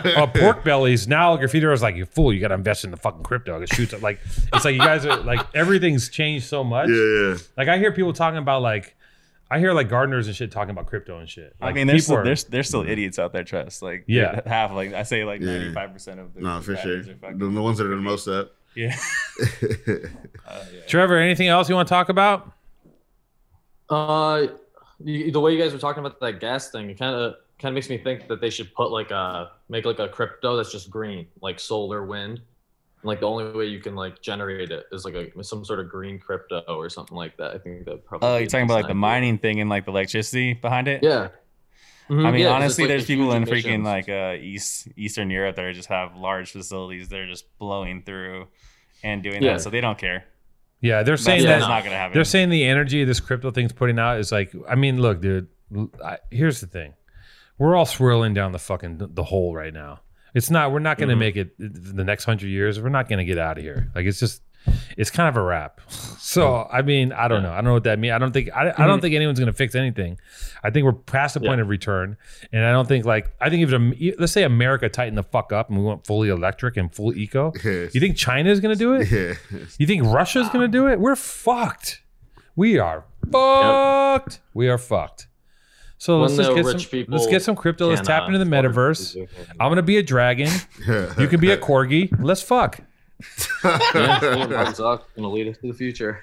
[SPEAKER 1] uh, pork bellies. Now graffiti writers are like you fool, you gotta invest in the fucking crypto. It shoots up. like it's like you guys are like everything's changed so much.
[SPEAKER 5] Yeah, yeah.
[SPEAKER 1] Like I hear people talking about like I hear like gardeners and shit talking about crypto and shit. Like,
[SPEAKER 8] I mean,
[SPEAKER 1] people
[SPEAKER 8] there's still,
[SPEAKER 1] are- Mm-hmm.
[SPEAKER 8] there's there's still idiots out there. Trust like
[SPEAKER 1] Yeah.
[SPEAKER 8] half like I say like
[SPEAKER 5] Yeah.
[SPEAKER 8] 95 percent of the
[SPEAKER 5] no, for sure.
[SPEAKER 8] backers are
[SPEAKER 5] The,
[SPEAKER 8] fucking-
[SPEAKER 5] the ones that are the most up.
[SPEAKER 8] Yeah. Oh,
[SPEAKER 1] Trevor, anything else you want to talk about?
[SPEAKER 11] Uh, you, the way you guys were talking about that gas thing, it kind of kind of makes me think that they should put like a make like a crypto that's just green, like solar, wind. And, like the only way you can like generate it is like a some sort of green crypto or something like that. I think that probably.
[SPEAKER 8] Oh,
[SPEAKER 11] be
[SPEAKER 8] you're
[SPEAKER 11] a
[SPEAKER 8] talking
[SPEAKER 11] nice
[SPEAKER 8] about like the
[SPEAKER 11] idea.
[SPEAKER 8] mining thing and like the electricity behind it.
[SPEAKER 11] Yeah.
[SPEAKER 1] Mm-hmm.
[SPEAKER 11] Mhm,
[SPEAKER 8] I mean,
[SPEAKER 11] yeah, 'cause it's,
[SPEAKER 8] honestly,
[SPEAKER 11] like,
[SPEAKER 8] there's
[SPEAKER 11] the
[SPEAKER 8] people
[SPEAKER 11] huge
[SPEAKER 8] in freaking
[SPEAKER 11] emissions.
[SPEAKER 8] like uh, East Eastern Europe that are just have large facilities. They're just blowing through and doing
[SPEAKER 1] Yeah.
[SPEAKER 8] that, so they don't care.
[SPEAKER 1] Yeah, they're
[SPEAKER 8] That's-
[SPEAKER 1] saying
[SPEAKER 8] that's
[SPEAKER 1] that
[SPEAKER 8] not gonna happen.
[SPEAKER 1] They're saying the energy this crypto thing's putting out is like, I mean, look, dude. l- I, here's the thing, we're all swirling down the fucking the hole right now. It's not. We're not going to
[SPEAKER 8] Mhm.
[SPEAKER 1] make it the next hundred years. We're not going to get out of here. Like it's just, it's kind of a wrap. So I mean, I don't know. I don't know what that means. I don't think. I, I don't
[SPEAKER 8] Mhm.
[SPEAKER 1] think anyone's going to fix anything. I think we're past the point of return, and I don't think like I think if the- let's say America tightened the fuck up and we went fully electric and full eco, you think China is going to do it? You think Russia's going to do it? We're fucked. We are fucked. We are fucked. So
[SPEAKER 11] When
[SPEAKER 1] let's just
[SPEAKER 11] the
[SPEAKER 1] get
[SPEAKER 11] rich
[SPEAKER 1] some,
[SPEAKER 11] people
[SPEAKER 1] let's get some crypto. Let's tap into
[SPEAKER 11] cannot
[SPEAKER 1] the metaverse. I'm gonna be a dragon. you can be a corgi. Let's fuck.
[SPEAKER 11] yeah, Mark Zuck gonna lead us to the future.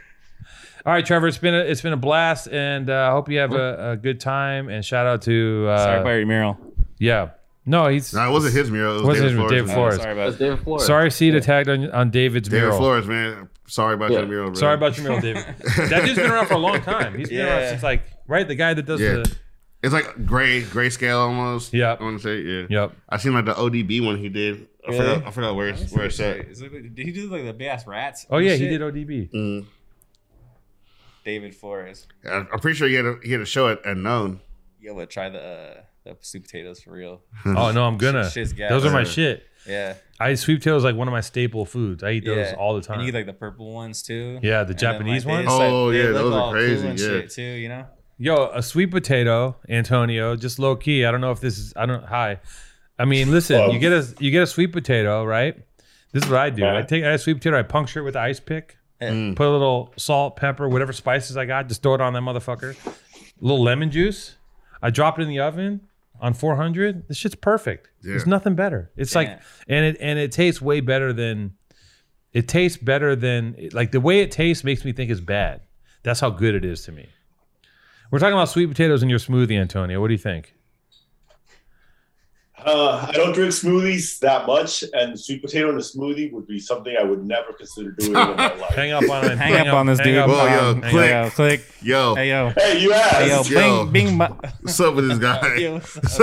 [SPEAKER 1] All right, Trevor. It's been a, it's been a blast, and uh, I hope you have a, a good time. And shout out to uh,
[SPEAKER 8] Sorry about your mural. Uh,
[SPEAKER 1] Yeah. No, he's.
[SPEAKER 5] No, it wasn't his mural. It was
[SPEAKER 1] wasn't
[SPEAKER 5] David
[SPEAKER 1] his- David
[SPEAKER 5] Flores.
[SPEAKER 1] Flores.
[SPEAKER 5] Oh, sorry about It was it. David Flores.
[SPEAKER 1] Sorry, C to tagged on, on David's
[SPEAKER 5] David
[SPEAKER 1] mural.
[SPEAKER 5] Flores, man. Sorry about
[SPEAKER 1] Yeah.
[SPEAKER 5] your mural, bro.
[SPEAKER 1] Sorry about your mural, David. that dude's been around for a long time. He's been around
[SPEAKER 5] Yeah.
[SPEAKER 1] since like right the guy that does
[SPEAKER 5] Yeah.
[SPEAKER 1] the
[SPEAKER 5] It's like gray, grayscale almost.
[SPEAKER 1] Yeah.
[SPEAKER 5] I want to say, yeah.
[SPEAKER 1] Yep.
[SPEAKER 5] I seen like the ODB one he did. I
[SPEAKER 8] Really?
[SPEAKER 5] forgot. I forgot where it's, where it's at.
[SPEAKER 8] Is it- Did he do like the big ass rats?
[SPEAKER 1] Oh
[SPEAKER 8] and
[SPEAKER 1] yeah, he
[SPEAKER 8] shit?
[SPEAKER 1] did ODB.
[SPEAKER 8] David Flores.
[SPEAKER 5] I- I'm pretty sure he had a, he had a show at Unknown.
[SPEAKER 8] Yo, but try the uh, the sweet potatoes for real.
[SPEAKER 1] Oh no, I'm gonna.
[SPEAKER 8] Shit- shit's gas.
[SPEAKER 1] those are my shit.
[SPEAKER 8] Yeah.
[SPEAKER 1] I eat sweet potatoes like one of my staple foods. I eat those
[SPEAKER 8] Yeah.
[SPEAKER 1] all the
[SPEAKER 8] And
[SPEAKER 1] time.
[SPEAKER 8] you get like the purple ones too.
[SPEAKER 1] Yeah, the
[SPEAKER 8] And then,
[SPEAKER 1] Japanese
[SPEAKER 8] they
[SPEAKER 1] ones?
[SPEAKER 8] just, like,
[SPEAKER 1] Oh,
[SPEAKER 8] they
[SPEAKER 1] yeah,
[SPEAKER 8] look
[SPEAKER 1] those are
[SPEAKER 8] all
[SPEAKER 1] crazy,
[SPEAKER 8] and
[SPEAKER 1] yeah.
[SPEAKER 8] shit, too, you know.
[SPEAKER 1] Yo, a sweet potato, Antonio, just low key. I don't know if this is. I don't. Hi. I mean, listen.
[SPEAKER 8] Well-
[SPEAKER 1] you get a you get a sweet potato, right? This is what I do. I take I have a sweet potato. I puncture it with an ice pick.
[SPEAKER 8] Eh. Mm.
[SPEAKER 1] Put a little salt, pepper, whatever spices I got. Just throw it on that motherfucker. A little lemon juice. I drop it in the oven on 400. This shit's perfect. There's
[SPEAKER 8] Yeah.
[SPEAKER 1] nothing better. It's like
[SPEAKER 8] Yeah.
[SPEAKER 1] and it and it tastes way better than it tastes better than like the way it tastes makes me think it's bad. That's how good it is to me. We're talking about sweet potatoes in your smoothie, Antonio. What do you think?
[SPEAKER 12] Uh, I don't drink smoothies that much, and sweet potato in a smoothie would be something I would never consider doing in my life.
[SPEAKER 1] Hang up on him.
[SPEAKER 13] Hang up on this dude. Um, hang up. click.
[SPEAKER 5] Yo.
[SPEAKER 13] Hey, yo.
[SPEAKER 12] Hey, you
[SPEAKER 13] Hey, yo.
[SPEAKER 5] ass.
[SPEAKER 13] Bing, bing, ma-
[SPEAKER 5] Oh. What's up with this guy?
[SPEAKER 13] Yo,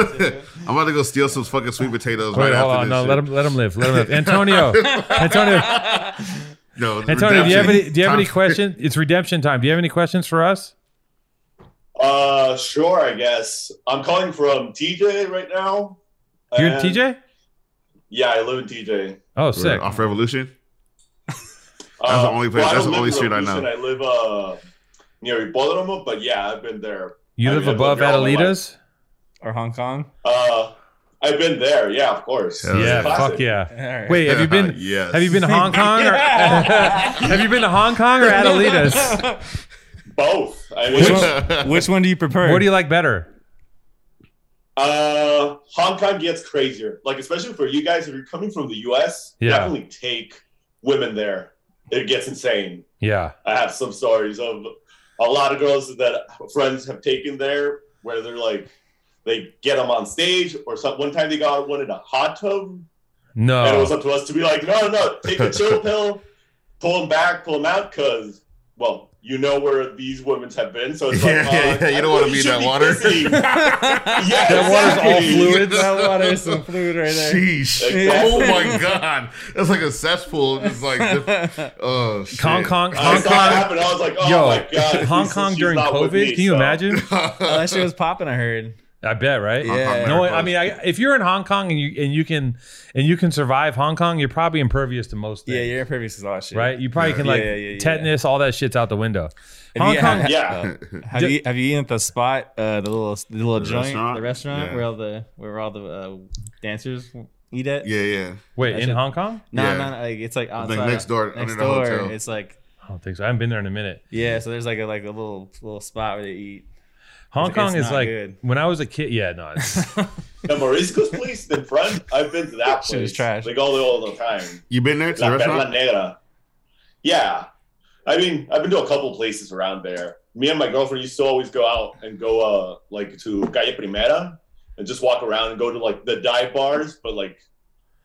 [SPEAKER 5] I'm about to go steal some fucking sweet potatoes
[SPEAKER 1] Wait,
[SPEAKER 5] right
[SPEAKER 1] hold
[SPEAKER 5] after
[SPEAKER 1] on.
[SPEAKER 5] this.
[SPEAKER 1] No,
[SPEAKER 5] shit.
[SPEAKER 1] let him let him live. Let him live. Antonio. Antonio.
[SPEAKER 5] No, it's
[SPEAKER 1] Antonio, do you have
[SPEAKER 5] redemption.
[SPEAKER 1] any do you have any questions? It's redemption time. Do you have any questions for us?
[SPEAKER 12] Uh, sure, I guess. I'm calling from TJ right now.
[SPEAKER 1] You're in
[SPEAKER 12] and-
[SPEAKER 1] TJ?
[SPEAKER 12] Yeah, I live in TJ.
[SPEAKER 1] Oh, sick.
[SPEAKER 5] Off Revolution?
[SPEAKER 12] Uh,
[SPEAKER 5] That's the only place.
[SPEAKER 12] well, I
[SPEAKER 5] that's the
[SPEAKER 12] don't
[SPEAKER 5] only
[SPEAKER 12] live in
[SPEAKER 5] street I
[SPEAKER 12] Revolution.
[SPEAKER 5] know.
[SPEAKER 12] I live uh, near Ibodrama, but yeah, I've been there.
[SPEAKER 1] You
[SPEAKER 12] I
[SPEAKER 1] live
[SPEAKER 12] mean, I've
[SPEAKER 1] above
[SPEAKER 12] lived there all my life.
[SPEAKER 1] Adelitas?
[SPEAKER 8] Or Hong Kong?
[SPEAKER 12] Uh, I've been there. Yeah, of course.
[SPEAKER 1] Yeah, fuck yeah. Wait, have you been?
[SPEAKER 12] Yes.
[SPEAKER 1] Have you been to Hong Kong or Have you been to Hong Kong or Adelitas?
[SPEAKER 12] Both. I mean,
[SPEAKER 13] Which one, which one do you prefer?
[SPEAKER 1] What do you like better?
[SPEAKER 12] Uh, Hong Kong gets crazier. Like especially for you guys, if you're coming from the U.S.,
[SPEAKER 1] Yeah.
[SPEAKER 12] definitely take women there. It gets insane.
[SPEAKER 1] Yeah.
[SPEAKER 12] I have some stories of a lot of girls that friends have taken there, where they're like, they get them on stage, or some, one time they got one in a hot tub,
[SPEAKER 1] No.
[SPEAKER 12] and it was up to us to be like, no, no, take a chill pill, pull them back, pull them out, because well, you know where these women have been, so it's
[SPEAKER 5] Yeah,
[SPEAKER 12] like, uh,
[SPEAKER 5] yeah, yeah, you don't wanna be in that water.
[SPEAKER 12] that
[SPEAKER 8] That water is some fluid right there.
[SPEAKER 5] Sheesh.
[SPEAKER 8] Yeah.
[SPEAKER 5] Oh my god. That's like a cesspool. It's like diff- oh shit.
[SPEAKER 1] Hong Kong,
[SPEAKER 5] I
[SPEAKER 1] Hong
[SPEAKER 5] saw
[SPEAKER 1] Kong.
[SPEAKER 5] it
[SPEAKER 12] happen, I was like, oh
[SPEAKER 1] Yo,
[SPEAKER 12] my God,
[SPEAKER 1] Hong
[SPEAKER 12] this
[SPEAKER 1] Kong
[SPEAKER 12] is-
[SPEAKER 1] during
[SPEAKER 12] she's not
[SPEAKER 1] COVID.
[SPEAKER 12] with me,
[SPEAKER 1] Can you
[SPEAKER 12] so.
[SPEAKER 1] imagine?
[SPEAKER 8] Oh, that shit was popping. I heard.
[SPEAKER 1] I bet, right?
[SPEAKER 8] Hong Kong Yeah.
[SPEAKER 1] No,
[SPEAKER 8] never
[SPEAKER 1] I mean, I, if you're in Hong Kong and you and you can and you can survive Hong Kong, you're probably impervious to most things.
[SPEAKER 8] Yeah, you're impervious to all that oh, shit.
[SPEAKER 1] Right? You probably
[SPEAKER 8] Yeah.
[SPEAKER 1] can like
[SPEAKER 8] Yeah, yeah, yeah,
[SPEAKER 1] tetanus, all that shit's out the window.
[SPEAKER 8] Have
[SPEAKER 1] Hong
[SPEAKER 8] you-
[SPEAKER 1] Kong,
[SPEAKER 8] have- uh, have you have you eaten at the spot, uh, the little the little
[SPEAKER 5] The
[SPEAKER 8] joint,
[SPEAKER 5] restaurant?
[SPEAKER 8] the restaurant
[SPEAKER 5] Yeah.
[SPEAKER 8] where all the where all the uh, dancers eat at?
[SPEAKER 5] Yeah, yeah.
[SPEAKER 1] Wait,
[SPEAKER 8] That
[SPEAKER 1] in
[SPEAKER 8] shit-
[SPEAKER 1] Hong Kong?
[SPEAKER 8] No,
[SPEAKER 1] Yeah.
[SPEAKER 8] no, no, like it's like
[SPEAKER 1] Like
[SPEAKER 8] outside,
[SPEAKER 1] next door,
[SPEAKER 8] next
[SPEAKER 1] under the
[SPEAKER 8] door.
[SPEAKER 1] hotel.
[SPEAKER 8] It's like
[SPEAKER 1] I don't think so. I haven't been there in a minute.
[SPEAKER 8] yeah, so there's like a like a little little spot where they eat.
[SPEAKER 1] Hong
[SPEAKER 8] It's-
[SPEAKER 1] Kong
[SPEAKER 8] it's
[SPEAKER 1] is
[SPEAKER 8] not
[SPEAKER 1] like
[SPEAKER 8] good.
[SPEAKER 1] when I was a kid. Yeah, no, it's,
[SPEAKER 12] The Morisco's place in front, I've been to that place.
[SPEAKER 1] Shit is trash.
[SPEAKER 12] They go there all the time.
[SPEAKER 5] You been there to
[SPEAKER 12] La
[SPEAKER 5] the
[SPEAKER 12] Perla
[SPEAKER 5] restaurant?
[SPEAKER 12] Negra. Yeah. I mean, I've been to a couple places around there. Me and my girlfriend used to always go out and go uh like to Calle Primera and just walk around and go to like the dive bars, but like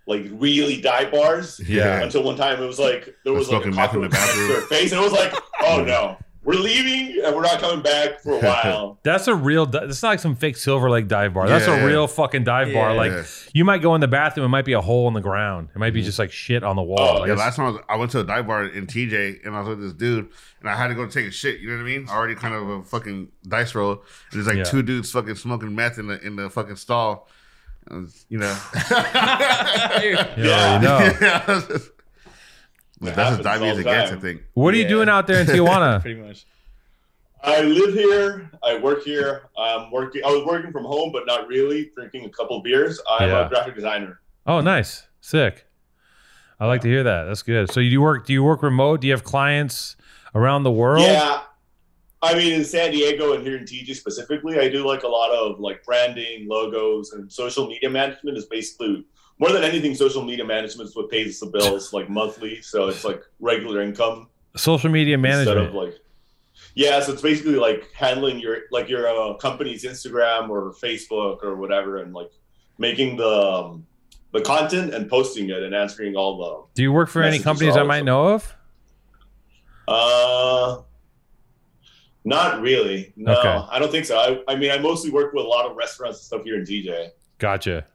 [SPEAKER 12] like really dive bars.
[SPEAKER 5] Yeah.
[SPEAKER 12] Until one time it was like there
[SPEAKER 5] I
[SPEAKER 12] was like a
[SPEAKER 5] smoking meth in the
[SPEAKER 12] cockroach next to her
[SPEAKER 5] bathroom.
[SPEAKER 12] face, and it was like, oh no, we're leaving and we're not coming back for a while.
[SPEAKER 1] that's a real. di- That's not like some fake Silver Lake dive bar. That's
[SPEAKER 5] Yeah.
[SPEAKER 1] a real fucking dive bar.
[SPEAKER 5] Yeah.
[SPEAKER 1] Like
[SPEAKER 5] Yeah.
[SPEAKER 1] you might go in the bathroom, it might be a hole in the ground. It might be just like shit on the wall.
[SPEAKER 5] Mm-hmm. Oh,
[SPEAKER 1] Like,
[SPEAKER 5] yeah.
[SPEAKER 1] it's-
[SPEAKER 5] Last time I, was, I went to a dive bar in TJ and I was with this dude and I had to go take a shit. You know what I mean? Already kind of a fucking dice roll. And there's like
[SPEAKER 1] Yeah.
[SPEAKER 5] two dudes fucking smoking meth in the in the fucking stall. And it's, you know.
[SPEAKER 1] Yeah, you know.
[SPEAKER 5] But that's
[SPEAKER 12] happens
[SPEAKER 5] as divey
[SPEAKER 12] all
[SPEAKER 5] as
[SPEAKER 12] the
[SPEAKER 5] it gets, I
[SPEAKER 12] time.
[SPEAKER 5] think.
[SPEAKER 1] What are you doing out there in
[SPEAKER 13] uh,
[SPEAKER 1] Tijuana?
[SPEAKER 8] Pretty much.
[SPEAKER 12] I live here. I work here. I'm working. I was working from home, but not really. Drinking a couple beers. I'm
[SPEAKER 1] Yeah.
[SPEAKER 12] a graphic designer.
[SPEAKER 1] Oh, nice, sick. I like to hear that. That's good. So you work? Do you work remote? Do you have clients around the world?
[SPEAKER 12] Yeah. I mean, in San Diego and here in TG specifically, I do like a lot of like branding, logos, and social media management is basically more than anything. Social media management is what pays us the bills like monthly, so it's like regular income
[SPEAKER 1] Social media
[SPEAKER 12] instead of
[SPEAKER 1] management.
[SPEAKER 12] like. Yeah, so it's basically like handling your like your uh, company's Instagram or Facebook or whatever, and like making the um, the content and posting it and answering all the
[SPEAKER 1] do you work for any
[SPEAKER 12] messages
[SPEAKER 1] companies I
[SPEAKER 12] also.
[SPEAKER 1] might know of?
[SPEAKER 12] Uh, not really. No,
[SPEAKER 1] Okay.
[SPEAKER 12] I don't think so. I, I mean, I mostly work with a lot of restaurants and stuff here in DJ.
[SPEAKER 1] Gotcha.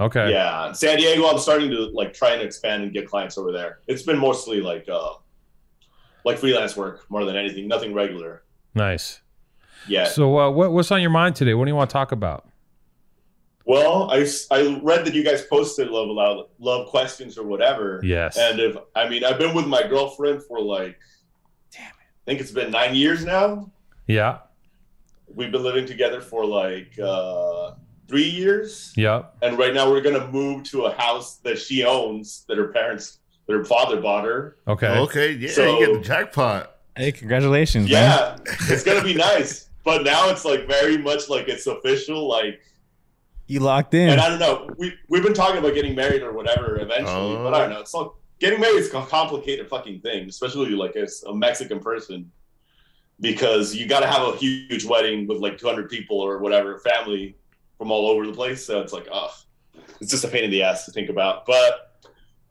[SPEAKER 1] Okay.
[SPEAKER 12] Yeah, in San Diego. I'm starting to like try and expand and get clients over there. It's been mostly like uh, like freelance work more than anything, nothing regular.
[SPEAKER 1] Nice.
[SPEAKER 12] Yeah.
[SPEAKER 1] So uh, what what's on your mind today? What do you want to talk about?
[SPEAKER 12] Well, I, I read that you guys posted love Aloud- love questions or whatever.
[SPEAKER 1] Yes.
[SPEAKER 12] And if I mean I've been with my girlfriend for like, damn it, I think it's been nine years now.
[SPEAKER 1] Yeah.
[SPEAKER 12] We've been living together for like uh, three years,
[SPEAKER 1] Yeah.
[SPEAKER 12] and right now we're gonna move to a house that she owns that her parents, that her father bought her.
[SPEAKER 1] Okay.
[SPEAKER 5] Okay. Yeah.
[SPEAKER 12] So-
[SPEAKER 5] you get the jackpot.
[SPEAKER 13] Hey, congratulations, man.
[SPEAKER 12] Yeah, it's gonna be nice. But now it's like very much like it's official. Like
[SPEAKER 13] You locked in.
[SPEAKER 12] And I don't know. We we've been talking about getting married or whatever eventually,
[SPEAKER 13] Oh.
[SPEAKER 12] but I don't know. It's not getting married is a complicated fucking thing, especially like as a Mexican person, because you got to have a huge wedding with like 200 people or whatever family from all over the place. So it's like, ugh, it's just a pain in the ass to think about. But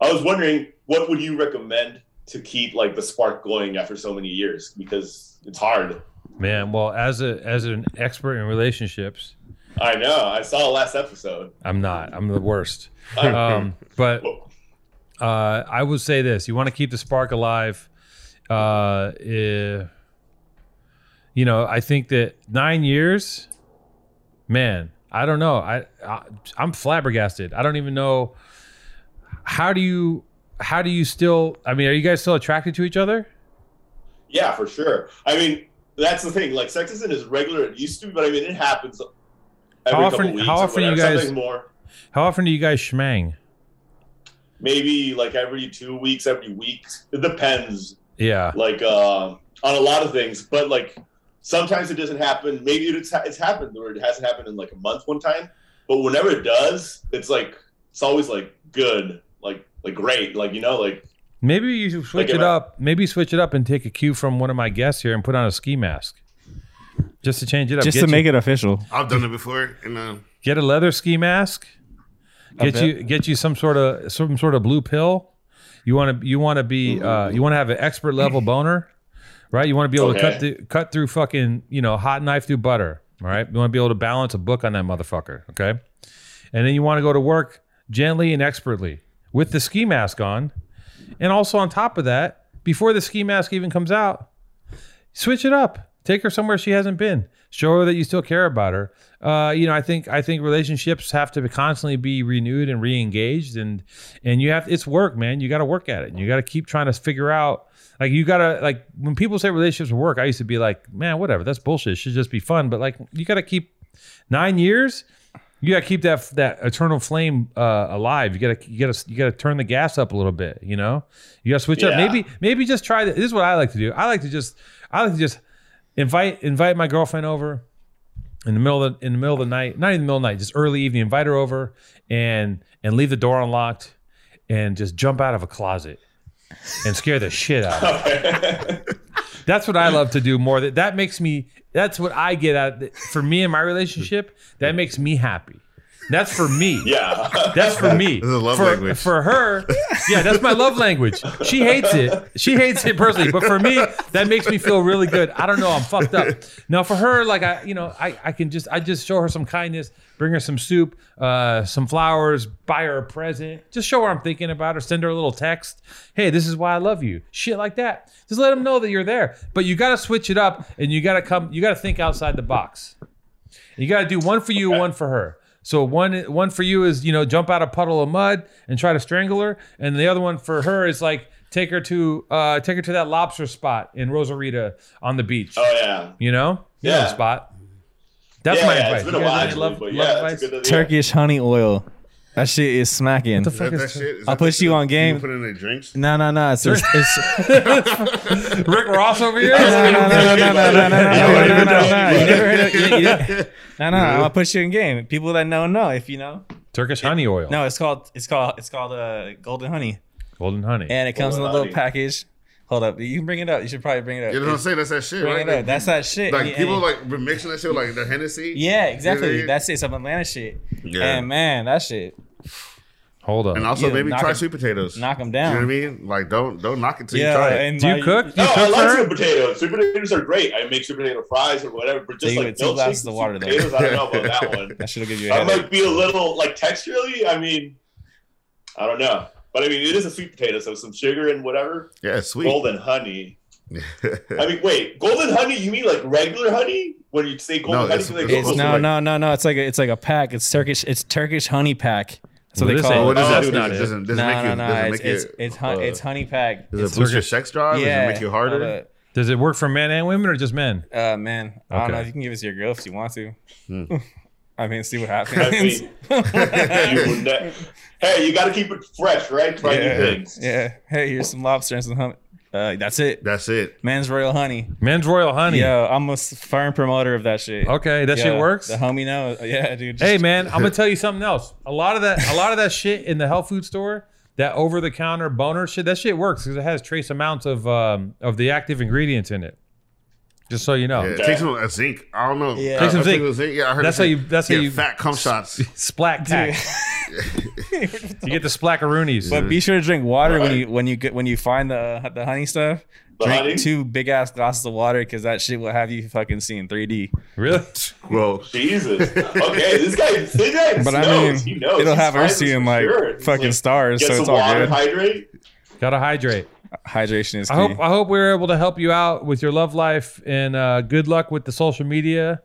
[SPEAKER 12] I was wondering, what would you recommend to keep like the spark going after so many years? Because it's hard.
[SPEAKER 1] Man, well, as a as an expert in relationships,
[SPEAKER 12] I know. I saw the last episode.
[SPEAKER 1] I'm not. I'm the worst.
[SPEAKER 12] Oh.
[SPEAKER 1] Um, but uh, I would say this: you want to keep the spark alive. Uh, eh, you know, I think that nine years, man. I don't know. I, I I'm flabbergasted. I don't even know how do you how do you still. I mean, are you guys still attracted to each other?
[SPEAKER 12] Yeah, for sure. I mean, that's the thing. Like, sexism is regular. It used to be, but I mean, it happens every
[SPEAKER 1] How
[SPEAKER 12] couple
[SPEAKER 1] often?
[SPEAKER 12] weeks.
[SPEAKER 1] How
[SPEAKER 12] or
[SPEAKER 1] often you
[SPEAKER 12] whatever,
[SPEAKER 1] guys?
[SPEAKER 12] Sometimes more.
[SPEAKER 1] How often do you guys schmang?
[SPEAKER 12] Maybe like every two weeks, every week. It depends.
[SPEAKER 1] Yeah.
[SPEAKER 12] Like uh, on a lot of things, but like sometimes it doesn't happen. Maybe it's it's happened or it hasn't happened in like a month one time. But whenever it does, it's like it's always like good, like like great, like you know, like
[SPEAKER 1] Maybe you should switch
[SPEAKER 12] Like, am
[SPEAKER 1] it
[SPEAKER 12] I-
[SPEAKER 1] up. Maybe switch it up and take a cue from one of my guests here and put on a ski mask, just to change it up.
[SPEAKER 13] Just
[SPEAKER 1] Get
[SPEAKER 13] to
[SPEAKER 1] you-
[SPEAKER 13] make it official.
[SPEAKER 5] I've done it before, and uh,
[SPEAKER 1] Get a leather ski mask.
[SPEAKER 13] I
[SPEAKER 1] Get
[SPEAKER 13] bet.
[SPEAKER 1] you get you some sort of some sort of blue pill. You want to you want to be uh, you want to have an expert level boner, right? You want to be able to cut
[SPEAKER 12] Okay.
[SPEAKER 1] through, cut through fucking you know hot knife through butter. All right, you want to be able to balance a book on that motherfucker. Okay, and then you want to go to work gently and expertly with the ski mask on, and also on top of that, before the ski mask even comes out, switch it up. Take her somewhere she hasn't been. Show her that you still care about her. Uh, you know, I think I think relationships have to constantly be renewed and re-engaged, and and you have it's work, man. You got to work at it, and you got to keep trying to figure out. Like you gotta like when people say relationships are work, I used to be like, man, whatever, that's bullshit. It should just be fun. But like, you gotta keep nine years. You gotta keep that that eternal flame uh, alive. You gotta you gotta you gotta turn the gas up a little bit. You know, you gotta switch up.
[SPEAKER 12] Yeah.
[SPEAKER 1] Maybe maybe just try this. This is what I like to do. I like to just I like to just invite invite my girlfriend over in the middle of the, in the middle of the night, not even the middle of the night, just early evening. Invite her over and and leave the door unlocked and just jump out of a closet and scare the shit out of her. That's what I love to do more. That that makes me. That's what I get out of- for me in my relationship. That makes me happy. That's for me.
[SPEAKER 12] Yeah.
[SPEAKER 1] That's for me.
[SPEAKER 5] This is a love
[SPEAKER 1] for,
[SPEAKER 5] language.
[SPEAKER 1] For her, yeah, that's my love language. She hates it. She hates it personally, but for me, that makes me feel really good. I don't know. I'm fucked up. Now for her, like I, you know, I, I can just, I just show her some kindness, bring her some soup, uh, some flowers, buy her a present, just show her I'm thinking about her, send her a little text. Hey, this is why I love you. Shit like that. Just let them know that you're there. But you got to switch it up, and you got to come, you got to think outside the box. You got to do one for you, one for her. So one one for you is you know jump out a puddle of mud and try to strangle her, and the other one for her is like take her to uh, take her to that lobster spot in Rosarita on the beach.
[SPEAKER 12] Oh yeah.
[SPEAKER 1] You know, you know the
[SPEAKER 12] Yeah.
[SPEAKER 1] spot. That's
[SPEAKER 12] Yeah,
[SPEAKER 1] my
[SPEAKER 12] yeah, it's
[SPEAKER 1] advice.
[SPEAKER 12] been
[SPEAKER 1] You
[SPEAKER 12] a
[SPEAKER 1] guys
[SPEAKER 12] while,
[SPEAKER 1] any love,
[SPEAKER 12] but
[SPEAKER 1] love
[SPEAKER 12] yeah, it's a
[SPEAKER 1] advice?
[SPEAKER 12] good idea.
[SPEAKER 13] Turkish honey oil. That shit is smacking.
[SPEAKER 1] What the fuck
[SPEAKER 5] that,
[SPEAKER 1] is-
[SPEAKER 5] that shit. Is
[SPEAKER 13] I'll
[SPEAKER 5] that
[SPEAKER 13] put
[SPEAKER 5] the
[SPEAKER 13] you
[SPEAKER 5] shit
[SPEAKER 13] on
[SPEAKER 5] that
[SPEAKER 13] game.
[SPEAKER 5] put in their drinks.
[SPEAKER 13] No, no, no. It's, it's, it's
[SPEAKER 1] Rick Ross over here.
[SPEAKER 13] no, no, no, no, no, no, no, no, no, no, no. You never heard of- you- you- No, no.
[SPEAKER 1] No.
[SPEAKER 13] I'm gonna put you in game. People that know know. If you know,
[SPEAKER 5] Oh.
[SPEAKER 1] Turkish honey oil,
[SPEAKER 13] no. It's called. It's called. It's called uh, golden honey,
[SPEAKER 1] golden honey,
[SPEAKER 13] and it comes in a
[SPEAKER 5] Golden
[SPEAKER 13] little
[SPEAKER 5] honey.
[SPEAKER 13] package. Hold up. You can bring it up. You should probably bring it up.
[SPEAKER 5] You know what I'm saying? That's that shit,
[SPEAKER 13] Bring
[SPEAKER 5] right?
[SPEAKER 13] it up. That's that shit.
[SPEAKER 5] Like
[SPEAKER 13] And-
[SPEAKER 5] people
[SPEAKER 13] and-
[SPEAKER 5] like were mixing that shit with, like the Hennessy.
[SPEAKER 13] Yeah,
[SPEAKER 5] You know what I
[SPEAKER 13] exactly.
[SPEAKER 5] mean?
[SPEAKER 13] That's it. Some Atlanta shit.
[SPEAKER 5] Yeah.
[SPEAKER 13] And man, that shit.
[SPEAKER 1] Hold up.
[SPEAKER 5] And also
[SPEAKER 13] Yeah,
[SPEAKER 5] maybe
[SPEAKER 13] knock
[SPEAKER 5] try
[SPEAKER 13] it-
[SPEAKER 5] sweet potatoes.
[SPEAKER 13] knock 'em
[SPEAKER 5] You know
[SPEAKER 13] down.
[SPEAKER 5] what I mean? Like don't don't knock it till
[SPEAKER 13] Yeah,
[SPEAKER 5] you try it.
[SPEAKER 13] and Do you like- cook? Do
[SPEAKER 12] No,
[SPEAKER 13] you
[SPEAKER 12] I
[SPEAKER 13] cook
[SPEAKER 12] like
[SPEAKER 13] for her?
[SPEAKER 12] sweet potatoes. Sweet potatoes are great. I make sweet potato fries or whatever, but just
[SPEAKER 13] They give
[SPEAKER 12] like
[SPEAKER 13] it two
[SPEAKER 12] milkshakes
[SPEAKER 13] glasses
[SPEAKER 12] and
[SPEAKER 13] of water
[SPEAKER 12] sweet
[SPEAKER 13] though.
[SPEAKER 12] potatoes, I don't know about that one.
[SPEAKER 13] That should give you a
[SPEAKER 12] I
[SPEAKER 13] headache.
[SPEAKER 12] might be a little like texturally. I mean, I don't know, but I mean, it is a sweet potato, so some sugar and whatever,
[SPEAKER 5] Yeah, it's sweet.
[SPEAKER 12] golden honey. I mean, wait, golden honey? You mean like regular honey? When you say golden honey, you mean like
[SPEAKER 8] It's
[SPEAKER 12] golden
[SPEAKER 8] no,
[SPEAKER 12] honey?
[SPEAKER 8] no, no, no. It's like a, it's like a pack. It's Turkish. It's Turkish honey pack. That's what
[SPEAKER 5] Well,
[SPEAKER 8] they
[SPEAKER 5] this
[SPEAKER 8] call
[SPEAKER 5] ain't-
[SPEAKER 8] it.
[SPEAKER 5] well, this Oh, is- that's not it. doesn't- doesn't
[SPEAKER 8] no,
[SPEAKER 5] make
[SPEAKER 8] no,
[SPEAKER 5] you-
[SPEAKER 8] no.
[SPEAKER 5] doesn't
[SPEAKER 8] it's,
[SPEAKER 5] make you,
[SPEAKER 8] it's, it's, hun-
[SPEAKER 5] uh,
[SPEAKER 8] it's honey pack.
[SPEAKER 5] does it
[SPEAKER 8] It's
[SPEAKER 5] boost your
[SPEAKER 8] Turkish-
[SPEAKER 5] sex drive? Does it
[SPEAKER 8] Yeah.
[SPEAKER 5] make you harder?
[SPEAKER 8] all that.
[SPEAKER 1] Does it work for men and women or just men?
[SPEAKER 8] Uh, man, I don't
[SPEAKER 1] Okay.
[SPEAKER 8] know. You can give it to your girl if you want to.
[SPEAKER 1] Hmm.
[SPEAKER 8] I mean, see what
[SPEAKER 12] I
[SPEAKER 8] happens.
[SPEAKER 12] mean, you would ne- hey, you got to keep it fresh, right? Try
[SPEAKER 8] yeah.
[SPEAKER 12] new things.
[SPEAKER 8] yeah. Hey, here's some lobster and some honey. Uh, that's it.
[SPEAKER 5] That's it.
[SPEAKER 8] Man's Royal Honey.
[SPEAKER 1] Man's Royal Honey.
[SPEAKER 8] Yeah, I'm a s- firm promoter of that shit.
[SPEAKER 1] Okay, that shit
[SPEAKER 8] Yeah,
[SPEAKER 1] works?
[SPEAKER 8] The homie knows. Yeah, dude.
[SPEAKER 1] hey man, I'm gonna tell you something else. A lot of that, a lot of that shit in the health food store, that over the counter boner shit, that shit works because it has trace amounts of um, of the active ingredients in it. Just so you know,
[SPEAKER 5] Yeah, Take some uh, zinc. I don't know.
[SPEAKER 1] Yeah.
[SPEAKER 5] I-
[SPEAKER 1] Take some
[SPEAKER 5] I think
[SPEAKER 1] zinc.
[SPEAKER 5] it was Yeah, I heard
[SPEAKER 1] That's
[SPEAKER 5] it
[SPEAKER 1] how you-
[SPEAKER 5] said,
[SPEAKER 1] that's how
[SPEAKER 5] yeah,
[SPEAKER 1] you-
[SPEAKER 5] fat cum shots.
[SPEAKER 1] splack tack. you get the splackaroonies.
[SPEAKER 8] But be sure to drink water when you when you get when you find the the honey stuff.
[SPEAKER 1] The
[SPEAKER 8] drink
[SPEAKER 1] honey?
[SPEAKER 8] two big ass glasses of water because that shit will have you fucking seeing 3D.
[SPEAKER 1] Really?
[SPEAKER 5] Whoa.
[SPEAKER 12] Jesus. Okay, this guy, this guy
[SPEAKER 8] But I
[SPEAKER 12] knows.
[SPEAKER 8] mean,
[SPEAKER 12] he knows.
[SPEAKER 8] it'll
[SPEAKER 12] He's
[SPEAKER 8] have her
[SPEAKER 12] fine.
[SPEAKER 8] seeing like
[SPEAKER 12] Sure. He's
[SPEAKER 8] fucking stars,
[SPEAKER 12] Get
[SPEAKER 8] so
[SPEAKER 12] some
[SPEAKER 8] it's all
[SPEAKER 12] water,
[SPEAKER 8] good.
[SPEAKER 12] hydrate.
[SPEAKER 1] Gotta hydrate.
[SPEAKER 8] Hydration is
[SPEAKER 1] I
[SPEAKER 8] key.
[SPEAKER 1] hope I hope we were able to help you out with your love life and uh, good luck with the social media,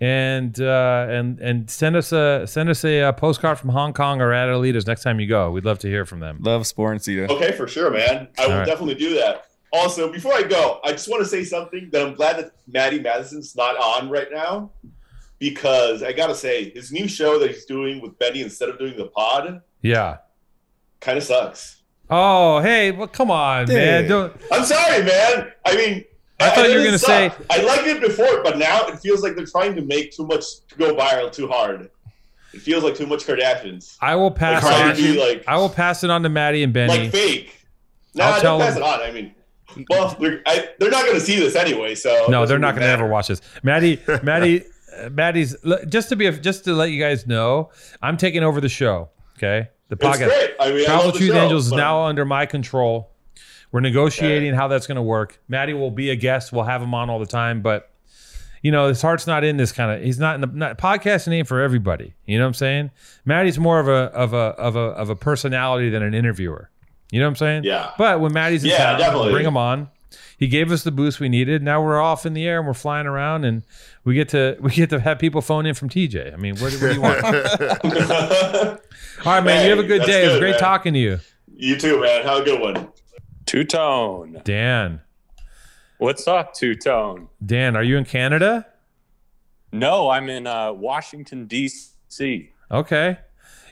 [SPEAKER 1] and uh, and and send us a send us a, uh postcard from Hong Kong or Adelitas next time you go. We'd love to hear from them.
[SPEAKER 8] Love Sporencita.
[SPEAKER 12] Okay, for sure, man. I
[SPEAKER 1] All
[SPEAKER 12] will
[SPEAKER 1] right.
[SPEAKER 12] definitely do that. Also, before I go, I just want to say something that I'm glad that Maddie Madison's not on right now because I gotta say his new show that he's doing with Benny instead of doing the pod
[SPEAKER 1] Yeah.
[SPEAKER 12] kind of sucks.
[SPEAKER 1] Oh hey, well come on, man.
[SPEAKER 12] Dude.
[SPEAKER 1] Don't,
[SPEAKER 12] I'm sorry, man. I mean,
[SPEAKER 1] I thought
[SPEAKER 12] know
[SPEAKER 1] you were
[SPEAKER 12] it
[SPEAKER 1] gonna
[SPEAKER 12] sucked. I liked it before, but now it feels like they're trying to make too much to go viral too hard. It feels like too much Kardashians.
[SPEAKER 1] I will pass
[SPEAKER 12] Like,
[SPEAKER 1] on.
[SPEAKER 12] Kardashian, like-
[SPEAKER 1] I will pass it on to Maddie and Benny.
[SPEAKER 12] Like fake. Nah,
[SPEAKER 1] I'll
[SPEAKER 12] I'll
[SPEAKER 1] tell
[SPEAKER 12] don't pass
[SPEAKER 1] them-
[SPEAKER 12] it on. I mean, well, they're, I, they're not going to see this anyway, so
[SPEAKER 1] no, they're not going to ever watch this. Maddie, Maddie, uh, Maddie's. l- Just to be, just to let you guys know, I'm taking over the show. Okay, the
[SPEAKER 12] It's
[SPEAKER 1] podcast.
[SPEAKER 12] great. I mean, I
[SPEAKER 1] Travel
[SPEAKER 12] love the
[SPEAKER 1] Truth
[SPEAKER 12] show,
[SPEAKER 1] Angels is
[SPEAKER 12] but-
[SPEAKER 1] now under my control. We're negotiating how that's going to work. Maddie will be a guest. We'll have him on all the time, but you know his heart's not in this kind of. He's not in the not, podcasting ain't for everybody. You know what I'm saying? Maddie's more of a of a of a of a personality than an interviewer. You know what I'm saying?
[SPEAKER 12] Yeah.
[SPEAKER 1] But when Maddie's in
[SPEAKER 12] Yeah,
[SPEAKER 1] town,
[SPEAKER 12] definitely.
[SPEAKER 1] bring him on. He gave us the boost we needed. Now we're off in the air and we're flying around, and we get to we get to have people phone in from TJ. I mean, what, do- what do you want? All right, man. you have a good
[SPEAKER 12] that's
[SPEAKER 1] day. it was
[SPEAKER 12] good,
[SPEAKER 1] great
[SPEAKER 12] man.
[SPEAKER 1] talking to you,
[SPEAKER 12] You too, man. Have a good one.
[SPEAKER 14] Two Tone.
[SPEAKER 1] Dan.
[SPEAKER 14] What's up, Two Tone?
[SPEAKER 1] Dan, are you in Canada?
[SPEAKER 14] No, I'm in uh, Washington, D.C.
[SPEAKER 1] Okay,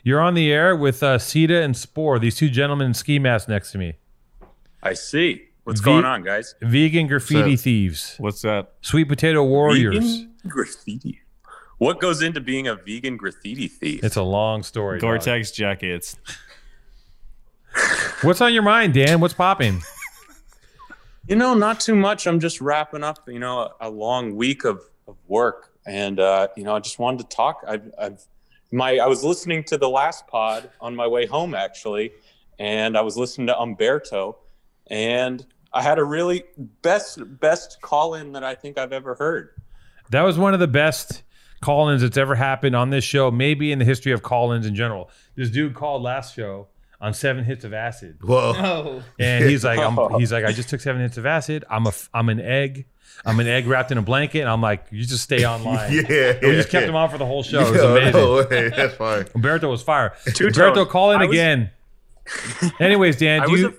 [SPEAKER 1] you're on the air with uh, Sita and Spore. These two gentlemen in ski masks next to me.
[SPEAKER 14] I see. What's
[SPEAKER 1] Ve-
[SPEAKER 14] going on, guys?
[SPEAKER 1] Vegan graffiti thieves.
[SPEAKER 8] What's up?
[SPEAKER 1] Sweet potato warriors.
[SPEAKER 14] Vegan graffiti. What goes into being a vegan graffiti thief?
[SPEAKER 1] It's a long story. dog.
[SPEAKER 8] Gore-Tex jackets.
[SPEAKER 1] What's on your mind, Dan? What's popping?
[SPEAKER 14] You know, not too much. I'm just wrapping up, you know, a, a long week of, of work. And, uh, you know, I just wanted to talk. I've, I've, my, I was listening to the last pod on my way home, actually, and I was listening to Umberto, and I had a really best, best call in that I think I've ever heard.
[SPEAKER 1] That was one of the best call ins that's ever happened on this show, maybe in the history of call ins in general. This dude called last show on seven hits of acid.
[SPEAKER 5] Whoa.
[SPEAKER 13] No.
[SPEAKER 1] And he's like, I'm, he's like, I just took seven hits of acid. I'm a, f- I'm an egg. I'm an egg wrapped in a blanket. And I'm like, you just stay online.
[SPEAKER 5] Yeah,
[SPEAKER 1] And we just kept
[SPEAKER 5] yeah.
[SPEAKER 1] him on for the whole show. It was
[SPEAKER 5] Yo,
[SPEAKER 1] amazing.
[SPEAKER 5] no way. That's fire.
[SPEAKER 1] Umberto was fire.
[SPEAKER 14] Two
[SPEAKER 1] Umberto,
[SPEAKER 14] tone.
[SPEAKER 1] call in
[SPEAKER 14] I was-
[SPEAKER 1] again. Anyways, Dan,
[SPEAKER 14] I
[SPEAKER 1] do
[SPEAKER 14] was
[SPEAKER 1] you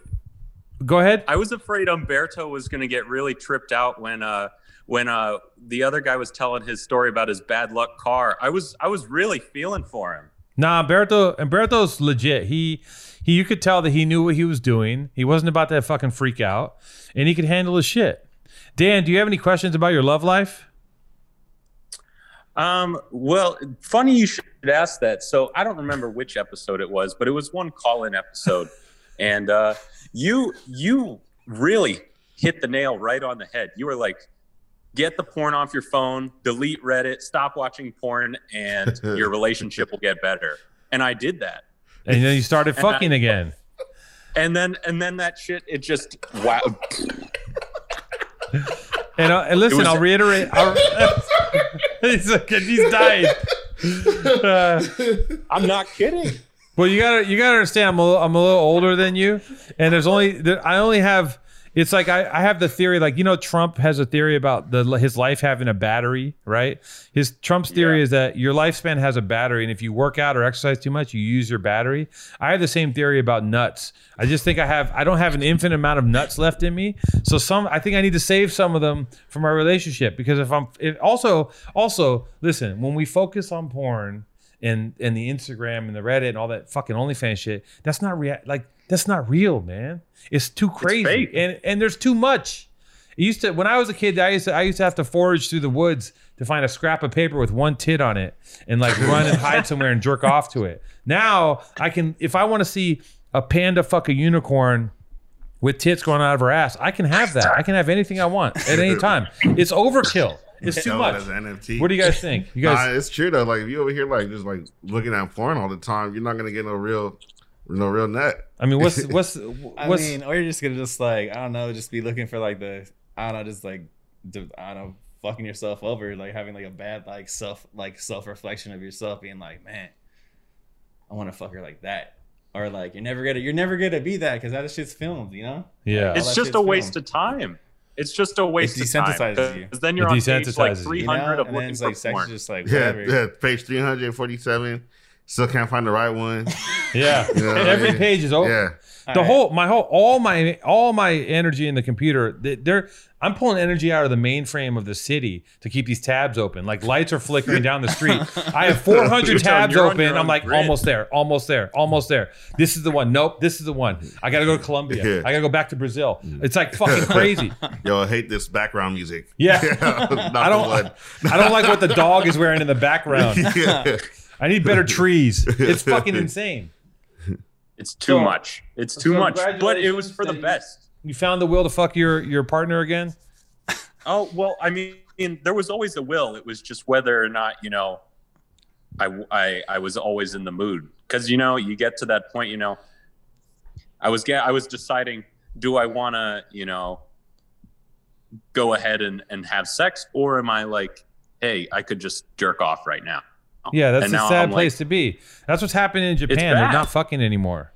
[SPEAKER 1] go ahead?
[SPEAKER 14] I was afraid Umberto was going to get really tripped out when uh when uh the other guy was telling his story about his bad luck car. I was I was really feeling for him.
[SPEAKER 1] Nah, Umberto, Umberto's legit. He, he, you could tell that he knew what he was doing. He wasn't about to fucking freak out, and he could handle his shit. Dan, do you have any questions about your love life?
[SPEAKER 14] Um, well, funny you should ask that. So I don't remember which episode it was, but it was one call-in episode, and uh, you you really hit the nail right on the head. You were like, "Get the porn off your phone, delete Reddit, stop watching porn, and your relationship will get better." And I did that.
[SPEAKER 1] And then you started fucking again.
[SPEAKER 14] And then and then that shit, it just wow.
[SPEAKER 1] And, uh, and listen,
[SPEAKER 14] It was-
[SPEAKER 1] I'll reiterate. I'll, he's, like, he's dying. Uh,
[SPEAKER 14] I'm not kidding.
[SPEAKER 1] Well, you gotta you gotta understand. I'm a, little- I'm a little older than you, and there's only there, I only have It's like I, I have the theory, like you know, Trump has a theory about the his life having a battery, right? His Trump's theory is that your lifespan has a battery, and if you work out or exercise too much, you use your battery. I have the same theory about nuts. I just think I have I don't have an infinite amount of nuts left in me, so some I think I need to save some of them for my relationship because if I'm if also also listen when we focus on porn and and the Instagram and the Reddit and all that fucking OnlyFans shit. That's not rea- like that's not real, man. It's too crazy and and there's too much. It used to when I was a kid, I used to I used to have to forage through the woods to find a scrap of paper with one tit on it and like run and hide somewhere and jerk off to it. Now I can if I want to see a panda fuck a unicorn with tits going out of her ass, I can have that. I can have anything I want at any time. It's overkill. It's too
[SPEAKER 5] Sell it
[SPEAKER 1] much.
[SPEAKER 5] as an NFT.
[SPEAKER 1] What do you guys think? You guys
[SPEAKER 5] nah, it's true though. Like if you over here like just like looking at porn all the time, you're not gonna get no real, no real nut.
[SPEAKER 1] I mean, what's what's
[SPEAKER 8] I
[SPEAKER 1] what's
[SPEAKER 8] mean, or you're just gonna just like I don't know, just be looking for like the I don't know, just like d I don't know, fucking yourself over, like having like a bad like self like self reflection of yourself, being like, man, I want to fuck her like that, or like you're never gonna you're never gonna be that because that shit's filmed, you know?
[SPEAKER 1] Yeah.
[SPEAKER 8] All
[SPEAKER 11] It's
[SPEAKER 8] that
[SPEAKER 11] just
[SPEAKER 8] shit's
[SPEAKER 11] a waste
[SPEAKER 8] filmed.
[SPEAKER 11] of time. It's just a waste of time.
[SPEAKER 8] desensitizes you.
[SPEAKER 11] Because then you're
[SPEAKER 8] It
[SPEAKER 11] on page like
[SPEAKER 8] desensitizes you.
[SPEAKER 11] 300
[SPEAKER 8] You know?
[SPEAKER 11] of
[SPEAKER 8] And then
[SPEAKER 11] looking
[SPEAKER 8] it's
[SPEAKER 11] for
[SPEAKER 8] like sex
[SPEAKER 11] porn.
[SPEAKER 8] is just like
[SPEAKER 5] yeah,
[SPEAKER 8] whatever.
[SPEAKER 5] yeah, page three hundred forty-seven. Still can't find the right one.
[SPEAKER 1] Yeah,
[SPEAKER 5] You know what I
[SPEAKER 1] every
[SPEAKER 5] mean?
[SPEAKER 1] page is over.
[SPEAKER 5] Yeah.
[SPEAKER 1] the whole my whole all my all my energy in the computer. they- They're I'm pulling energy out of the mainframe of the city to keep these tabs open. Like lights are flickering down the street. I have 400
[SPEAKER 13] You're telling-
[SPEAKER 1] tabs
[SPEAKER 13] you're on your
[SPEAKER 1] open.
[SPEAKER 13] own
[SPEAKER 1] I'm like
[SPEAKER 13] grid.
[SPEAKER 1] almost there, almost there, almost there. This is the one. Nope, this is the one. I got to go to Colombia. I got to go back to Brazil. It's like fucking crazy.
[SPEAKER 5] Yo, I hate this background music.
[SPEAKER 1] Yeah,
[SPEAKER 5] Not
[SPEAKER 1] I don't.
[SPEAKER 5] the one.
[SPEAKER 1] I don't like what the dog is wearing in the background.
[SPEAKER 5] Yeah.
[SPEAKER 1] I need better trees. It's fucking insane.
[SPEAKER 11] It's too much. It's too much. But it was for the best.
[SPEAKER 1] You found the will to fuck your your partner again.
[SPEAKER 11] Oh, well, I mean, there was always a will. It was just whether or not, you know, I, I, I was always in the mood. Because, you know, you get to that point, you know, I was, get, I was deciding, do I want to, you know, go ahead and, and have sex? Or am I like, hey, I could just jerk off right now?
[SPEAKER 1] Yeah, that's
[SPEAKER 11] And
[SPEAKER 1] a
[SPEAKER 11] now
[SPEAKER 1] sad
[SPEAKER 11] I'm like,
[SPEAKER 1] place to be. That's what's happening in Japan. They're
[SPEAKER 11] bad.
[SPEAKER 1] not fucking anymore.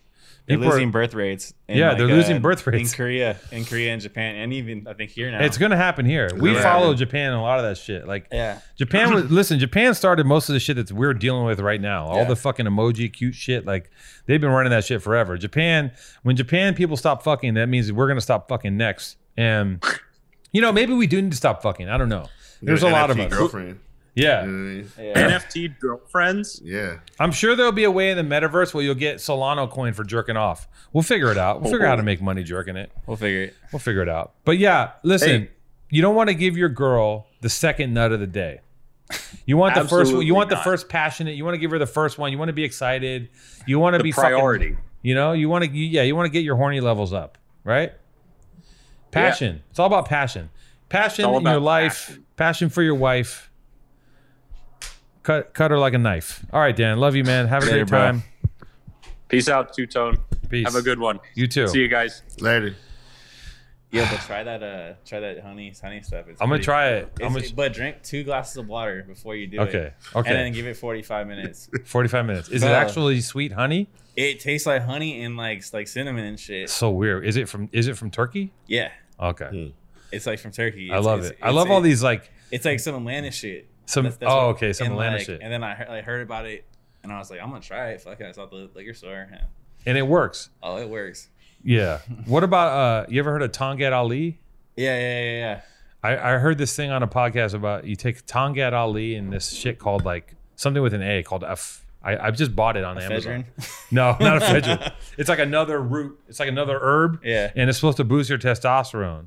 [SPEAKER 8] They're
[SPEAKER 1] People are-
[SPEAKER 8] losing birth rates. in,
[SPEAKER 1] yeah,
[SPEAKER 8] like,
[SPEAKER 1] they're losing
[SPEAKER 8] uh,
[SPEAKER 1] birth rates.
[SPEAKER 8] in Korea, in Korea and Japan, and even I think here now.
[SPEAKER 1] It's going to happen here. We
[SPEAKER 8] Yeah.
[SPEAKER 1] follow Japan in a lot of that shit. Like,
[SPEAKER 8] Yeah.
[SPEAKER 1] Japan was listen. Japan started most of the shit that we're dealing with right now. All
[SPEAKER 8] Yeah.
[SPEAKER 1] the fucking emoji cute shit. Like, they've been running that shit forever. Japan. When Japan people stop fucking, that means we're going to stop fucking next. And you know, maybe we do need to stop fucking. I don't know. There's a
[SPEAKER 5] Your
[SPEAKER 1] lot of
[SPEAKER 5] NFT
[SPEAKER 1] us.
[SPEAKER 5] Girlfriend.
[SPEAKER 1] Yeah.
[SPEAKER 5] You know what I mean?
[SPEAKER 11] NFT girlfriends?
[SPEAKER 5] Yeah.
[SPEAKER 1] I'm sure there'll be a way in the metaverse where you'll get Solano coin for jerking off. We'll figure it out. We'll figure out how
[SPEAKER 11] Oh.
[SPEAKER 1] to make money jerking it.
[SPEAKER 8] We'll figure it.
[SPEAKER 1] We'll figure it out. But yeah, listen,
[SPEAKER 8] Hey.
[SPEAKER 1] you don't want to give your girl the second nut of the day. You want the first one.
[SPEAKER 11] Absolutely
[SPEAKER 1] You want the
[SPEAKER 11] not.
[SPEAKER 1] first passionate. You want to give her the first one. You want to be excited. You want to
[SPEAKER 11] The
[SPEAKER 1] be fucking-
[SPEAKER 11] priority.
[SPEAKER 1] you know, you want to yeah, you want to get your horny levels up, right? Passion. It's all about passion. Passion
[SPEAKER 11] all
[SPEAKER 1] in your
[SPEAKER 11] about
[SPEAKER 1] life. Passion. for your wife. Cut cut her like a knife. All right, Dan. Love you, man. Have a
[SPEAKER 11] Later,
[SPEAKER 1] great
[SPEAKER 11] bro.
[SPEAKER 1] time.
[SPEAKER 11] Peace out, Two Tone.
[SPEAKER 1] Peace.
[SPEAKER 11] Have a good one.
[SPEAKER 1] You too.
[SPEAKER 11] See you guys.
[SPEAKER 5] Later.
[SPEAKER 8] Yeah, but try that. Uh, try that honey, honey stuff. It's
[SPEAKER 1] I'm gonna
[SPEAKER 8] pretty-
[SPEAKER 1] try it. I'm
[SPEAKER 8] it's-
[SPEAKER 1] gonna-
[SPEAKER 8] but drink two glasses of water before you do it.
[SPEAKER 1] Okay, okay.
[SPEAKER 8] And then give it 45 minutes.
[SPEAKER 1] 45 minutes. Is it
[SPEAKER 8] Bro.
[SPEAKER 1] actually sweet honey?
[SPEAKER 8] It tastes like honey and like s- like cinnamon and shit.
[SPEAKER 1] It's so weird. Is it from is it from Turkey?
[SPEAKER 8] Yeah.
[SPEAKER 1] Okay.
[SPEAKER 8] It's like from Turkey.
[SPEAKER 1] I
[SPEAKER 8] It's-
[SPEAKER 1] love
[SPEAKER 8] it's-
[SPEAKER 1] it. I love all these, like-
[SPEAKER 8] It's like some Atlanta shit.
[SPEAKER 1] Some-
[SPEAKER 8] what-
[SPEAKER 1] oh, okay, some
[SPEAKER 8] and,
[SPEAKER 1] Atlanta
[SPEAKER 8] like-
[SPEAKER 1] shit.
[SPEAKER 8] And then I heard, I heard about it, and I was like, I'm gonna try it. Fuck it. I saw the liquor store. Yeah.
[SPEAKER 1] And it works.
[SPEAKER 8] Oh, it works.
[SPEAKER 1] Yeah. What about uh you ever heard of Tongat Ali?
[SPEAKER 8] Yeah, yeah, yeah, yeah.
[SPEAKER 1] I, I heard this thing on a podcast about you take Tongat Ali and this shit called like something with an A called F. I, I just bought it on Amazon. No, not ephedrine. it's like another root. It's like another herb.
[SPEAKER 8] Yeah.
[SPEAKER 1] And it's supposed to boost your testosterone.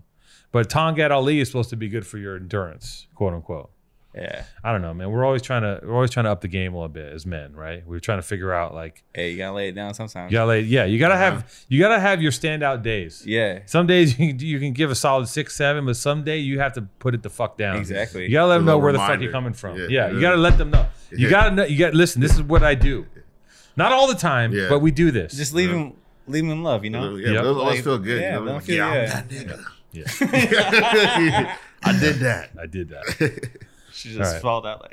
[SPEAKER 1] But Tongat Ali is supposed to be good for your endurance, quote unquote.
[SPEAKER 8] Yeah.
[SPEAKER 1] I don't know, man. We're always trying to we're always trying to up the game a little bit as men, right? We're trying to figure out like
[SPEAKER 8] Hey, you gotta lay it down sometimes.
[SPEAKER 1] you gotta lay- yeah, you gotta have you gotta have your standout days.
[SPEAKER 8] Yeah.
[SPEAKER 1] Some days you can, you can give a solid six, seven, but some day you have to put it the fuck down.
[SPEAKER 8] Exactly.
[SPEAKER 1] You gotta let them know
[SPEAKER 8] Little
[SPEAKER 1] where the fuck you're
[SPEAKER 8] reminder.
[SPEAKER 1] coming from. Yeah.
[SPEAKER 8] Yeah.
[SPEAKER 1] You gotta let them know. You gotta know. You gotta listen. This is what I do. Not all the time, but we do this.
[SPEAKER 8] Just leave him, leave him in love. You know.
[SPEAKER 1] Yeah, Yep. those always feel good, you
[SPEAKER 8] Yeah,
[SPEAKER 1] know?
[SPEAKER 8] don't
[SPEAKER 1] Like,
[SPEAKER 8] feel-
[SPEAKER 1] yeah, I'm
[SPEAKER 8] yeah.
[SPEAKER 5] I did that.
[SPEAKER 1] I did that.
[SPEAKER 8] She
[SPEAKER 1] All
[SPEAKER 8] just
[SPEAKER 1] right.
[SPEAKER 8] felt out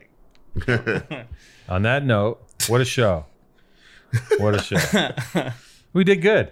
[SPEAKER 8] like.
[SPEAKER 1] On that note, what a show! What a show! we did good.